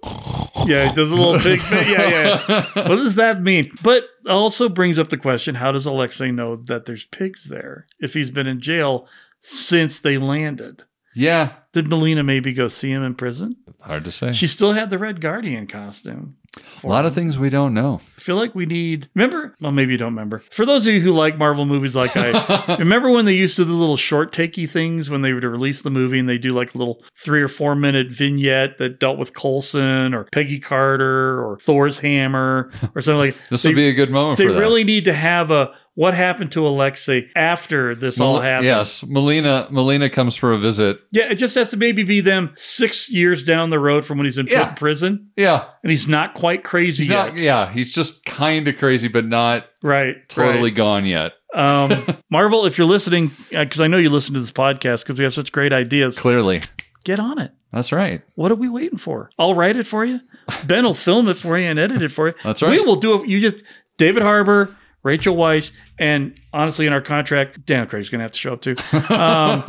Speaker 11: Yeah, he does a little big thing. Yeah, yeah. What does that mean? But also brings up the question how does Alexei know that there's pigs there if he's been in jail since they landed?
Speaker 1: yeah.
Speaker 11: Did Melina maybe go see him in prison?
Speaker 1: Hard to say.
Speaker 11: She still had the Red Guardian costume.
Speaker 1: a lot of things we don't know.
Speaker 11: I feel like we need. Remember? Well, maybe you don't remember. For those of you who like Marvel movies, like I remember when they used to do the little short takey things when they were to release the movie, and they do like a little three or four minute vignette that dealt with Coulson or Peggy Carter or Thor's hammer or something like.
Speaker 1: This
Speaker 11: They-
Speaker 1: would be a good moment
Speaker 11: They
Speaker 1: for that.
Speaker 11: really need to have a what happened to Alexei after this all
Speaker 1: Mel-
Speaker 11: happened.
Speaker 1: Yes. Melina, Melina comes for a visit.
Speaker 11: Yeah, it just has to maybe be them six years down the road from when he's been put
Speaker 1: Yeah.
Speaker 11: in prison,
Speaker 1: Yeah.
Speaker 11: and he's not quite crazy
Speaker 1: He's
Speaker 11: yet.
Speaker 1: not, yeah. He's just kind of crazy, but not
Speaker 11: Right.
Speaker 1: totally
Speaker 11: right.
Speaker 1: gone yet.
Speaker 11: Um, Marvel, if you're listening, because I know you listen to this podcast because we have such great ideas,
Speaker 1: Clearly.
Speaker 11: get on it.
Speaker 1: That's right.
Speaker 11: What are we waiting for? I'll write it for you. Ben will film it for you and edit it for you.
Speaker 1: That's right.
Speaker 11: We will do it. You just, David Harbour, Rachel Weisz, and honestly, in our contract, Dan Craig's going to have to show up too. Um,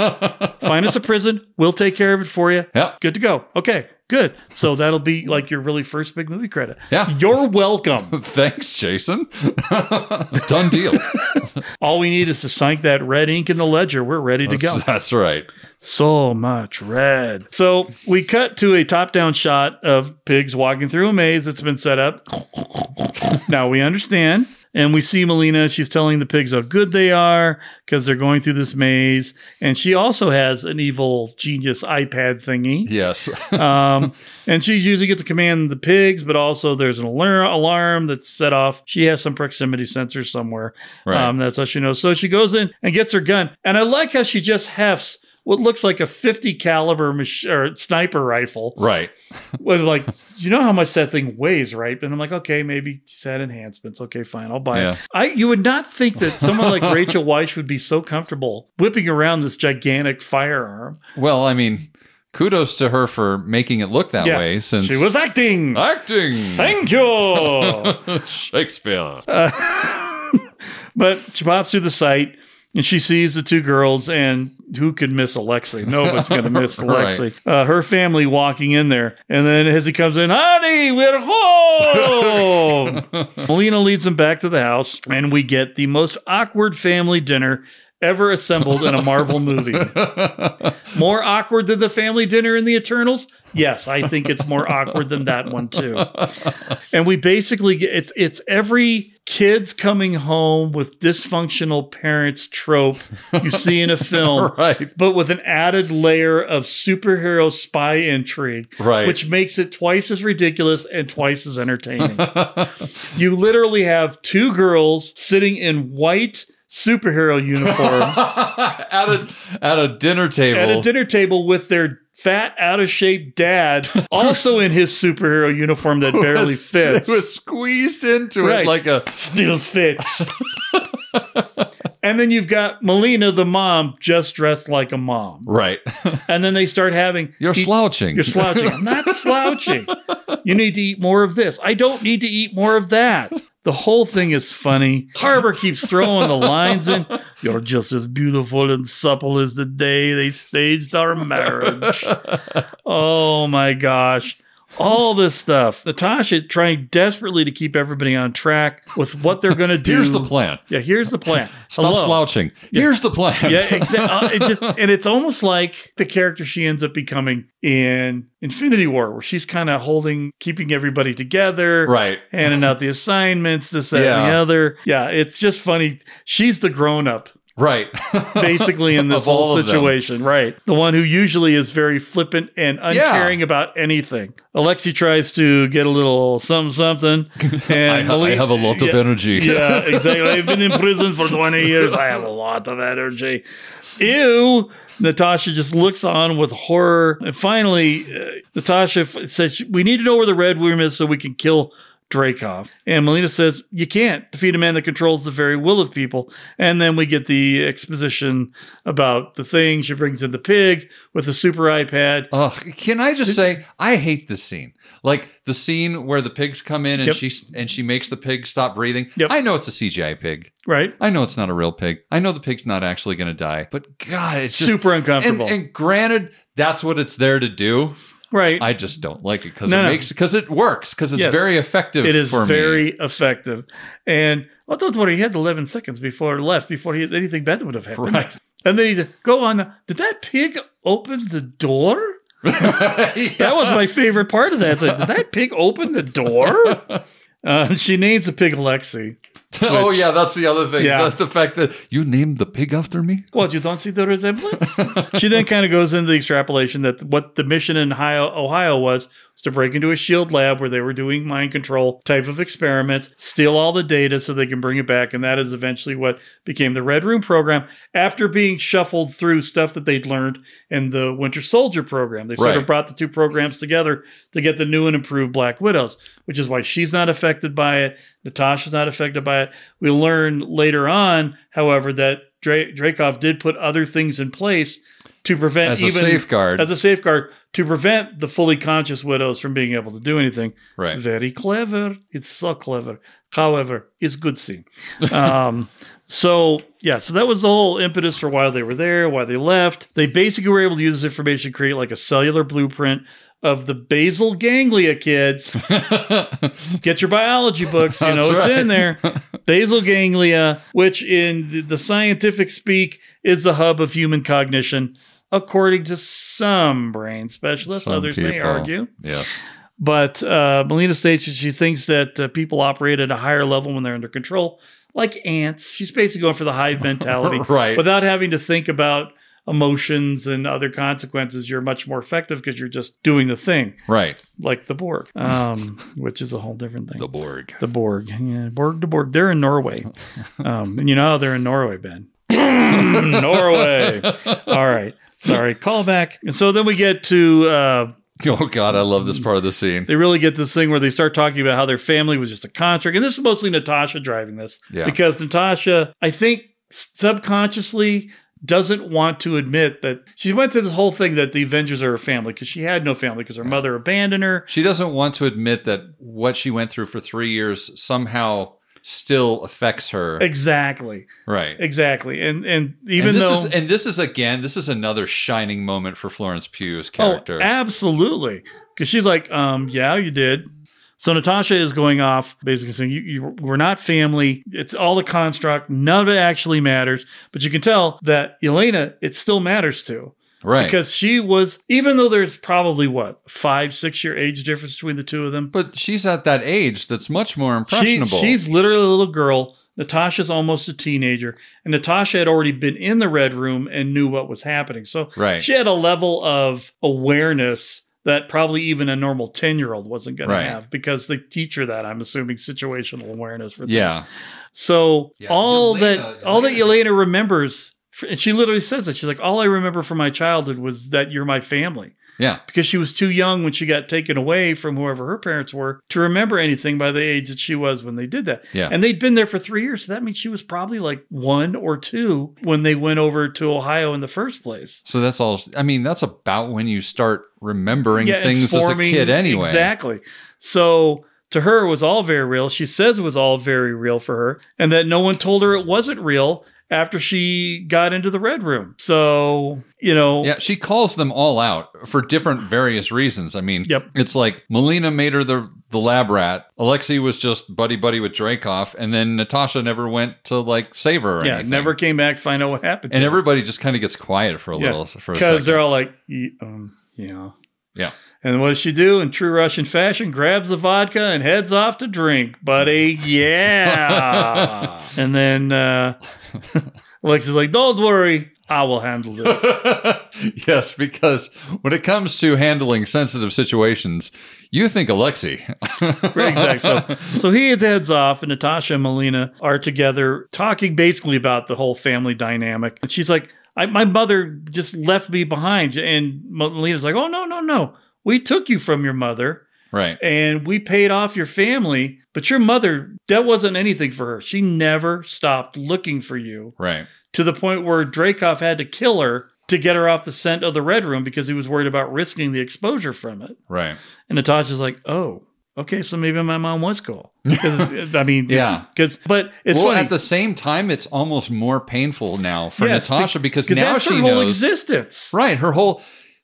Speaker 11: find us a prison. We'll take care of it for you.
Speaker 1: Yeah.
Speaker 11: Good to go. Okay. Good. So that'll be like your really first big movie credit.
Speaker 1: Yeah.
Speaker 11: You're welcome.
Speaker 1: Thanks, Jason. Done deal.
Speaker 11: All we need is to sign that red ink in the ledger. We're ready to go.
Speaker 1: That's, that's right.
Speaker 11: So much red. So we cut to a top down shot of pigs walking through a maze that's been set up. now we understand. And we see Melina, she's telling the pigs how good they are because they're going through this maze. And she also has an evil genius iPad thingy.
Speaker 1: Yes.
Speaker 11: Um, and she's using it to command the pigs, but also there's an alarm, alarm that's set off. She has some proximity sensors somewhere.
Speaker 1: Right.
Speaker 11: Um, that's how she knows. So she goes in and gets her gun. And I like how she just hefts what looks like a 50 caliber mach- or sniper rifle.
Speaker 1: right.
Speaker 11: With like, you know how much that thing weighs, right? And I'm like, okay, maybe she's had enhancements. Okay, fine, I'll buy
Speaker 1: Yeah.
Speaker 11: it. I you would not think that someone like Rachel Weisz would be so comfortable whipping around this gigantic firearm.
Speaker 1: Well, I mean, kudos to her for making it look that way since
Speaker 11: she was acting.
Speaker 1: acting.
Speaker 11: Thank you.
Speaker 1: Shakespeare.
Speaker 11: but she pops through the site and she sees the two girls and who could miss Alexei? Nobody's going to miss
Speaker 1: Right.
Speaker 11: Alexei. Uh, her family walking in there. And then as he comes in, honey, we're home. Melina leads him back to the house and we get the most awkward family dinner ever assembled in a Marvel movie. More awkward than the family dinner in the Eternals? Yes, I think it's more awkward than that one too. And we basically get it's it's every kids coming home with dysfunctional parents trope you see in a film.
Speaker 1: Right.
Speaker 11: But with an added layer of superhero spy intrigue,
Speaker 1: Right.
Speaker 11: which makes it twice as ridiculous and twice as entertaining. you literally have two girls sitting in white superhero uniforms
Speaker 1: at a at a dinner table.
Speaker 11: at a dinner table with their fat, out of shape dad, also in his superhero uniform that barely
Speaker 1: was-
Speaker 11: fits.
Speaker 1: It was squeezed into
Speaker 11: Right.
Speaker 1: it like a
Speaker 11: Still fits. and then you've got Melina, the mom, just dressed like a mom.
Speaker 1: right.
Speaker 11: And then they start having
Speaker 1: You're
Speaker 11: eat-
Speaker 1: slouching.
Speaker 11: You're slouching. I'm not slouching. You need to eat more of this. I don't need to eat more of that. The whole thing is funny. Harbor keeps throwing the lines in. You're just as beautiful and supple as the day they staged our marriage. Oh my gosh. all this stuff. Natasha trying desperately to keep everybody on track with what they're going to do.
Speaker 1: Here's the plan.
Speaker 11: Yeah, here's the plan.
Speaker 1: Stop
Speaker 11: Hello.
Speaker 1: slouching.
Speaker 11: Yeah.
Speaker 1: Here's the plan.
Speaker 11: Yeah, exactly. it just, and it's almost like the character she ends up becoming in Infinity War, where she's kind of holding, keeping everybody together,
Speaker 1: Right.
Speaker 11: Handing out the assignments, this, that, and the
Speaker 1: Yeah.
Speaker 11: other. Yeah, it's just funny. She's the grown up
Speaker 1: right.
Speaker 11: basically in this
Speaker 1: Of all
Speaker 11: whole
Speaker 1: of them.
Speaker 11: situation, right? The one who usually is very flippant and
Speaker 1: Yeah.
Speaker 11: uncaring about anything. Alexi tries to get a little some something, and
Speaker 1: I, ha- I
Speaker 11: believe-
Speaker 1: have a lot of
Speaker 11: yeah,
Speaker 1: energy.
Speaker 11: Yeah, exactly. I've been in prison for twenty years. I have a lot of energy. Ew. Natasha just looks on with horror, and finally, uh, Natasha f- says, "We need to know where the red room is so we can kill." Dracov. And Melina says, You can't defeat a man that controls the very will of people. And then we get the exposition about the thing. She brings in the pig with the super iPad.
Speaker 1: Ugh, can I just say I hate this scene? Like the scene where the pigs come in and
Speaker 11: Yep.
Speaker 1: she and she makes the pig stop breathing.
Speaker 11: Yep.
Speaker 1: I know it's a CGI pig.
Speaker 11: Right?
Speaker 1: I know it's not a real pig. I know the pig's not actually going to die, but God, it's just,
Speaker 11: Super uncomfortable.
Speaker 1: And, and granted, that's what it's there to do.
Speaker 11: Right.
Speaker 1: I just don't like it because
Speaker 11: No,
Speaker 1: it
Speaker 11: no.
Speaker 1: makes because it works because it's
Speaker 11: Yes.
Speaker 1: very effective.
Speaker 11: It is
Speaker 1: for me.
Speaker 11: very effective. And oh, don't worry, he had 11 seconds before he left, before he, anything bad would have happened.
Speaker 1: Right.
Speaker 11: And then he's go on. now. Did that pig open the door? That was my favorite part of that. Like, Did that pig open the door? Uh, she names the pig Alexi.
Speaker 1: oh
Speaker 11: which-
Speaker 1: yeah, that's the other thing.
Speaker 11: Yeah.
Speaker 1: That's the fact that you named the pig after me.
Speaker 11: Well, you don't see the resemblance. she then kind of goes into the extrapolation that what the mission in Ohio, Ohio was was to break into a shield lab where they were doing mind control type of experiments, steal all the data so they can bring it back, and that is eventually what became the Red Room program. After being shuffled through stuff that they'd learned in the Winter Soldier program, they sort of
Speaker 1: Right.
Speaker 11: brought the two programs together to get the new and improved Black Widows, which is why she's not affected by it. Natasha's not affected by it. We learn later on, however, that Dra- Dracov did put other things in place to prevent
Speaker 1: As a
Speaker 11: even
Speaker 1: safeguard.
Speaker 11: as a safeguard to prevent the fully conscious widows from being able to do anything.
Speaker 1: Right.
Speaker 11: Very clever. It's so clever. However, it's good scene. Um, so yeah, so that was the whole impetus for why they were there, why they left. They basically were able to use this information to create like a cellular blueprint of the basal ganglia kids. Get your biology books, you know,
Speaker 1: That's
Speaker 11: it's
Speaker 1: right.
Speaker 11: in there. Basal ganglia, which in the- the scientific speak is the hub of human cognition, according to some brain specialists,
Speaker 1: Some
Speaker 11: others may
Speaker 1: people.
Speaker 11: argue.
Speaker 1: Yes.
Speaker 11: But uh, Melina states that she thinks that uh, people operate at a higher level when they're under control, like ants. She's basically going for the hive mentality,
Speaker 1: Right.
Speaker 11: Without having to think about emotions and other consequences, you're much more effective because you're just doing the thing,
Speaker 1: Right.
Speaker 11: like the Borg, um, which is a whole different thing.
Speaker 1: The Borg.
Speaker 11: The Borg, yeah, Borg to Borg. They're in Norway, um, and you know how they're in Norway, Ben. Norway. All right. Sorry. Call back. And so then we get to. Uh,
Speaker 1: Oh God, I love this part of the scene.
Speaker 11: they really get this thing where they start talking about how their family was just a contract. And this is mostly Natasha driving this
Speaker 1: Yeah.
Speaker 11: because Natasha, I think subconsciously, doesn't want to admit that she went through this whole thing that the Avengers are her family because she had no family because her mother abandoned her.
Speaker 1: She doesn't want to admit that what she went through for three years somehow still affects her.
Speaker 11: Exactly.
Speaker 1: right.
Speaker 11: Exactly. And and even
Speaker 1: and this
Speaker 11: though
Speaker 1: is, and this is again, this is another shining moment for Florence Pugh's character.
Speaker 11: Oh, absolutely. Because she's like, um, yeah, you did. So Natasha is going off, basically saying, you, you, we're not family. It's all a construct. None of it actually matters. But you can tell that Elena, it still matters to.
Speaker 1: right.
Speaker 11: Because she was, even though there's probably what, five, six year age difference between the two of them.
Speaker 1: but she's at that age that's much more impressionable.
Speaker 11: She, she's literally a little girl. Natasha's almost a teenager, and Natasha had already been in the red room and knew what was happening. So
Speaker 1: Right.
Speaker 11: she had a level of awareness that probably even a normal 10 year old wasn't going
Speaker 1: Right.
Speaker 11: to have because they teach her that, I'm assuming, situational awareness for things.
Speaker 1: yeah.
Speaker 11: So
Speaker 1: Yeah,
Speaker 11: all
Speaker 1: Elena-
Speaker 11: that all that Elena remembers, and she literally says it. She's like, all I remember from my childhood was that you're my family
Speaker 1: Yeah.
Speaker 11: because she was too young when she got taken away from whoever her parents were to remember anything by the age that she was when they did that.
Speaker 1: Yeah.
Speaker 11: And they'd been there for three years. So that means she was probably like one or two when they went over to Ohio in the first place.
Speaker 1: So that's all. I mean, that's about when you start remembering
Speaker 11: and
Speaker 1: things as a
Speaker 11: forming-
Speaker 1: kid anyway.
Speaker 11: Exactly. So to her, it was all very real. She says it was all very real for her and that no one told her it wasn't real. after she got into the Red Room. So, you know.
Speaker 1: Yeah, she calls them all out for different various reasons. I mean,
Speaker 11: Yep.
Speaker 1: it's like Melina made her the the lab rat. Alexei was just buddy buddy with Dracoff, and then Natasha never went to like save her. Or
Speaker 11: yeah,
Speaker 1: anything.
Speaker 11: never came back to find out what happened. to
Speaker 1: And
Speaker 11: her.
Speaker 1: everybody just kind of gets quiet for a little for a
Speaker 11: because
Speaker 1: second.
Speaker 11: they're all like, "Y- um, you know.
Speaker 1: Yeah.
Speaker 11: And what does she do in true Russian fashion? Grabs the vodka and heads off to drink, buddy. Yeah. and then uh, Alexa's like, "Don't worry, I will handle this."
Speaker 1: yes, because when it comes to handling sensitive situations, you think Alexei.
Speaker 11: Right, exactly. So, so he heads off, and Natasha and Melina are together talking basically about the whole family dynamic. And she's like, I, My mother just left me behind. And Melina's like, Oh, no, no, no. We took you from your mother
Speaker 1: right.
Speaker 11: and we paid off your family, but your mother, that wasn't anything for her. She never stopped looking for you
Speaker 1: Right.
Speaker 11: to the point where Dracoff had to kill her to get her off the scent of the Red Room because he was worried about risking the exposure from it.
Speaker 1: Right.
Speaker 11: And Natasha's like, oh, okay, so maybe my mom was cool. 'Cause, I mean,
Speaker 1: Yeah.
Speaker 11: because but it's
Speaker 1: well,
Speaker 11: funny.
Speaker 1: at the same time, it's almost more painful now for
Speaker 11: Yes, be-
Speaker 1: Natasha because now
Speaker 11: that's
Speaker 1: she
Speaker 11: her whole
Speaker 1: knows
Speaker 11: existence.
Speaker 1: right her whole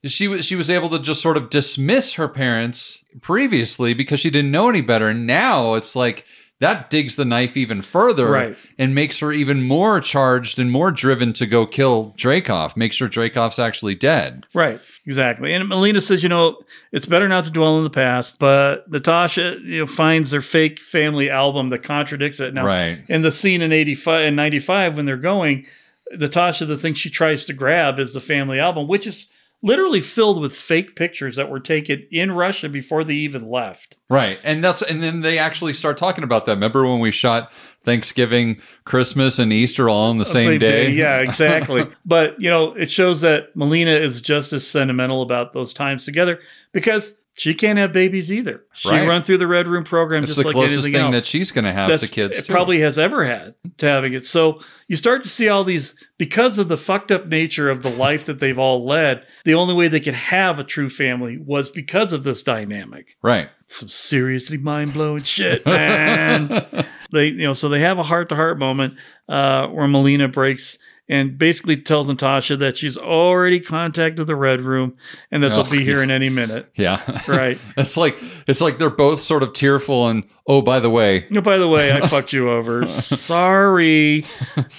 Speaker 1: she was she was able to just sort of dismiss her parents previously because she didn't know any better. And now it's like that digs the knife even further
Speaker 11: Right.
Speaker 1: and makes her even more charged and more driven to go kill Dracoff, make sure Dracoff's actually dead.
Speaker 11: Right, exactly. And Melina says, you know, it's better not to dwell on the past, but Natasha you know, finds their fake family album that contradicts it. Now,
Speaker 1: Right.
Speaker 11: in the scene in 85 and 95 when they're going, Natasha, the thing she tries to grab is the family album, which is literally filled with fake pictures that were taken in Russia before they even left.
Speaker 1: Right. And that's and then they actually start talking about that. Remember when we shot Thanksgiving, Christmas, and Easter all on the same, day?
Speaker 11: Yeah, exactly. but, you know, it shows that Melina is just as sentimental about those times together because she can't have babies either. She
Speaker 1: Right.
Speaker 11: run through the Red Room program
Speaker 1: It's
Speaker 11: just
Speaker 1: the
Speaker 11: like
Speaker 1: closest
Speaker 11: anything
Speaker 1: thing
Speaker 11: else.
Speaker 1: that she's gonna have
Speaker 11: That's-
Speaker 1: to kids
Speaker 11: it
Speaker 1: too.
Speaker 11: probably has ever had to having it. So you start to see all these because of the fucked up nature of the life that they've all led. The only way they could have a true family was because of this dynamic.
Speaker 1: Right.
Speaker 11: Some seriously mind blowing shit, man. they you know so they have a heart to heart moment uh, where Melina breaks and basically tells Natasha that she's already contacted the Red Room and that
Speaker 1: Oh.
Speaker 11: they'll be here in any minute.
Speaker 1: Yeah.
Speaker 11: Right.
Speaker 1: it's like it's like they're both sort of tearful and oh by the way.
Speaker 11: Oh, by the way, I fucked you over. Sorry.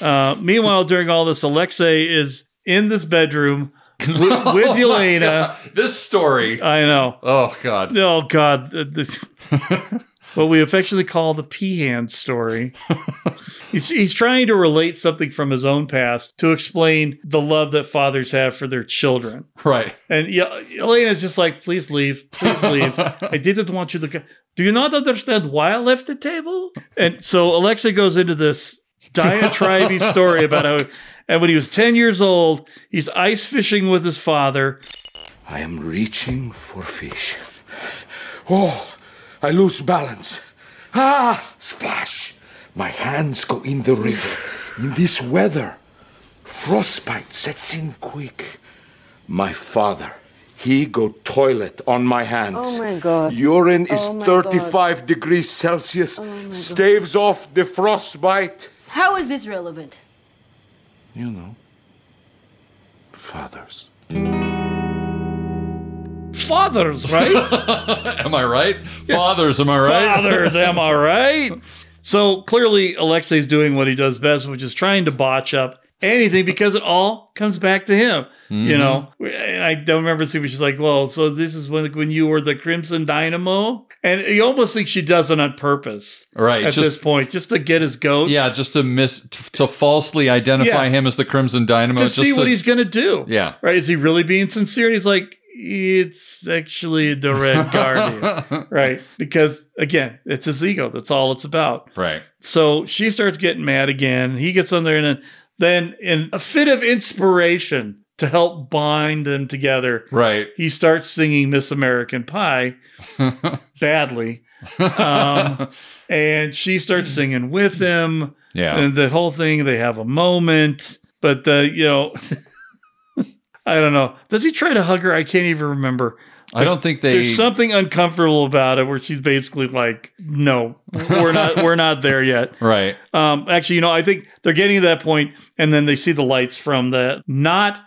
Speaker 11: Uh, meanwhile, during all this, Alexei is in this bedroom with, with Elena.
Speaker 1: This story.
Speaker 11: I know.
Speaker 1: Oh god.
Speaker 11: Oh God, Uh, this, what we affectionately call the peahan story. he's, he's trying to relate something from his own past to explain the love that fathers have for their children.
Speaker 1: Right.
Speaker 11: And yeah, Elena's just like, please leave, please leave. I didn't want you to. Go. Do you not understand why I left the table? And so Alexa goes into this diatribe story about how, and when he was ten years old, he's ice fishing with his father.
Speaker 14: I am reaching for fish. Oh, I lose balance. Ah, splash! My hands go in the river. In this weather, frostbite sets in quick. My father, he go toilet on my hands.
Speaker 5: Oh my God.
Speaker 14: Urine is
Speaker 5: Oh my
Speaker 14: 35 degrees Celsius. Staves off the frostbite.
Speaker 13: How is this relevant?
Speaker 14: You know, fathers.
Speaker 11: Fathers, right?
Speaker 1: Am I right? Fathers, am I right?
Speaker 11: fathers, am I right? So clearly, Alexei's doing what he does best, which is trying to botch up anything because it all comes back to him.
Speaker 1: Mm-hmm.
Speaker 11: You know, and I don't remember seeing, she's like, "Well, so this is when when you were the Crimson Dynamo," and you almost think she does it on purpose,
Speaker 1: Right,
Speaker 11: At
Speaker 1: just-
Speaker 11: this point, just to get his goat,
Speaker 1: Yeah, just to miss t- to falsely identify
Speaker 11: Yeah.
Speaker 1: him as the Crimson Dynamo.
Speaker 11: to
Speaker 1: just
Speaker 11: see what he's gonna do.
Speaker 1: Yeah.
Speaker 11: right? Is he really being sincere? And he's like. It's actually the Red Guardian, right? Because again, it's his ego. That's all it's about.
Speaker 1: Right.
Speaker 11: So she starts getting mad again. He gets on there, and then, then in a fit of inspiration to help bind them together,
Speaker 1: Right.
Speaker 11: he starts singing Miss American Pie badly. Um, and she starts singing with him.
Speaker 1: Yeah.
Speaker 11: And the whole thing, they have a moment, but the, you know, I don't know. Does he try to hug her? I can't even remember.
Speaker 1: I don't think they.
Speaker 11: There's something uncomfortable about it where she's basically like, "No, we're not, we're not there yet."
Speaker 1: Right.
Speaker 11: Um, actually, you know, I think they're getting to that point, and then they see the lights from the not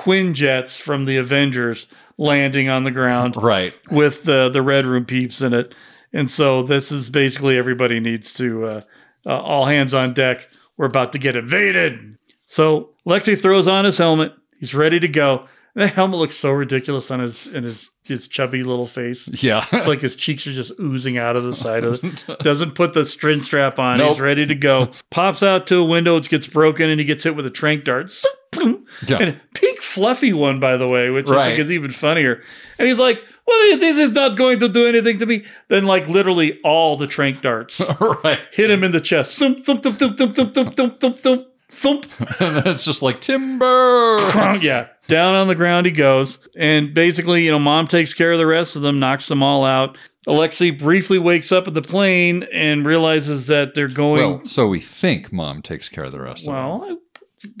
Speaker 11: Quinjets from the Avengers landing on the ground,
Speaker 1: right,
Speaker 11: with the the Red Room peeps in it, and so this is basically everybody needs to uh, uh, all hands on deck. We're about to get invaded. So Lexi throws on his helmet. He's ready to go. The helmet looks so ridiculous on his in his his chubby little face.
Speaker 1: Yeah.
Speaker 11: it's like his cheeks are just oozing out of the side of it. Doesn't put the string strap on.
Speaker 1: Nope.
Speaker 11: He's ready to go. Pops out to a window, it gets broken, and he gets hit with a trank dart. Boom.
Speaker 1: Yeah.
Speaker 11: And a pink fluffy one, by the way, which I
Speaker 1: Right.
Speaker 11: think is even funnier. And he's like, "Well, this is not going to do anything to me." Then, like literally, all the trank darts
Speaker 1: right.
Speaker 11: hit him in the chest. Thump, thump, thump, thump, thump, thump, thump, thump, thump, thump, thump.
Speaker 1: and then it's just like timber.
Speaker 11: Crunk, yeah. Down on the ground he goes. And basically, you know, mom takes care of the rest of them, knocks them all out. Alexei briefly wakes up at the plane and realizes that they're going.
Speaker 1: Well, so we think mom takes care of the rest of
Speaker 11: Well, I-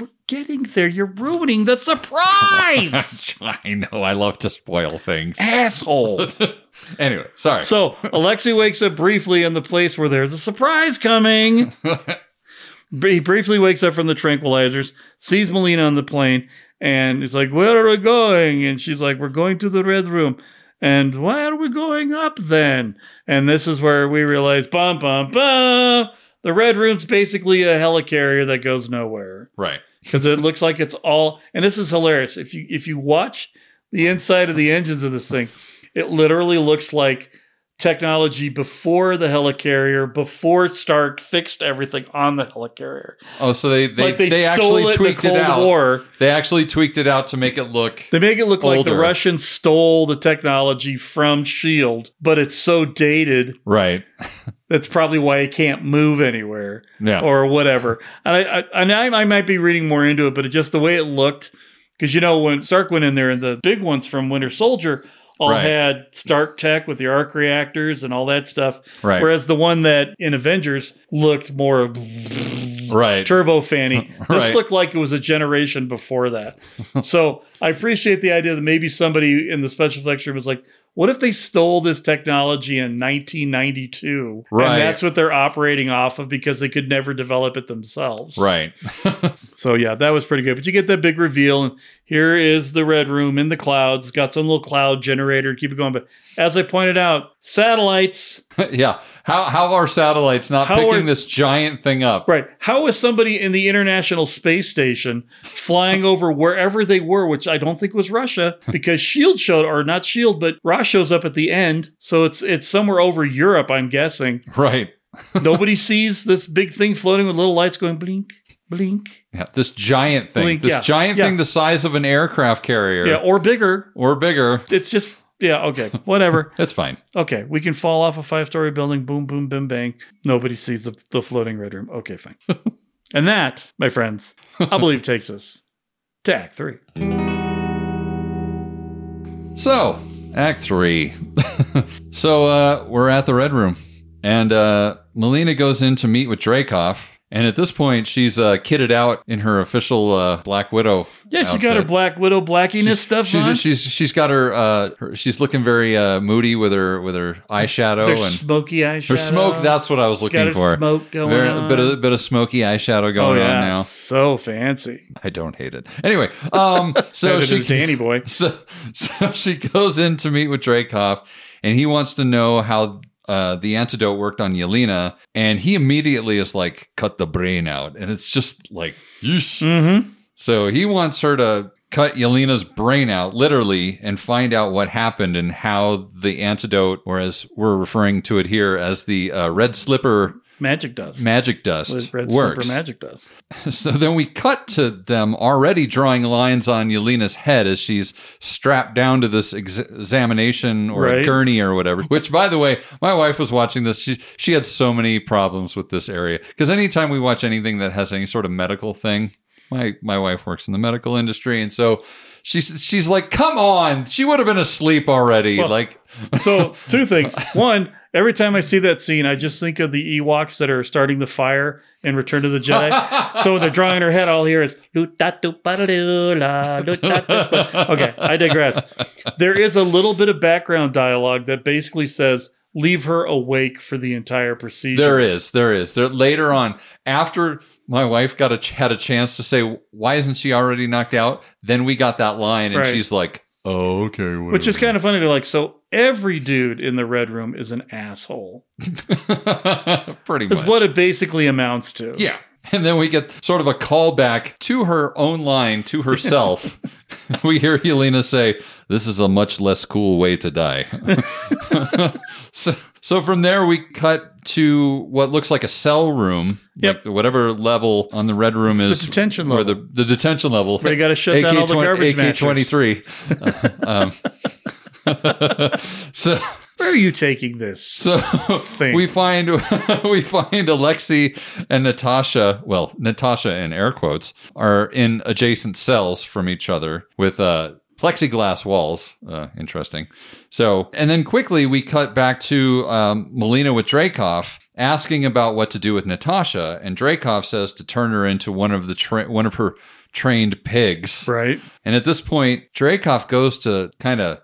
Speaker 11: we're getting there. You're ruining the surprise,
Speaker 1: it. I know. I love to spoil things.
Speaker 11: asshole.
Speaker 1: anyway, sorry.
Speaker 11: So Alexei wakes up briefly in the place where there's a surprise coming. Br- he briefly wakes up from the tranquilizers, sees Melina on the plane, and he's like, Where are we going? And she's like, We're going to the Red Room. And why are we going up then? And this is where we realize, bum, bum, bum. The Red Room's basically a helicarrier that goes nowhere
Speaker 1: right.
Speaker 11: because it looks like it's all and this is hilarious if you if you watch the inside of the engines of this thing it literally looks like technology before the helicarrier before stark fixed everything on the helicarrier
Speaker 1: Oh, so they they,
Speaker 11: like they, stole
Speaker 1: actually
Speaker 11: it
Speaker 1: tweaked
Speaker 11: in the
Speaker 1: it
Speaker 11: cold
Speaker 1: out.
Speaker 11: war
Speaker 1: They actually tweaked it out to make it look.
Speaker 11: they make it look like the
Speaker 1: Older.
Speaker 11: russians stole the technology from shield E but it's so dated
Speaker 1: Right.
Speaker 11: that's probably why it can't move anywhere
Speaker 1: Yeah.
Speaker 11: or whatever. And I, I, and I, I might be reading more into it, but it just the way it looked, because you know when Stark went in there and the big ones from Winter Soldier all
Speaker 1: Right.
Speaker 11: had Stark tech with the arc reactors and all that stuff,
Speaker 1: Right.
Speaker 11: whereas the one that in Avengers looked more
Speaker 1: Right.
Speaker 11: turbo fanny. This
Speaker 1: Right.
Speaker 11: looked like it was a generation before that. so I appreciate the idea that maybe somebody in the special effects room was like, what if they stole this technology in 1992?
Speaker 1: Right.
Speaker 11: And that's what they're operating off of because they could never develop it themselves.
Speaker 1: Right.
Speaker 11: So yeah, that was pretty good. But you get that big reveal, and here is the red room in the clouds. Got some little cloud generator. Keep it going. But as I pointed out, satellites.
Speaker 1: yeah. How how are satellites not
Speaker 11: How
Speaker 1: picking
Speaker 11: are-
Speaker 1: this giant thing up?
Speaker 11: Right. How was somebody in the International Space Station flying over wherever they were, which I don't think was Russia, because Shield showed or not Shield, but Ra shows up at the end. So it's it's somewhere over Europe, I'm guessing.
Speaker 1: Right.
Speaker 11: Nobody sees this big thing floating with little lights going blink, blink.
Speaker 1: Yeah, this giant thing.
Speaker 11: Blink,
Speaker 1: this
Speaker 11: yeah,
Speaker 1: giant
Speaker 11: yeah.
Speaker 1: thing the size of an aircraft carrier.
Speaker 11: Yeah, or bigger.
Speaker 1: or bigger.
Speaker 11: It's just yeah, okay. Whatever.
Speaker 1: That's fine.
Speaker 11: Okay, we can fall off a five story building, boom, boom, bim, bang. Nobody sees the, the floating red room. Okay, fine. and that, my friends, I believe takes us to Act Three.
Speaker 1: So, Act Three. so uh, we're at the Red Room, and uh, Melina goes in to meet with Dracoff. And at this point, she's uh, kitted out in her official uh, Black Widow.
Speaker 11: Yeah, she's
Speaker 1: outfit.
Speaker 11: got her Black Widow blackiness
Speaker 1: She's-
Speaker 11: stuff
Speaker 1: she's,
Speaker 11: on.
Speaker 1: She's she's got her, uh, her. She's looking very uh, moody with her with her eyeshadow
Speaker 11: There's
Speaker 1: and
Speaker 11: smoky eyeshadow.
Speaker 1: her smoke. That's what I was
Speaker 11: She's got
Speaker 1: looking
Speaker 11: her
Speaker 1: for.
Speaker 11: smoke going
Speaker 1: Very- bit
Speaker 11: on.
Speaker 1: of bit of smoky eyeshadow
Speaker 11: oh
Speaker 1: going
Speaker 11: yeah,
Speaker 1: on now.
Speaker 11: so fancy.
Speaker 1: I don't hate it. Anyway, um, so
Speaker 11: Neither
Speaker 1: she
Speaker 11: does Danny boy.
Speaker 1: so, so she goes in to meet with Dracoff, and he wants to know how uh, the antidote worked on Yelena. And he immediately is like, cut the brain out. And it's just like, yeesh.
Speaker 11: Mm-hmm.
Speaker 1: So he wants her to cut Yelena's brain out, literally, and find out what happened and how the antidote, or as we're referring to it here as the uh, red slipper
Speaker 11: Magic dust.
Speaker 1: magic dust,
Speaker 11: With red
Speaker 1: works.
Speaker 11: slipper magic dust.
Speaker 1: So then we cut to them already drawing lines on Yelena's head as she's strapped down to this ex- examination or
Speaker 11: Right.
Speaker 1: a gurney or whatever. Which, by the way, my wife was watching this. She she had so many problems with this area because anytime we watch anything that has any sort of medical thing, my my wife works in the medical industry, and so she's she's like, "Come on, she would have been asleep already."
Speaker 11: Well-
Speaker 1: like,
Speaker 11: so two things. One, every time I see that scene, I just think of the Ewoks that are starting the fire in Return to the Jedi. so when they're drawing her head, all here is "Lu-ta-tu-pa-lu-la, lu-ta-tu-pa-" okay. I digress. There is a little bit of background dialogue that basically says, "Leave her awake for the entire procedure."
Speaker 1: There is, there is. There later on, after my wife got a ch- had a chance to say, "Why isn't she already knocked out?" Then we got that line, and
Speaker 11: Right.
Speaker 1: she's like, "Oh, okay." Whatever.
Speaker 11: Which is kind of funny. They're like, so every dude in the Red Room is an asshole.
Speaker 1: pretty
Speaker 11: Is
Speaker 1: much
Speaker 11: what it basically amounts to.
Speaker 1: Yeah. And then we get sort of a callback to her own line to herself. we hear Helena say, This is a much less cool way to die. so, so from there, we cut to what looks like a cell room. Yep. Like whatever level on the red room
Speaker 11: It's
Speaker 1: is.
Speaker 11: the detention
Speaker 1: Or
Speaker 11: level.
Speaker 1: the, the detention level.
Speaker 11: Where you gotta shut down all the garbage
Speaker 1: AK 23. so.
Speaker 11: Where are you taking this?
Speaker 1: So we find we find Alexei and Natasha. Well, Natasha in air quotes are in adjacent cells from each other with uh, plexiglass walls. Uh, interesting. So and then quickly we cut back to um, Melina with Dracoff asking about what to do with Natasha, and Dracoff says to turn her into one of the tra- one of her trained pigs.
Speaker 11: Right.
Speaker 1: And at this point, Dracoff goes to kind of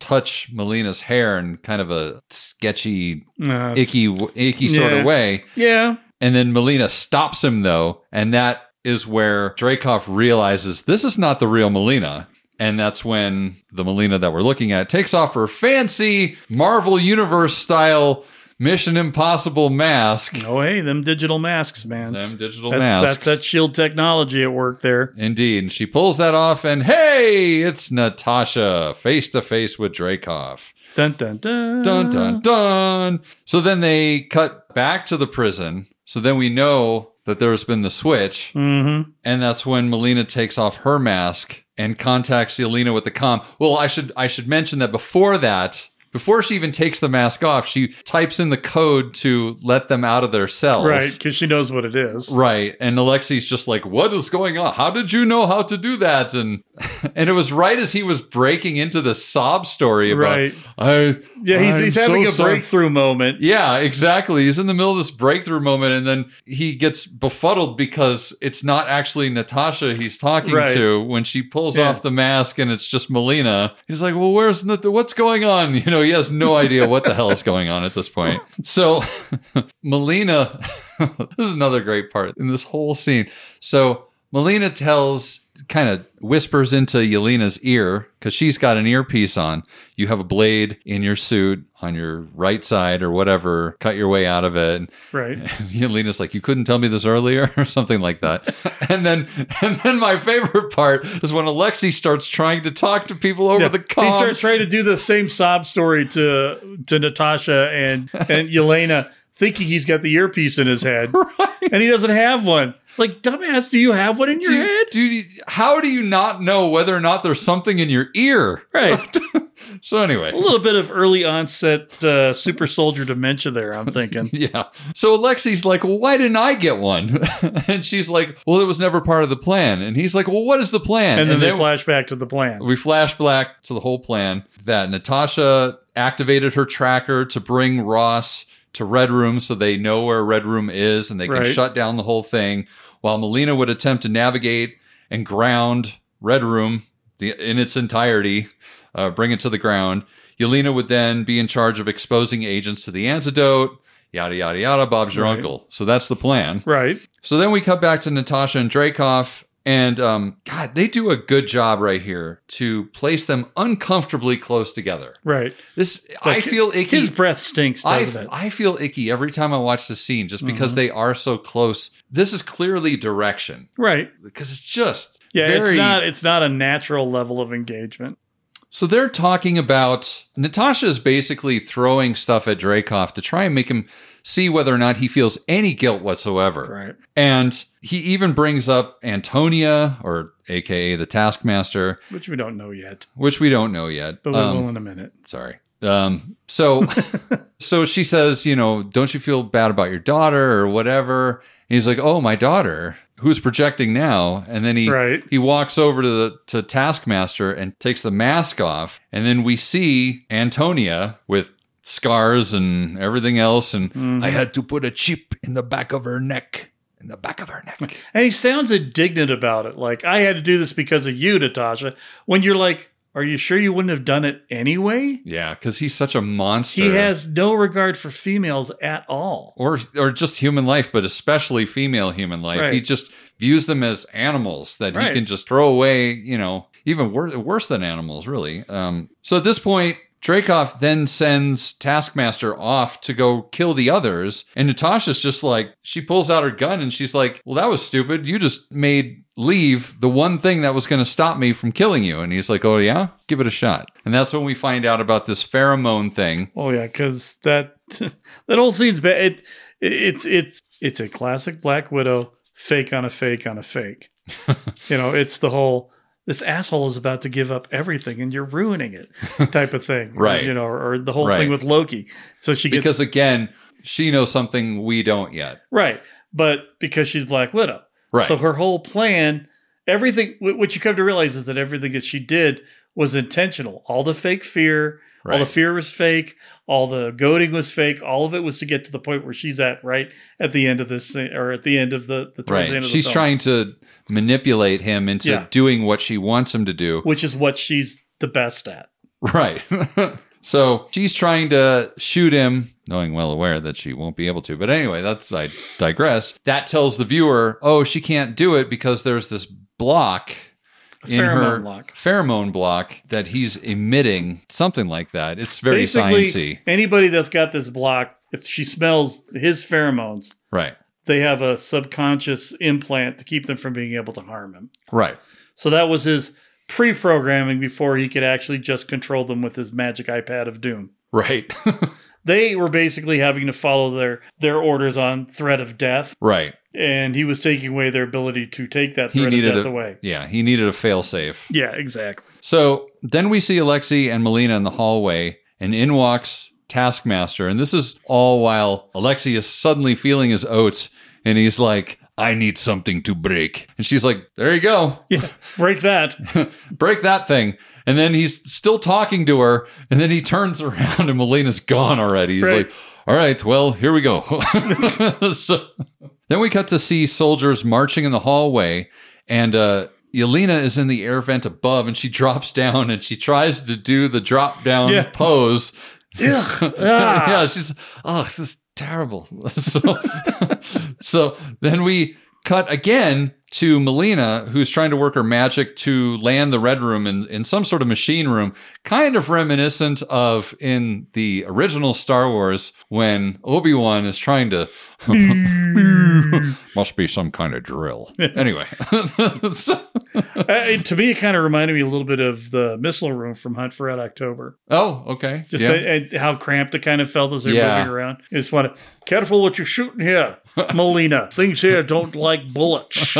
Speaker 1: touch Melina's hair in kind of a sketchy,
Speaker 11: Uh,
Speaker 1: icky, icky sort
Speaker 11: yeah.
Speaker 1: of way.
Speaker 11: Yeah.
Speaker 1: And then Melina stops him though, and that is where Dracoff realizes this is not the real Melina. And that's when the Melina that we're looking at takes off her fancy Marvel Universe style Mission Impossible mask.
Speaker 11: Oh, hey, them digital masks, man.
Speaker 1: Them digital
Speaker 11: that's,
Speaker 1: masks.
Speaker 11: That's that shield technology at work there.
Speaker 1: Indeed. And she pulls that off, and hey, it's Natasha face to face with Dracoff.
Speaker 11: Dun, dun, dun.
Speaker 1: Dun, dun,
Speaker 11: Mm.
Speaker 1: dun. So then they cut back to the prison. So then we know that there's been the switch.
Speaker 11: Mm-hmm.
Speaker 1: And that's when Melina takes off her mask and contacts Yelena with the com. Well, I should I should mention that before that, before she even takes the mask off, she types in the code to let them out of their cells.
Speaker 11: Right, because she knows what it is.
Speaker 1: Right. And Alexi's just like, what is going on? How did you know how to do that? And and it was right as he was breaking into the sob story about
Speaker 11: Right.
Speaker 1: I
Speaker 11: Yeah, he's,
Speaker 1: I'm
Speaker 11: he's having
Speaker 1: so
Speaker 11: a
Speaker 1: sorry."
Speaker 11: breakthrough moment.
Speaker 1: Yeah, exactly. He's in the middle of this breakthrough moment and then he gets befuddled because it's not actually Natasha he's talking
Speaker 11: Right.
Speaker 1: to when she pulls
Speaker 11: Yeah.
Speaker 1: off the mask and it's just Melina. He's like, "Well, where's Nat- what's going on?" You know, he has no idea what the hell is going on at this point. So, Melina this is another great part in this whole scene. So, Melina tells kind of whispers into Yelena's ear because she's got an earpiece on. You have a blade in your suit on your right side or whatever. Cut your way out of it. And
Speaker 11: Right.
Speaker 1: Yelena's like, "You couldn't tell me this earlier," or something like that. and then, and then my favorite part is when Alexi starts trying to talk to people over
Speaker 11: Yeah,
Speaker 1: the comms.
Speaker 11: He starts trying to do the same sob story to to Natasha and and Yelena, thinking he's got the earpiece in his head, and he doesn't have one. It's like, dumbass, do you have one in your
Speaker 1: Do you-
Speaker 11: head?
Speaker 1: do you- how do you not know whether or not there's something in your ear?
Speaker 11: Right.
Speaker 1: So anyway,
Speaker 11: a little bit of early onset uh, super soldier dementia there. I'm thinking.
Speaker 1: Yeah. So Alexi's like, well, why didn't I get one? and she's like, well, it was never part of the plan. And he's like, well, what is the plan?
Speaker 11: And then they flash back to the plan.
Speaker 1: we flash back to the whole plan that Natasha activated her tracker to bring Ross to Red Room so they know where Red Room is and they can
Speaker 11: Right.
Speaker 1: shut down the whole thing while Melina would attempt to navigate and ground Red Room the, in its entirety, uh, bring it to the ground. Yelena would then be in charge of exposing agents to the antidote, yada, yada, yada. Bob's your
Speaker 11: Right.
Speaker 1: uncle. So that's the plan.
Speaker 11: Right.
Speaker 1: So then we cut back to Natasha and Dracoff, and um, God, they do a good job right here to place them uncomfortably close together.
Speaker 11: Right.
Speaker 1: This I
Speaker 11: Like,
Speaker 1: feel icky.
Speaker 11: His breath stinks,
Speaker 1: I,
Speaker 11: doesn't it?
Speaker 1: I feel icky every time I watch the scene just because
Speaker 11: Mm-hmm.
Speaker 1: they are so close. This is clearly direction
Speaker 11: right.
Speaker 1: because it's just
Speaker 11: Yeah,
Speaker 1: very,
Speaker 11: it's not it's not a natural level of engagement.
Speaker 1: So they're talking about Natasha's basically throwing stuff at Dracoff to try and make him see whether or not he feels any guilt whatsoever.
Speaker 11: Right.
Speaker 1: And he even brings up Antonia, or AKA the Taskmaster,
Speaker 11: Which we don't know yet.
Speaker 1: which we don't know yet.
Speaker 11: But we
Speaker 1: Um,
Speaker 11: will in a minute.
Speaker 1: sorry. Um, so, so she says, you know, don't you feel bad about your daughter or whatever? And he's like, oh, my daughter. who's projecting now, and then he
Speaker 11: Right.
Speaker 1: he walks over to the to Taskmaster and takes the mask off, and then we see Antonia with scars and everything else, and I had to put a chip in the back of her neck, in the back of her neck.
Speaker 11: And he sounds indignant about it. Like, I had to do this because of you, Natasha. When you're like, are you sure you wouldn't have done it anyway?
Speaker 1: Yeah, because he's such a monster.
Speaker 11: He has no regard for females at all.
Speaker 1: or or just human life, but especially female human life.
Speaker 11: Right.
Speaker 1: He just views them as animals that he
Speaker 11: Right.
Speaker 1: can just throw away. You know, even wor- worse than animals, really. Um, so at this point. Dracoff then sends Taskmaster off to go kill the others. And Natasha's just like, she pulls out her gun and she's like, Well, that was stupid. You just made leave the one thing that was going to stop me from killing you. And he's like, Oh, yeah? Give it a shot. And that's when we find out about this pheromone thing.
Speaker 11: Oh yeah, because that that whole scene's bad. It, it's it's it's a classic Black Widow fake on a fake on a fake. you know, it's the whole this asshole is about to give up everything and you're ruining it type of thing,
Speaker 1: Right.
Speaker 11: You know, or, or the whole
Speaker 1: Right.
Speaker 11: thing with Loki. So she gets
Speaker 1: Because again, she knows something we don't yet.
Speaker 11: Right. But because she's Black Widow.
Speaker 1: Right.
Speaker 11: So her whole plan, everything, wh- what you come to realize is that everything that she did was intentional. All the fake fear, all the
Speaker 1: Right.
Speaker 11: fear was fake, all the goading was fake, all of it was to get to the point where she's at right at the end of this, thing- or at the end of the, the towards the
Speaker 1: Right.
Speaker 11: end of
Speaker 1: She's
Speaker 11: the film,
Speaker 1: trying to manipulate him into
Speaker 11: Yeah.
Speaker 1: doing what she wants him to do.
Speaker 11: which is what she's the best at.
Speaker 1: Right. so she's trying to shoot him, knowing well aware that she won't be able to. But anyway, that's I digress. That tells the viewer, oh, she can't do it because there's this block in her
Speaker 11: Pheromone block.
Speaker 1: pheromone block that he's emitting, something like that. It's very
Speaker 11: Basically,
Speaker 1: sciencey.
Speaker 11: anybody that's got this block, if she smells his pheromones,
Speaker 1: Right.
Speaker 11: they have a subconscious implant to keep them from being able to harm him.
Speaker 1: Right.
Speaker 11: So that was his pre programming before he could actually just control them with his magic iPad of doom.
Speaker 1: Right.
Speaker 11: They were basically having to follow their, their orders on threat of death,
Speaker 1: right.
Speaker 11: and he was taking away their ability to take that
Speaker 1: He
Speaker 11: threat of
Speaker 1: needed
Speaker 11: death
Speaker 1: a
Speaker 11: away.
Speaker 1: yeah. He needed a failsafe.
Speaker 11: Yeah, exactly.
Speaker 1: So then we see Alexei and Melina in the hallway, and in walks Taskmaster. And this is all while Alexei is suddenly feeling his oats, and he's like, I need something to break. And she's like, There you go.
Speaker 11: Break that.
Speaker 1: break that thing. And then he's still talking to her, and then he turns around, and Melina's gone already. He's
Speaker 11: Right.
Speaker 1: like, All right, well, here we go. so, then we cut to see soldiers marching in the hallway, and uh, Yelena is in the air vent above, and she drops down and she tries to do the drop down
Speaker 11: Yeah.
Speaker 1: pose.
Speaker 11: Ugh. Ah.
Speaker 1: yeah, she's oh, this is terrible. So, so then we cut again to Melina, who's trying to work her magic to land the red room in, in some sort of machine room, kind of reminiscent of in the original Star Wars when Obi Wan is trying to. Must be some kind of drill. Anyway, So-
Speaker 11: Uh, to me, it kind of reminded me a little bit of the missile room from Hunt for Red October.
Speaker 1: oh, okay.
Speaker 11: Just
Speaker 1: Yeah.
Speaker 11: uh, uh, how cramped it kind of felt as they're
Speaker 1: Yeah.
Speaker 11: moving around. I just want to careful what you're shooting here, Melina. Things here don't like bullets.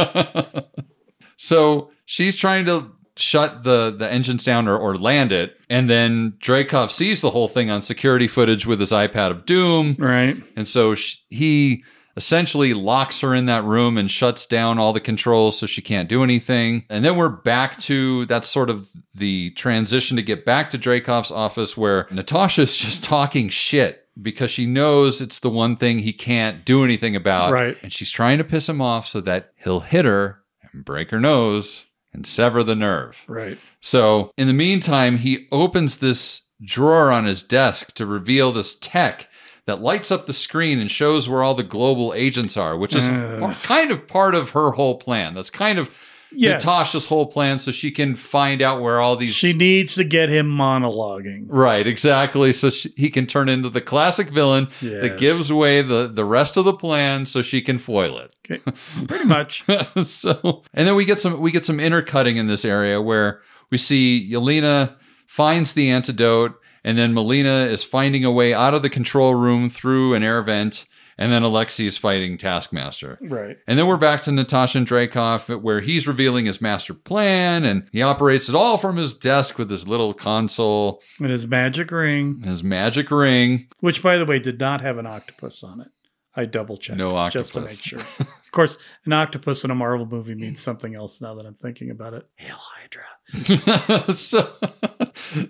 Speaker 1: So she's trying to shut the the engines down or, or land it, and then Dracov sees the whole thing on security footage with his iPad of doom,
Speaker 11: right.
Speaker 1: and so sh he essentially locks her in that room and shuts down all the controls so she can't do anything. And then we're back to that's sort of the transition to get back to Dracov's office where Natasha's just talking shit because she knows it's the one thing he can't do anything about.
Speaker 11: Right.
Speaker 1: And she's trying to piss him off so that he'll hit her and break her nose and sever the nerve.
Speaker 11: Right.
Speaker 1: So, in the meantime, he opens this drawer on his desk to reveal this tech that lights up the screen and shows where all the global agents are, which is
Speaker 11: Ugh.
Speaker 1: par- kind of part of her whole plan. That's kind of
Speaker 11: Yes.
Speaker 1: Natasha's whole plan so she can find out where all these.
Speaker 11: She needs to get him monologuing.
Speaker 1: Right, exactly. So she, he can turn into the classic villain that
Speaker 11: Yes.
Speaker 1: gives away the, the rest of the plan so she can foil it.
Speaker 11: Pretty much.
Speaker 1: so and then we get some we get some intercutting in this area where we see Yelena finds the antidote and then Melina is finding a way out of the control room through an air vent and then Alexei is fighting Taskmaster.
Speaker 11: right.
Speaker 1: And then we're back to Natasha and Dracoff, where he's revealing his master plan, and he operates it all from his desk with his little console,
Speaker 11: And his magic ring,
Speaker 1: his magic ring.
Speaker 11: which by the way did not have an octopus on it. I double checked
Speaker 1: No
Speaker 11: just to
Speaker 1: octopus.
Speaker 11: make sure. of course, an octopus in a Marvel movie means something else now that I'm thinking about it. Hail Hydra.
Speaker 1: so,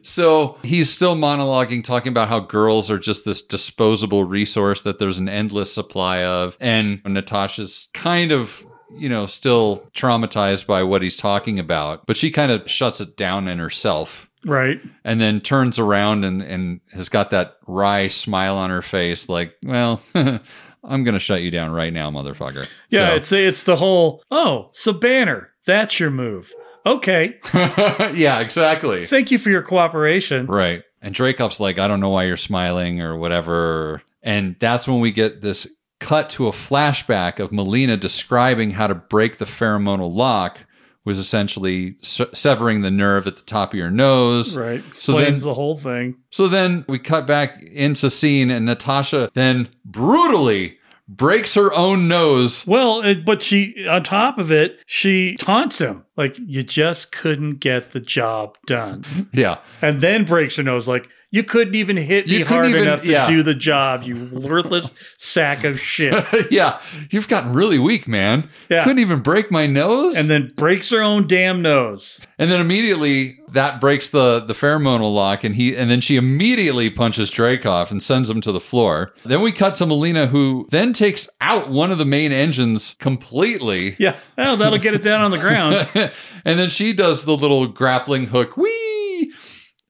Speaker 1: so he's still monologuing, talking about how girls are just this disposable resource that there's an endless supply of. And Natasha's kind of, you know, still traumatized by what he's talking about, but she kind of shuts it down in herself
Speaker 11: Right.
Speaker 1: and then turns around and, and has got that wry smile on her face, like, well, I'm going to shut you down right now, motherfucker.
Speaker 11: Yeah,
Speaker 1: So-
Speaker 11: it's it's the whole, oh, so Banner, that's your move. Okay.
Speaker 1: yeah, exactly.
Speaker 11: Thank you for your cooperation.
Speaker 1: Right. And Dracov's like, I don't know why you're smiling or whatever. And that's when we get this cut to a flashback of Melina describing how to break the pheromonal lock, was essentially se- severing the nerve at the top of your nose.
Speaker 11: Right. Explains
Speaker 1: So then,
Speaker 11: the whole thing.
Speaker 1: so then we cut back into scene, and Natasha then brutally breaks her own nose.
Speaker 11: Well, it, but she, on top of it, she taunts him like, "You just couldn't get the job done,"
Speaker 1: Yeah.
Speaker 11: and then breaks her nose like, "You couldn't even hit
Speaker 1: You
Speaker 11: me
Speaker 1: couldn't
Speaker 11: hard
Speaker 1: even-
Speaker 11: enough to
Speaker 1: yeah.
Speaker 11: do the job, you worthless sack of shit."
Speaker 1: yeah. You've gotten really weak, man.
Speaker 11: Yeah.
Speaker 1: Couldn't even break my nose.
Speaker 11: And then breaks her own damn nose.
Speaker 1: And then immediately that breaks the the pheromonal lock, and he and then she immediately punches Dracoff and sends him to the floor. Then we cut to Melina, who then takes out one of the main engines completely,
Speaker 11: Yeah, oh, that'll get it down on the ground.
Speaker 1: and then she does the little grappling hook, wee,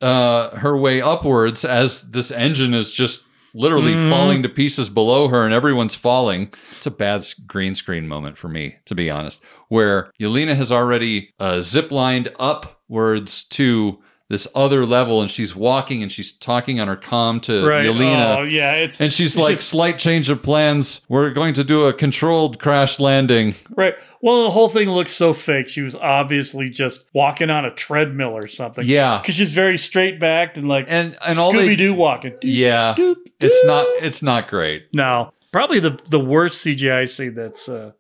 Speaker 1: uh, her way upwards as this engine is just literally
Speaker 11: Mhm.
Speaker 1: falling to pieces below her, and everyone's falling. It's a bad s- green screen moment for me, to be honest, where Yelena has already uh, ziplined upwards to this other level, and she's walking and she's talking on her comm to
Speaker 11: Right.
Speaker 1: Yelena.
Speaker 11: Oh, yeah. It's
Speaker 1: And she's
Speaker 11: you
Speaker 1: like,
Speaker 11: should-
Speaker 1: slight change of plans. We're going to do a controlled crash landing.
Speaker 11: right. Well, the whole thing looks so fake. She was obviously just walking on a treadmill or something.
Speaker 1: Yeah.
Speaker 11: because she's very straight backed and like
Speaker 1: And and all they
Speaker 11: Scooby Doo walking.
Speaker 1: Yeah. It's not it's not great.
Speaker 11: No, probably the the worst CGI scene that's uh,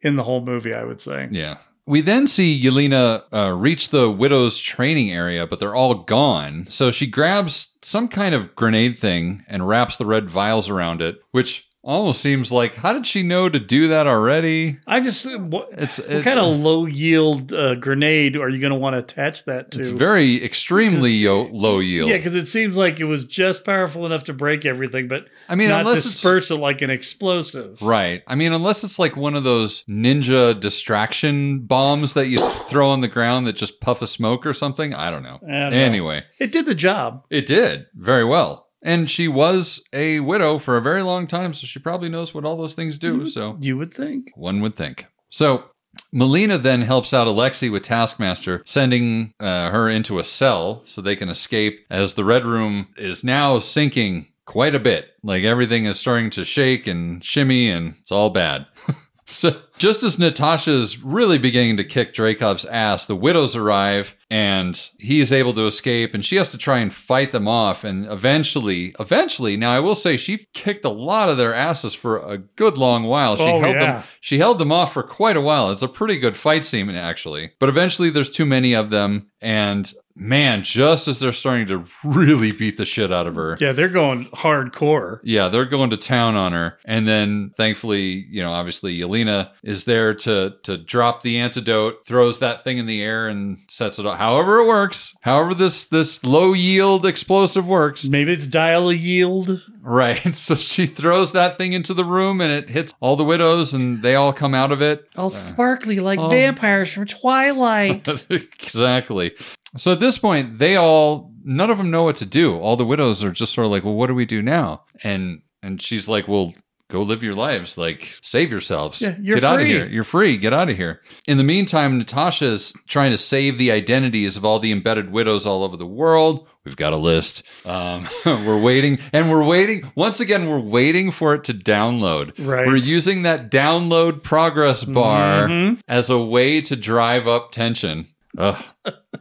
Speaker 11: in the whole movie. I would say.
Speaker 1: Yeah. We then see Yelena uh, reach the widow's training area, but they're all gone. So she grabs some kind of grenade thing and wraps the red vials around it, which almost seems like how did she know to do that already?
Speaker 11: I just uh, what,
Speaker 1: It's
Speaker 11: what kind of low yield uh, grenade are you going to want to attach that to?
Speaker 1: it's very extremely yo- low yield.
Speaker 11: yeah, because it seems like it was just powerful enough to break everything, but
Speaker 1: I mean,
Speaker 11: not
Speaker 1: unless it's-
Speaker 11: disperse it like an explosive.
Speaker 1: Right. I mean, unless it's like one of those ninja distraction bombs that you throw on the ground that just puff a smoke or something. I don't know.
Speaker 11: I don't know.
Speaker 1: Anyway,
Speaker 11: It did the job.
Speaker 1: It did very well. And she was a widow for a very long time, so she probably knows what all those things do. So
Speaker 11: You would think.
Speaker 1: one would think. So Melina then helps out Alexei with Taskmaster, sending uh, her into a cell so they can escape, as the Red Room is now sinking quite a bit. Like everything is starting to shake and shimmy, and it's all bad. So just as Natasha's really beginning to kick Dracov's ass, the widows arrive and he is able to escape and she has to try and fight them off and eventually eventually now I will say she kicked a lot of their asses for a good long while. She
Speaker 11: Oh,
Speaker 1: held
Speaker 11: yeah.
Speaker 1: them she held them off for quite a while. It's a pretty good fight scene actually. But eventually there's too many of them and man, just as they're starting to really beat the shit out of her.
Speaker 11: Yeah, they're going hardcore.
Speaker 1: Yeah, they're going to town on her. And then thankfully, you know, obviously Yelena is there to to drop the antidote, throws that thing in the air and sets it up. However it works, however this this low yield explosive works.
Speaker 11: Maybe it's dial a yield.
Speaker 1: Right. So she throws that thing into the room and it hits all the widows and they all come out of it.
Speaker 11: All sparkly like
Speaker 1: Oh.
Speaker 11: vampires from Twilight.
Speaker 1: exactly. So at this point, they all none of them know what to do. All the widows are just sort of like, "Well, what do we do now?" And and she's like, "Well, go live your lives. Like, save yourselves.
Speaker 11: Yeah, you're
Speaker 1: Get out of
Speaker 11: free.
Speaker 1: here. You're free. Get out of here." In the meantime, Natasha is trying to save the identities of all the embedded widows all over the world. We've got a list. Um, we're waiting, and we're waiting. Once again, we're waiting for it to download.
Speaker 11: Right.
Speaker 1: We're using that download progress bar
Speaker 11: Mhm.
Speaker 1: as a way to drive up tension. Ugh.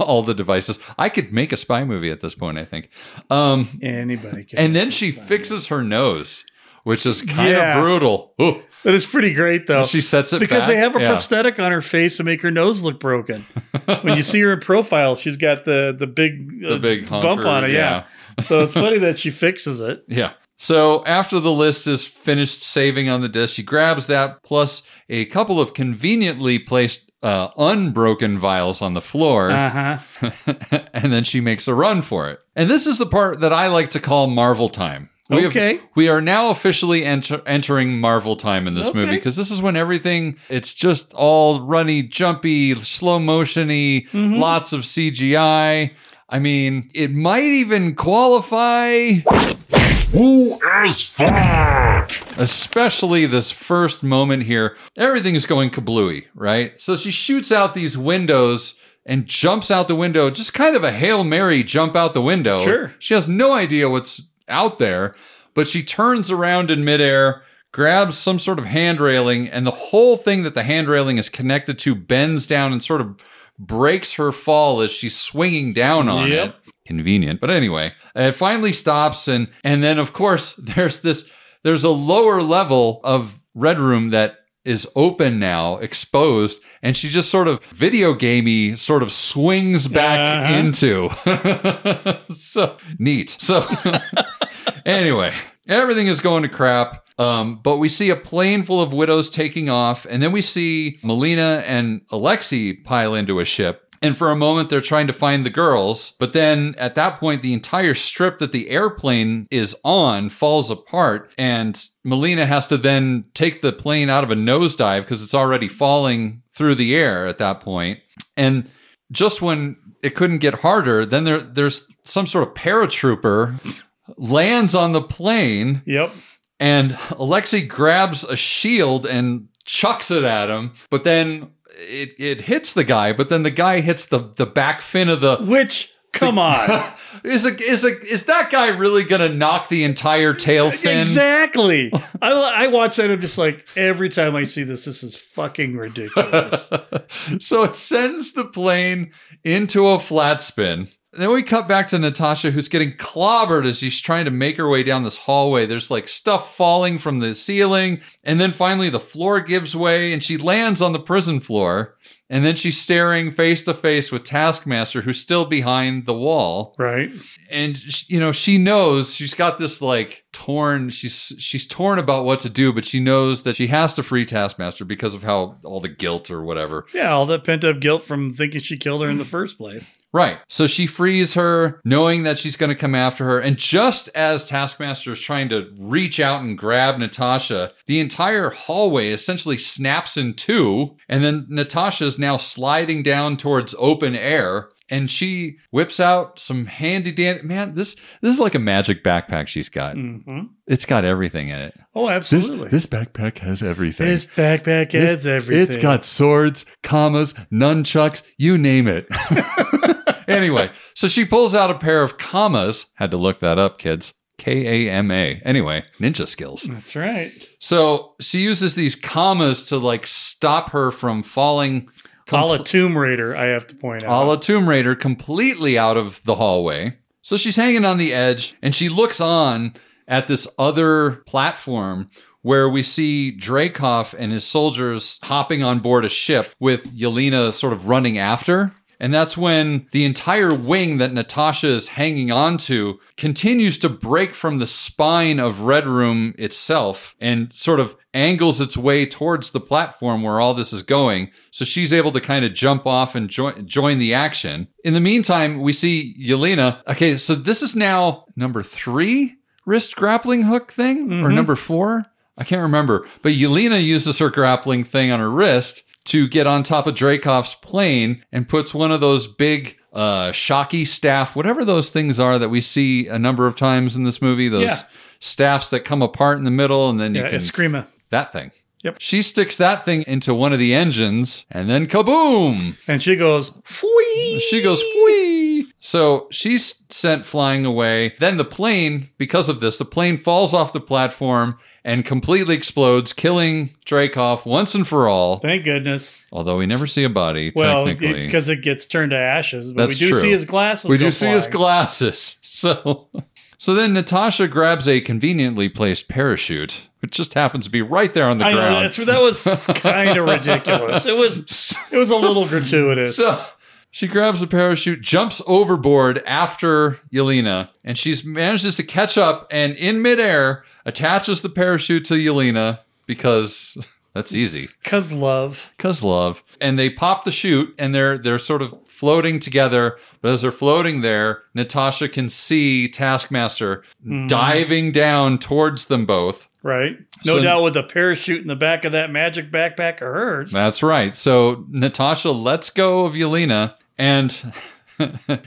Speaker 1: All the devices. I could make a spy movie at this point, I think. Um,
Speaker 11: Anybody can.
Speaker 1: and then she fixes her nose, which is kind
Speaker 11: Yeah.
Speaker 1: of brutal. Ooh.
Speaker 11: That is pretty great though.
Speaker 1: And she sets it
Speaker 11: because they
Speaker 1: back?
Speaker 11: have a
Speaker 1: Yeah.
Speaker 11: prosthetic on her face to make her nose look broken. when you see her in profile, she's got the the big uh,
Speaker 1: The big
Speaker 11: bump
Speaker 1: honker,
Speaker 11: on it. Yeah. so it's funny that she fixes it.
Speaker 1: Yeah. So after the list is finished saving on the disk, she grabs that plus a couple of conveniently placed uh, unbroken vials on the floor.
Speaker 11: Uh-huh.
Speaker 1: and then she makes a run for it. And this is the part that I like to call Marvel time. We have-
Speaker 11: Okay.
Speaker 1: we are now officially enter- entering Marvel time in this
Speaker 11: Okay.
Speaker 1: movie because this is when everything it's just all runny, jumpy, slow motiony,
Speaker 11: Mhm.
Speaker 1: lots of CGI. I mean, it might even qualify. Who is fuck? Especially this first moment here. Everything is going kablooey, right? So she shoots out these windows and jumps out the window, just kind of a Hail Mary jump out the window.
Speaker 11: Sure.
Speaker 1: She has no idea what's out there, but she turns around in midair, grabs some sort of hand railing, and the whole thing that the hand railing is connected to bends down and sort of breaks her fall as she's swinging down on
Speaker 11: Yep.
Speaker 1: it. Convenient, but anyway, it finally stops, and and then of course there's this there's a lower level of red room that is open now, exposed, and she just sort of video gamey sort of swings back
Speaker 11: Uh-huh.
Speaker 1: into. so neat. So anyway, everything is going to crap. Um, but we see a plane full of widows taking off, and then we see Melina and Alexei pile into a ship. And for a moment, they're trying to find the girls. But then at that point, the entire strip that the airplane is on falls apart. And Melina has to then take the plane out of a nosedive because it's already falling through the air at that point. And just when it couldn't get harder, then there, there's some sort of paratrooper lands on the plane.
Speaker 11: Yep.
Speaker 1: And Alexei grabs a shield and chucks it at him, but then it, it hits the guy, but then the guy hits the, the back fin of the
Speaker 11: Which, come on.
Speaker 1: is a, is a, is that guy really gonna knock the entire tail fin?
Speaker 11: Exactly. I, I watch that. I'm just like, every time I see this, this is fucking ridiculous.
Speaker 1: so it sends the plane into a flat spin. Then we cut back to Natasha, who's getting clobbered as she's trying to make her way down this hallway. There's like stuff falling from the ceiling. And then finally, the floor gives way and she lands on the prison floor. And then she's staring face to face with Taskmaster, who's still behind the wall.
Speaker 11: right?
Speaker 1: And, sh- you know, she knows she's got this like torn, she's, she's torn about what to do, but she knows that she has to free Taskmaster because of how all the guilt or whatever.
Speaker 11: Yeah, all that pent up guilt from thinking she killed her in the first place.
Speaker 1: Right. So she frees her, knowing that she's going to come after her. And just as Taskmaster is trying to reach out and grab Natasha, the entire hallway essentially snaps in two. And then Natasha is now sliding down towards open air. And she whips out some handy dandy. Man, this this is like a magic backpack she's got.
Speaker 11: Mm-hmm.
Speaker 1: It's got everything in it.
Speaker 11: Oh, absolutely.
Speaker 1: This, this backpack has everything.
Speaker 11: This backpack
Speaker 1: This-
Speaker 11: has everything.
Speaker 1: It's got swords, commas, nunchucks, you name it. anyway, so she pulls out a pair of commas. Had to look that up, kids. K A M A. Anyway, ninja skills.
Speaker 11: That's right.
Speaker 1: So she uses these commas to like stop her from falling.
Speaker 11: All a Tomb Raider, I have to point
Speaker 1: a
Speaker 11: out.
Speaker 1: la Tomb Raider completely out of the hallway. So she's hanging on the edge and she looks on at this other platform where we see Dracoff and his soldiers hopping on board a ship with Yelena sort of running after. And that's when the entire wing that Natasha is hanging onto continues to break from the spine of Red Room itself and sort of angles its way towards the platform where all this is going. So she's able to kind of jump off and join join the action. In the meantime, we see Yelena. Okay, so this is now number three wrist grappling hook thing or
Speaker 11: Mhm.
Speaker 1: number four? I can't remember. But Yelena uses her grappling thing on her wrist to get on top of Dracoff's plane and puts one of those big uh shocky staff, whatever those things are that we see a number of times in this movie, those
Speaker 11: Yeah.
Speaker 1: staffs that come apart in the middle and then
Speaker 11: yeah,
Speaker 1: you can
Speaker 11: Eskrima.
Speaker 1: that thing.
Speaker 11: Yep.
Speaker 1: She sticks that thing into one of the engines and then kaboom!
Speaker 11: And she goes, Fwee!
Speaker 1: She goes, Whee! So she's sent flying away. Then the plane, because of this, the plane falls off the platform and completely explodes, killing Dracoff once and for all.
Speaker 11: Thank goodness.
Speaker 1: Although we never see a body,
Speaker 11: Well,
Speaker 1: technically.
Speaker 11: it's because it gets turned to ashes, but
Speaker 1: That's
Speaker 11: we do
Speaker 1: true.
Speaker 11: see his glasses.
Speaker 1: we
Speaker 11: go
Speaker 1: do see his
Speaker 11: flying.
Speaker 1: glasses. So. So then Natasha grabs a conveniently placed parachute, which just happens to be right there on the
Speaker 11: I know,
Speaker 1: ground.
Speaker 11: that's, that was kind of ridiculous. It was, it was a little gratuitous.
Speaker 1: So She grabs the parachute, jumps overboard after Yelena, and she manages to catch up and in midair attaches the parachute to Yelena because that's easy.
Speaker 11: Cause love.
Speaker 1: Cause love. And they pop the chute and they're they're sort of floating together, but as they're floating there, Natasha can see Taskmaster
Speaker 11: Mhm.
Speaker 1: diving down towards them both.
Speaker 11: Right. No
Speaker 1: So-
Speaker 11: doubt with a parachute in the back of that magic backpack of hers.
Speaker 1: That's right. So Natasha lets go of Yelena, and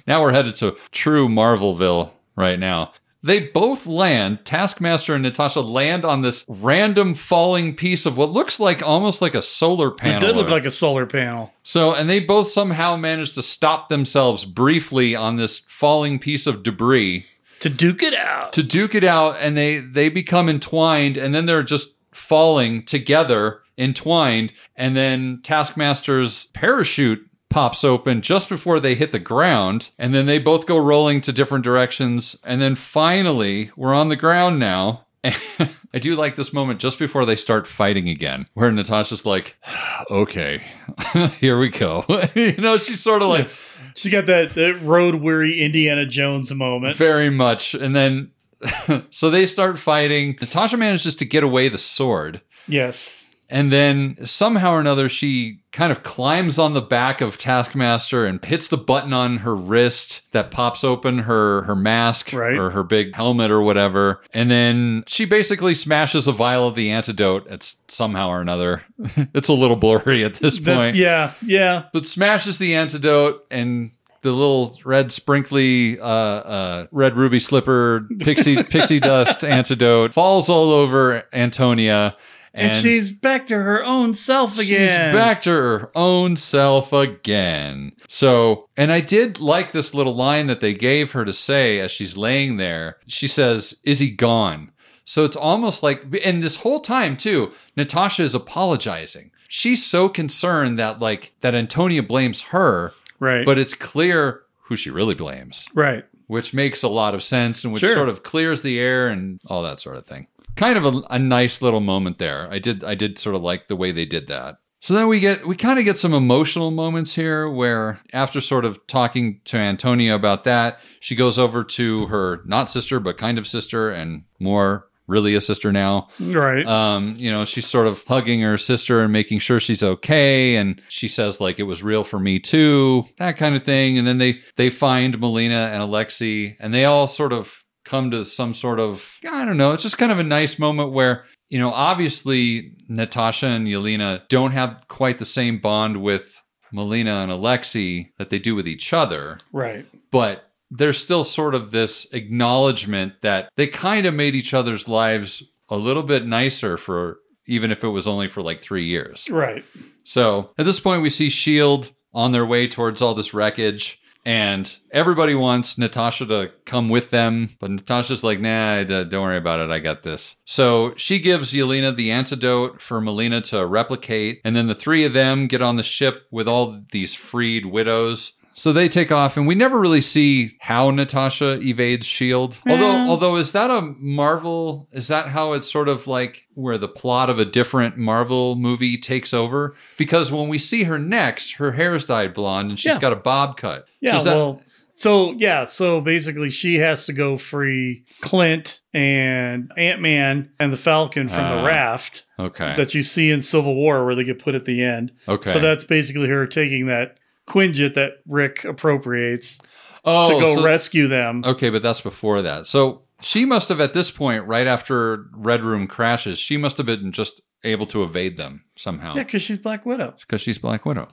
Speaker 1: now we're headed to true Marvelville right now. They both land, Taskmaster and Natasha land on this random falling piece of what looks like almost like a solar panel.
Speaker 11: it did look
Speaker 1: or-
Speaker 11: like a solar panel.
Speaker 1: so, and they both somehow managed to stop themselves briefly on this falling piece of debris
Speaker 11: to duke it out.
Speaker 1: To duke it out, and they they become entwined, and then they're just falling together, entwined, and then Taskmaster's parachute pops open just before they hit the ground, and then they both go rolling to different directions, and then finally we're on the ground now. I do like this moment just before they start fighting again, where Natasha's like, okay, here we go. you know, she's sort of like,
Speaker 11: She got that, that road weary Indiana Jones moment.
Speaker 1: Very much. And then, so they start fighting. Natasha manages to get away the sword.
Speaker 11: Yes.
Speaker 1: And then somehow or another, she kind of climbs on the back of Taskmaster and hits the button on her wrist that pops open her, her mask or her big helmet or whatever. And then she basically smashes a vial of the antidote. It's somehow or another. it's a little blurry at this
Speaker 11: That-
Speaker 1: point.
Speaker 11: yeah, yeah.
Speaker 1: But smashes the antidote and the little red sprinkly uh, uh, red ruby slipper pixie pixie dust antidote falls all over Antonia.
Speaker 11: And, she's back to her own self again.
Speaker 1: She's back to her own self again. So, and I did like this little line that they gave her to say as she's laying there. She says, Is he gone? So it's almost like, and this whole time too, Natasha is apologizing. She's so concerned that, like, that Antonia blames her.
Speaker 11: Right.
Speaker 1: But it's clear who she really blames,
Speaker 11: Right.
Speaker 1: which makes a lot of sense and which
Speaker 11: Sure.
Speaker 1: sort of clears the air and all that sort of thing. Kind of a, a nice little moment there. I did I did sort of like the way they did that. So then we get we kind of get some emotional moments here where after sort of talking to Antonia about that, she goes over to her not sister but kind of sister and more really a sister now.
Speaker 11: Right.
Speaker 1: Um, you know, she's sort of hugging her sister and making sure she's okay and she says like it was real for me too, that kind of thing. And then they they find Melina and Alexi and they all sort of come to some sort of I don't know, it's just kind of a nice moment where you know, obviously Natasha and Yelena don't have quite the same bond with Melina and Alexi that they do with each other
Speaker 11: Right.
Speaker 1: but there's still sort of this acknowledgement that they kind of made each other's lives a little bit nicer for even if it was only for like three years.
Speaker 11: Right.
Speaker 1: So at this point, we see S.H.I.E.L.D. E on their way towards all this wreckage. And everybody wants Natasha to come with them, but Natasha's like, nah, d- don't worry about it. I got this. So she gives Yelena the antidote for Melina to replicate. And then the three of them get on the ship with all these freed widows. So they take off, and we never really see how Natasha evades Shield. E Although,
Speaker 11: Yeah.
Speaker 1: although is that a Marvel? Is that how it's sort of like where the plot of a different Marvel movie takes over? Because when we see her next, her hair is dyed blonde, and she's
Speaker 11: Yeah.
Speaker 1: got a bob cut.
Speaker 11: Yeah.
Speaker 1: so is that-
Speaker 11: well, so yeah. So basically, she has to go free Clint and Ant Man and the Falcon from
Speaker 1: Ah,
Speaker 11: the raft
Speaker 1: okay.
Speaker 11: that you see in Civil War where they get put at the end.
Speaker 1: Okay.
Speaker 11: So that's basically her taking that Quinjet that Rick appropriates
Speaker 1: Oh,
Speaker 11: to go
Speaker 1: so- Oh.
Speaker 11: rescue them.
Speaker 1: Okay, but that's before that. So she must have, at this point, right after Red Room crashes, she must have been just able to evade them somehow.
Speaker 11: Yeah, because she's Black Widow.
Speaker 1: because she's Black Widow.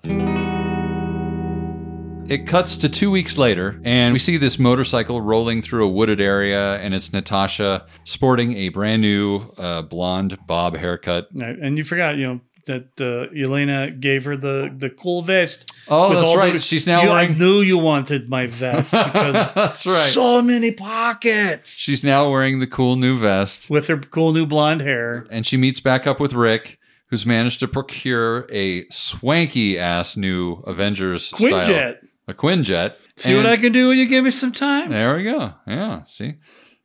Speaker 1: It cuts to two weeks later, and we see this motorcycle rolling through a wooded area, and it's Natasha sporting a brand new uh, blonde bob haircut.
Speaker 11: Right. And you forgot, you know, that uh, Elena gave her the the cool vest.
Speaker 1: Oh,
Speaker 11: with
Speaker 1: that's
Speaker 11: all the-
Speaker 1: right. She's now
Speaker 11: You- I
Speaker 1: wearing-
Speaker 11: knew you wanted my vest because
Speaker 1: that's right.
Speaker 11: So many pockets
Speaker 1: She's now wearing the cool new vest,
Speaker 11: with her cool new blonde hair.
Speaker 1: and she meets back up with Rick, who's managed to procure a swanky ass new Avengers style
Speaker 11: Quinjet.
Speaker 1: a Quinjet.
Speaker 11: See what I can do when you give me some time.
Speaker 1: There we go. Yeah. See?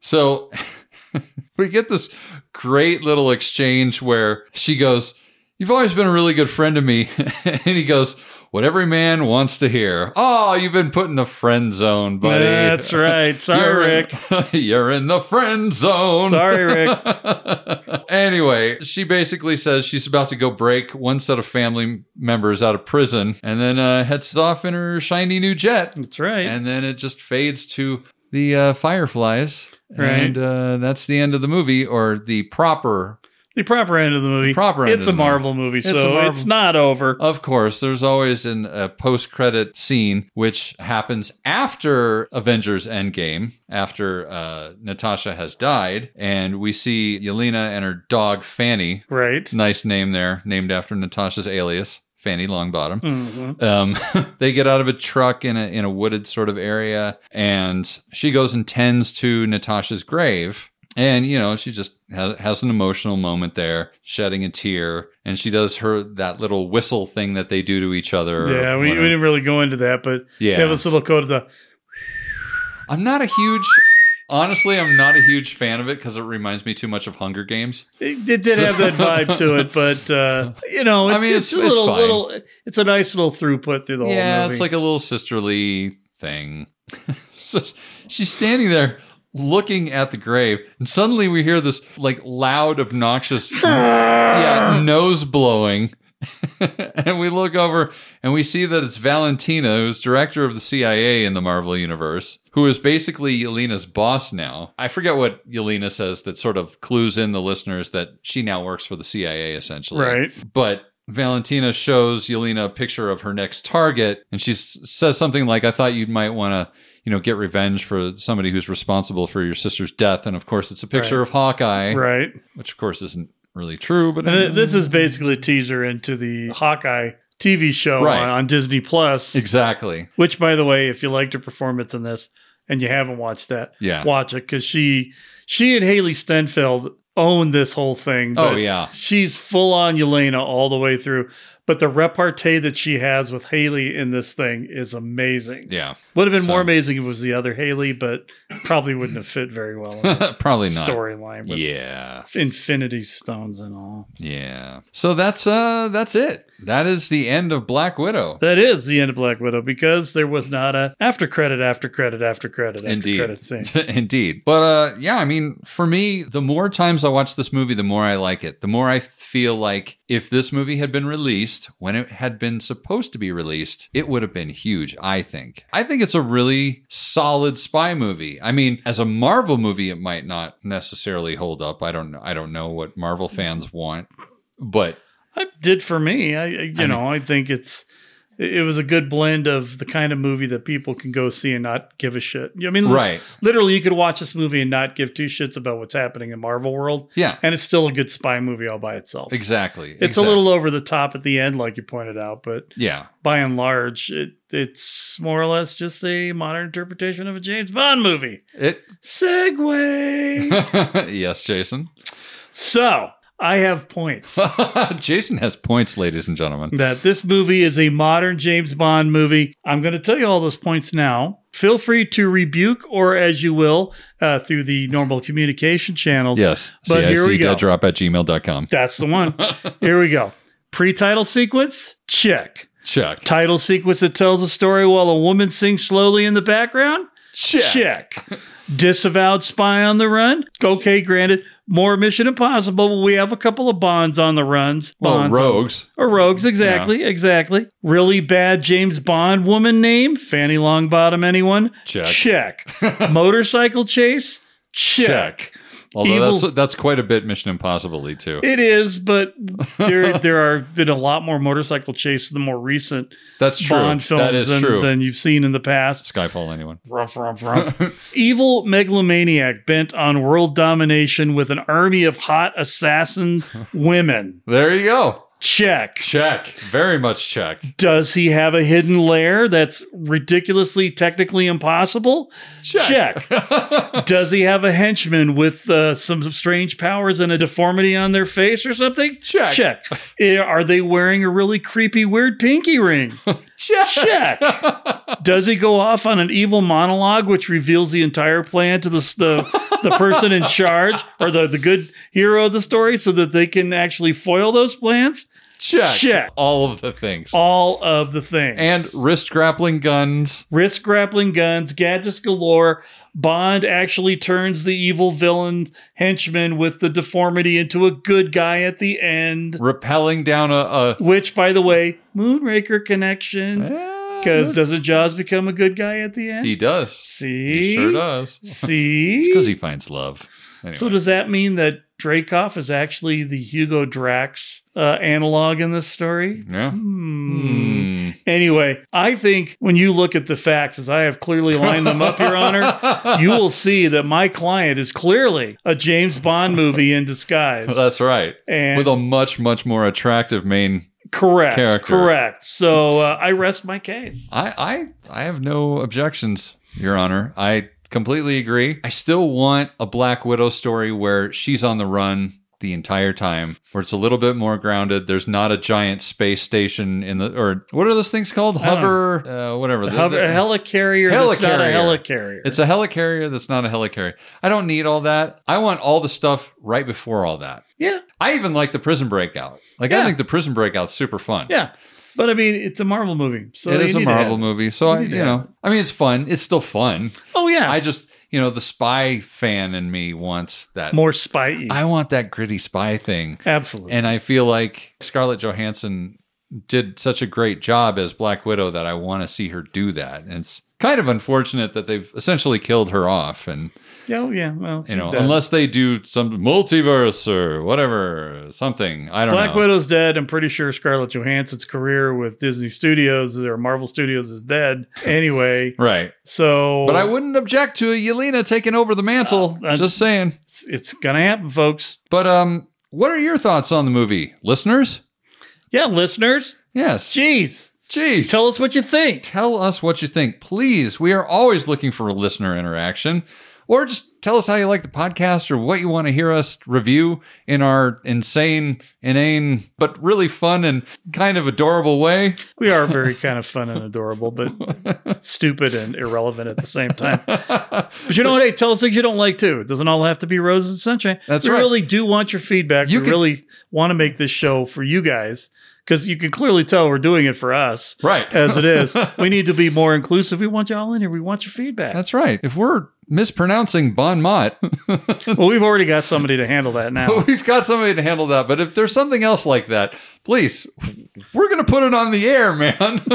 Speaker 1: So we get this great little exchange where she goes, You've always been a really good friend to me. and he goes, what every man wants to hear. Oh, you've been put in the friend zone, buddy.
Speaker 11: That's right. Sorry, Rick.
Speaker 1: You're in, you're in the friend zone.
Speaker 11: Sorry, Rick.
Speaker 1: anyway, she basically says she's about to go break one set of family members out of prison and then uh, heads off in her shiny new jet.
Speaker 11: That's right.
Speaker 1: And then it just fades to the uh, fireflies.
Speaker 11: Right.
Speaker 1: And uh, that's the end of the movie or the proper.
Speaker 11: The proper end of the movie.
Speaker 1: proper end
Speaker 11: It's
Speaker 1: of the
Speaker 11: a
Speaker 1: movie.
Speaker 11: Marvel movie,
Speaker 1: It's
Speaker 11: so
Speaker 1: a Marvel- Oh,
Speaker 11: it's not over.
Speaker 1: Of course, there's always an, a post credit scene which happens after Avengers Endgame, after uh, Natasha has died. And we see Yelena and her dog, Fanny.
Speaker 11: Right.
Speaker 1: Nice name there, named after Natasha's alias. Fanny Longbottom.
Speaker 11: Mhm.
Speaker 1: Um, they get out of a truck in a in a wooded sort of area, and she goes and tends to Natasha's grave. And you know, she just has, has an emotional moment there, shedding a tear, and she does her that little whistle thing that they do to each other. or
Speaker 11: Yeah, we, we
Speaker 1: whatever.
Speaker 11: didn't really go into that, but
Speaker 1: Yeah.
Speaker 11: they have this little code of the
Speaker 1: I'm not a huge. Honestly, I'm not a huge fan of it because it reminds me too much of Hunger Games.
Speaker 11: It, it did have that vibe to it, but uh, you know,
Speaker 1: I
Speaker 11: it's,
Speaker 1: mean,
Speaker 11: it's,
Speaker 1: it's-
Speaker 11: a
Speaker 1: it's
Speaker 11: little,
Speaker 1: fine.
Speaker 11: little, it's a nice little throughput through the
Speaker 1: yeah,
Speaker 11: whole movie.
Speaker 1: it's like a little sisterly thing. so she's standing there looking at the grave, and suddenly we hear this like loud, obnoxious yeah, nose blowing. and we look over and we see that it's Valentina, who's director of the CIA in the Marvel Universe, who is basically Yelena's boss now. I forget what Yelena says that sort of clues in the listeners that she now works for the CIA essentially.
Speaker 11: Right.
Speaker 1: But Valentina shows Yelena a picture of her next target, and she s- says something like, "I thought you might want to, you know, get revenge for somebody who's responsible for your sister's death." And of course, it's a picture
Speaker 11: Right.
Speaker 1: of Hawkeye,
Speaker 11: right.
Speaker 1: Which of course isn't really true, but
Speaker 11: And th- this is basically a teaser into the Hawkeye TV show
Speaker 1: Right.
Speaker 11: on, on Disney Plus.
Speaker 1: exactly
Speaker 11: Which, by the way, if you liked her performance in this and you haven't watched that,
Speaker 1: Yeah.
Speaker 11: watch it because she she and Haley Stenfeld own this whole thing.
Speaker 1: Oh,
Speaker 11: but
Speaker 1: yeah.
Speaker 11: she's full on Yelena all the way through. But the repartee that she has with Haley in this thing is amazing.
Speaker 1: yeah,
Speaker 11: Would have been more
Speaker 1: So-
Speaker 11: amazing if it was the other Haley, but probably wouldn't have fit very well. in the
Speaker 1: Probably not.
Speaker 11: storyline. with
Speaker 1: Yeah.
Speaker 11: Infinity Stones and all.
Speaker 1: yeah. So that's uh, that's it. That is the end of Black Widow.
Speaker 11: That is the end of Black Widow because there was not a after credit, after credit, after credit, after credit scene.
Speaker 1: Indeed. But uh, yeah, I mean, for me, the more times I watch this movie, the more I like it. The more I feel like if this movie had been released when it had been supposed to be released, it would have been huge, I think. I think it's a really solid spy movie. I mean, as a Marvel movie, it might not necessarily hold up. I don't know. I don't know what Marvel fans want, but
Speaker 11: It did for me. I I- you know I think it's it was a good blend of the kind of movie that people can go see and not give a shit. I mean, lis-
Speaker 1: Right.
Speaker 11: Literally, you could watch this movie and not give two shits about what's happening in Marvel world.
Speaker 1: Yeah.
Speaker 11: and it's still a good spy movie all by itself.
Speaker 1: exactly.
Speaker 11: It's a little over the top at the end, like you pointed out, but
Speaker 1: Yeah.
Speaker 11: by and large, it, it's more or less just a modern interpretation of a James Bond movie.
Speaker 1: It
Speaker 11: Segway.
Speaker 1: yes, Jason.
Speaker 11: so I have points
Speaker 1: Jason has points, ladies and gentlemen.
Speaker 11: that this movie is a modern James Bond movie. I'm going to tell you all those points now. Feel free to rebuke or as you will uh, through the normal communication channels.
Speaker 1: Yes.
Speaker 11: But here we go.
Speaker 1: CIC.drop at gmail.com.
Speaker 11: That's the one. here we go. Pre title sequence, check.
Speaker 1: Check.
Speaker 11: Title sequence that tells a story while a woman sings slowly in the background?
Speaker 1: Check.
Speaker 11: Check. Disavowed spy on the run? Okay, granted. More Mission Impossible, but we have a couple of Bonds on the runs.
Speaker 1: Well,
Speaker 11: Bonds on-
Speaker 1: Oh, rogues.
Speaker 11: or rogues, exactly, exactly. Really bad James Bond woman name? Fanny Longbottom, anyone?
Speaker 1: Check.
Speaker 11: Check. Motorcycle chase? Check.
Speaker 1: Although
Speaker 11: Evil-
Speaker 1: that's that's quite a bit Mission Impossible too.
Speaker 11: It is, but there there are been a lot more motorcycle chase in the more recent
Speaker 1: That's true.
Speaker 11: Bond films
Speaker 1: That is
Speaker 11: than,
Speaker 1: true.
Speaker 11: than you've seen in the past.
Speaker 1: Skyfall, anyone?
Speaker 11: Ruff, ruff, ruff. Evil megalomaniac bent on world domination with an army of hot assassin women.
Speaker 1: There you go.
Speaker 11: Check.
Speaker 1: Check. Very much check.
Speaker 11: Does he have a hidden lair that's ridiculously technically impossible? Check. Does he have a henchman with uh, some strange powers and a deformity on their face or something?
Speaker 1: Check.
Speaker 11: Check. Eh, Are they wearing a really creepy, weird pinky ring?
Speaker 1: Check.
Speaker 11: Check. Does he go off on an evil monologue which reveals the entire plan to the the, the person in charge or the, the good hero of the story so that they can actually foil those plans?
Speaker 1: Check.
Speaker 11: Check.
Speaker 1: All of the things.
Speaker 11: All of the things.
Speaker 1: And wrist grappling guns.
Speaker 11: Wrist grappling guns, gadgets galore. Bond actually turns the evil villain henchman with the deformity into a good guy at the end.
Speaker 1: Rappelling down a. a
Speaker 11: Which, by the way, Moonraker connection. Because doesn't Jaws become a good guy at the end?
Speaker 1: he does.
Speaker 11: See?
Speaker 1: He sure does.
Speaker 11: See?
Speaker 1: It's because he finds love. Anyway.
Speaker 11: So does that mean that Dracoff is actually the Hugo Drax uh, analog in this story?
Speaker 1: yeah.
Speaker 11: Hmm. Anyway, I think when you look at the facts, as I have clearly lined them up, Your Honor, you will see that my client is clearly a James Bond movie in disguise.
Speaker 1: That's right.
Speaker 11: And-
Speaker 1: With a much, much more attractive main.
Speaker 11: correct.
Speaker 1: Character.
Speaker 11: Correct. So uh, I rest my case.
Speaker 1: I, I, I have no objections, Your Honor. I completely agree. I still want a Black Widow story where she's on the run the entire time, where it's a little bit more grounded. There's not a giant space station in the, or what are those things called?
Speaker 11: don't
Speaker 1: Hover, uh, whatever.
Speaker 11: A,
Speaker 1: The-
Speaker 11: hel- a
Speaker 1: the-
Speaker 11: helicarrier. That's not a
Speaker 1: Helicarrier.
Speaker 11: helicarrier.
Speaker 1: It's a helicarrier that's not a helicarrier. I don't need all that. I want all the stuff right before all that.
Speaker 11: yeah.
Speaker 1: I even like the prison breakout. Like I
Speaker 11: Yeah.
Speaker 1: think the prison breakout's super fun.
Speaker 11: Yeah. But I mean, it's a Marvel movie. So
Speaker 1: it
Speaker 11: you
Speaker 1: is a
Speaker 11: need to have
Speaker 1: Marvel
Speaker 11: it.
Speaker 1: movie, so I,
Speaker 11: need to
Speaker 1: you
Speaker 11: have
Speaker 1: know, I mean, it's fun. It's still fun.
Speaker 11: Oh, yeah.
Speaker 1: I just, you know, the spy fan in me wants that
Speaker 11: More spitey.
Speaker 1: I want that gritty spy thing,
Speaker 11: Absolutely.
Speaker 1: and I feel like Scarlett Johansson did such a great job as Black Widow that I want to see her do that. And it's kind of unfortunate that they've essentially killed her off, and
Speaker 11: yeah, oh, yeah. Well,
Speaker 1: you
Speaker 11: she's
Speaker 1: know,
Speaker 11: dead.
Speaker 1: unless they do some multiverse or whatever, something. I don't
Speaker 11: Black
Speaker 1: know.
Speaker 11: Widow's dead. I'm pretty sure Scarlett Johansson's career with Disney Studios or Marvel Studios is dead. Anyway,
Speaker 1: Right.
Speaker 11: so
Speaker 1: But I wouldn't object to Yelena taking over the mantle.
Speaker 11: Uh, uh,
Speaker 1: just saying.
Speaker 11: it's, it's gonna happen, folks.
Speaker 1: But um, what are your thoughts on the movie, listeners?
Speaker 11: Yeah, listeners.
Speaker 1: Yes.
Speaker 11: Jeez,
Speaker 1: Jeez.
Speaker 11: tell us what you think.
Speaker 1: Tell us what you think, please. We are always looking for listener interaction. Or just tell us how you like the podcast or what you want to hear us review in our insane, inane, but really fun and kind of adorable way.
Speaker 11: We are very kind of fun and adorable, but stupid and irrelevant at the same time. But you know what? Hey, tell us things you don't like too. It doesn't all have to be roses and sunshine.
Speaker 1: That's
Speaker 11: we
Speaker 1: right.
Speaker 11: really do want your feedback.
Speaker 1: You
Speaker 11: we
Speaker 1: could-
Speaker 11: really want to make this show for you guys because you can clearly tell we're doing it for us.
Speaker 1: Right.
Speaker 11: As it is. we need to be more inclusive. We want y'all in here. We want your feedback.
Speaker 1: That's right. If we're mispronouncing Bon Mott,
Speaker 11: well, we've already got somebody to handle that now.
Speaker 1: we've got somebody to handle that. But if there's something else like that, please, we're going to put it on the air, man.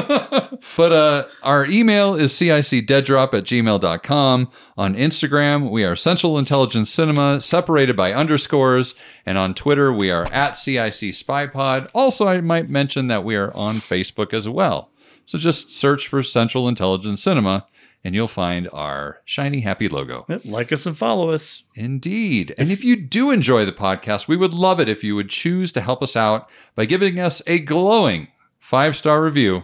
Speaker 1: but uh, our email is cicdeaddrop at gmail.com. On Instagram, we are Central Intelligence Cinema, separated by underscores. And on Twitter, we are at CIC Spy Pod. Also, I might mention that we are on Facebook as well. So just search for Central Intelligence Cinema. And you'll find our shiny, happy logo.
Speaker 11: like us and follow us.
Speaker 1: Indeed. And if you do enjoy the podcast, we would love it if you would choose to help us out by giving us a glowing five star review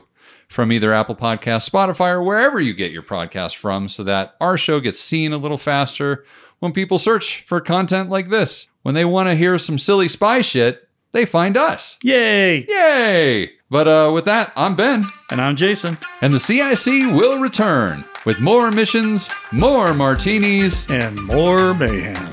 Speaker 1: from either Apple Podcast, Spotify, or wherever you get your podcast from so that our show gets seen a little faster when people search for content like this. When they want to hear some silly spy shit, they find us.
Speaker 11: Yay.
Speaker 1: Yay! But uh, with that, I'm Ben,
Speaker 11: And I'm Jason.
Speaker 1: and the CIC will return with more missions, more martinis,
Speaker 11: And more mayhem.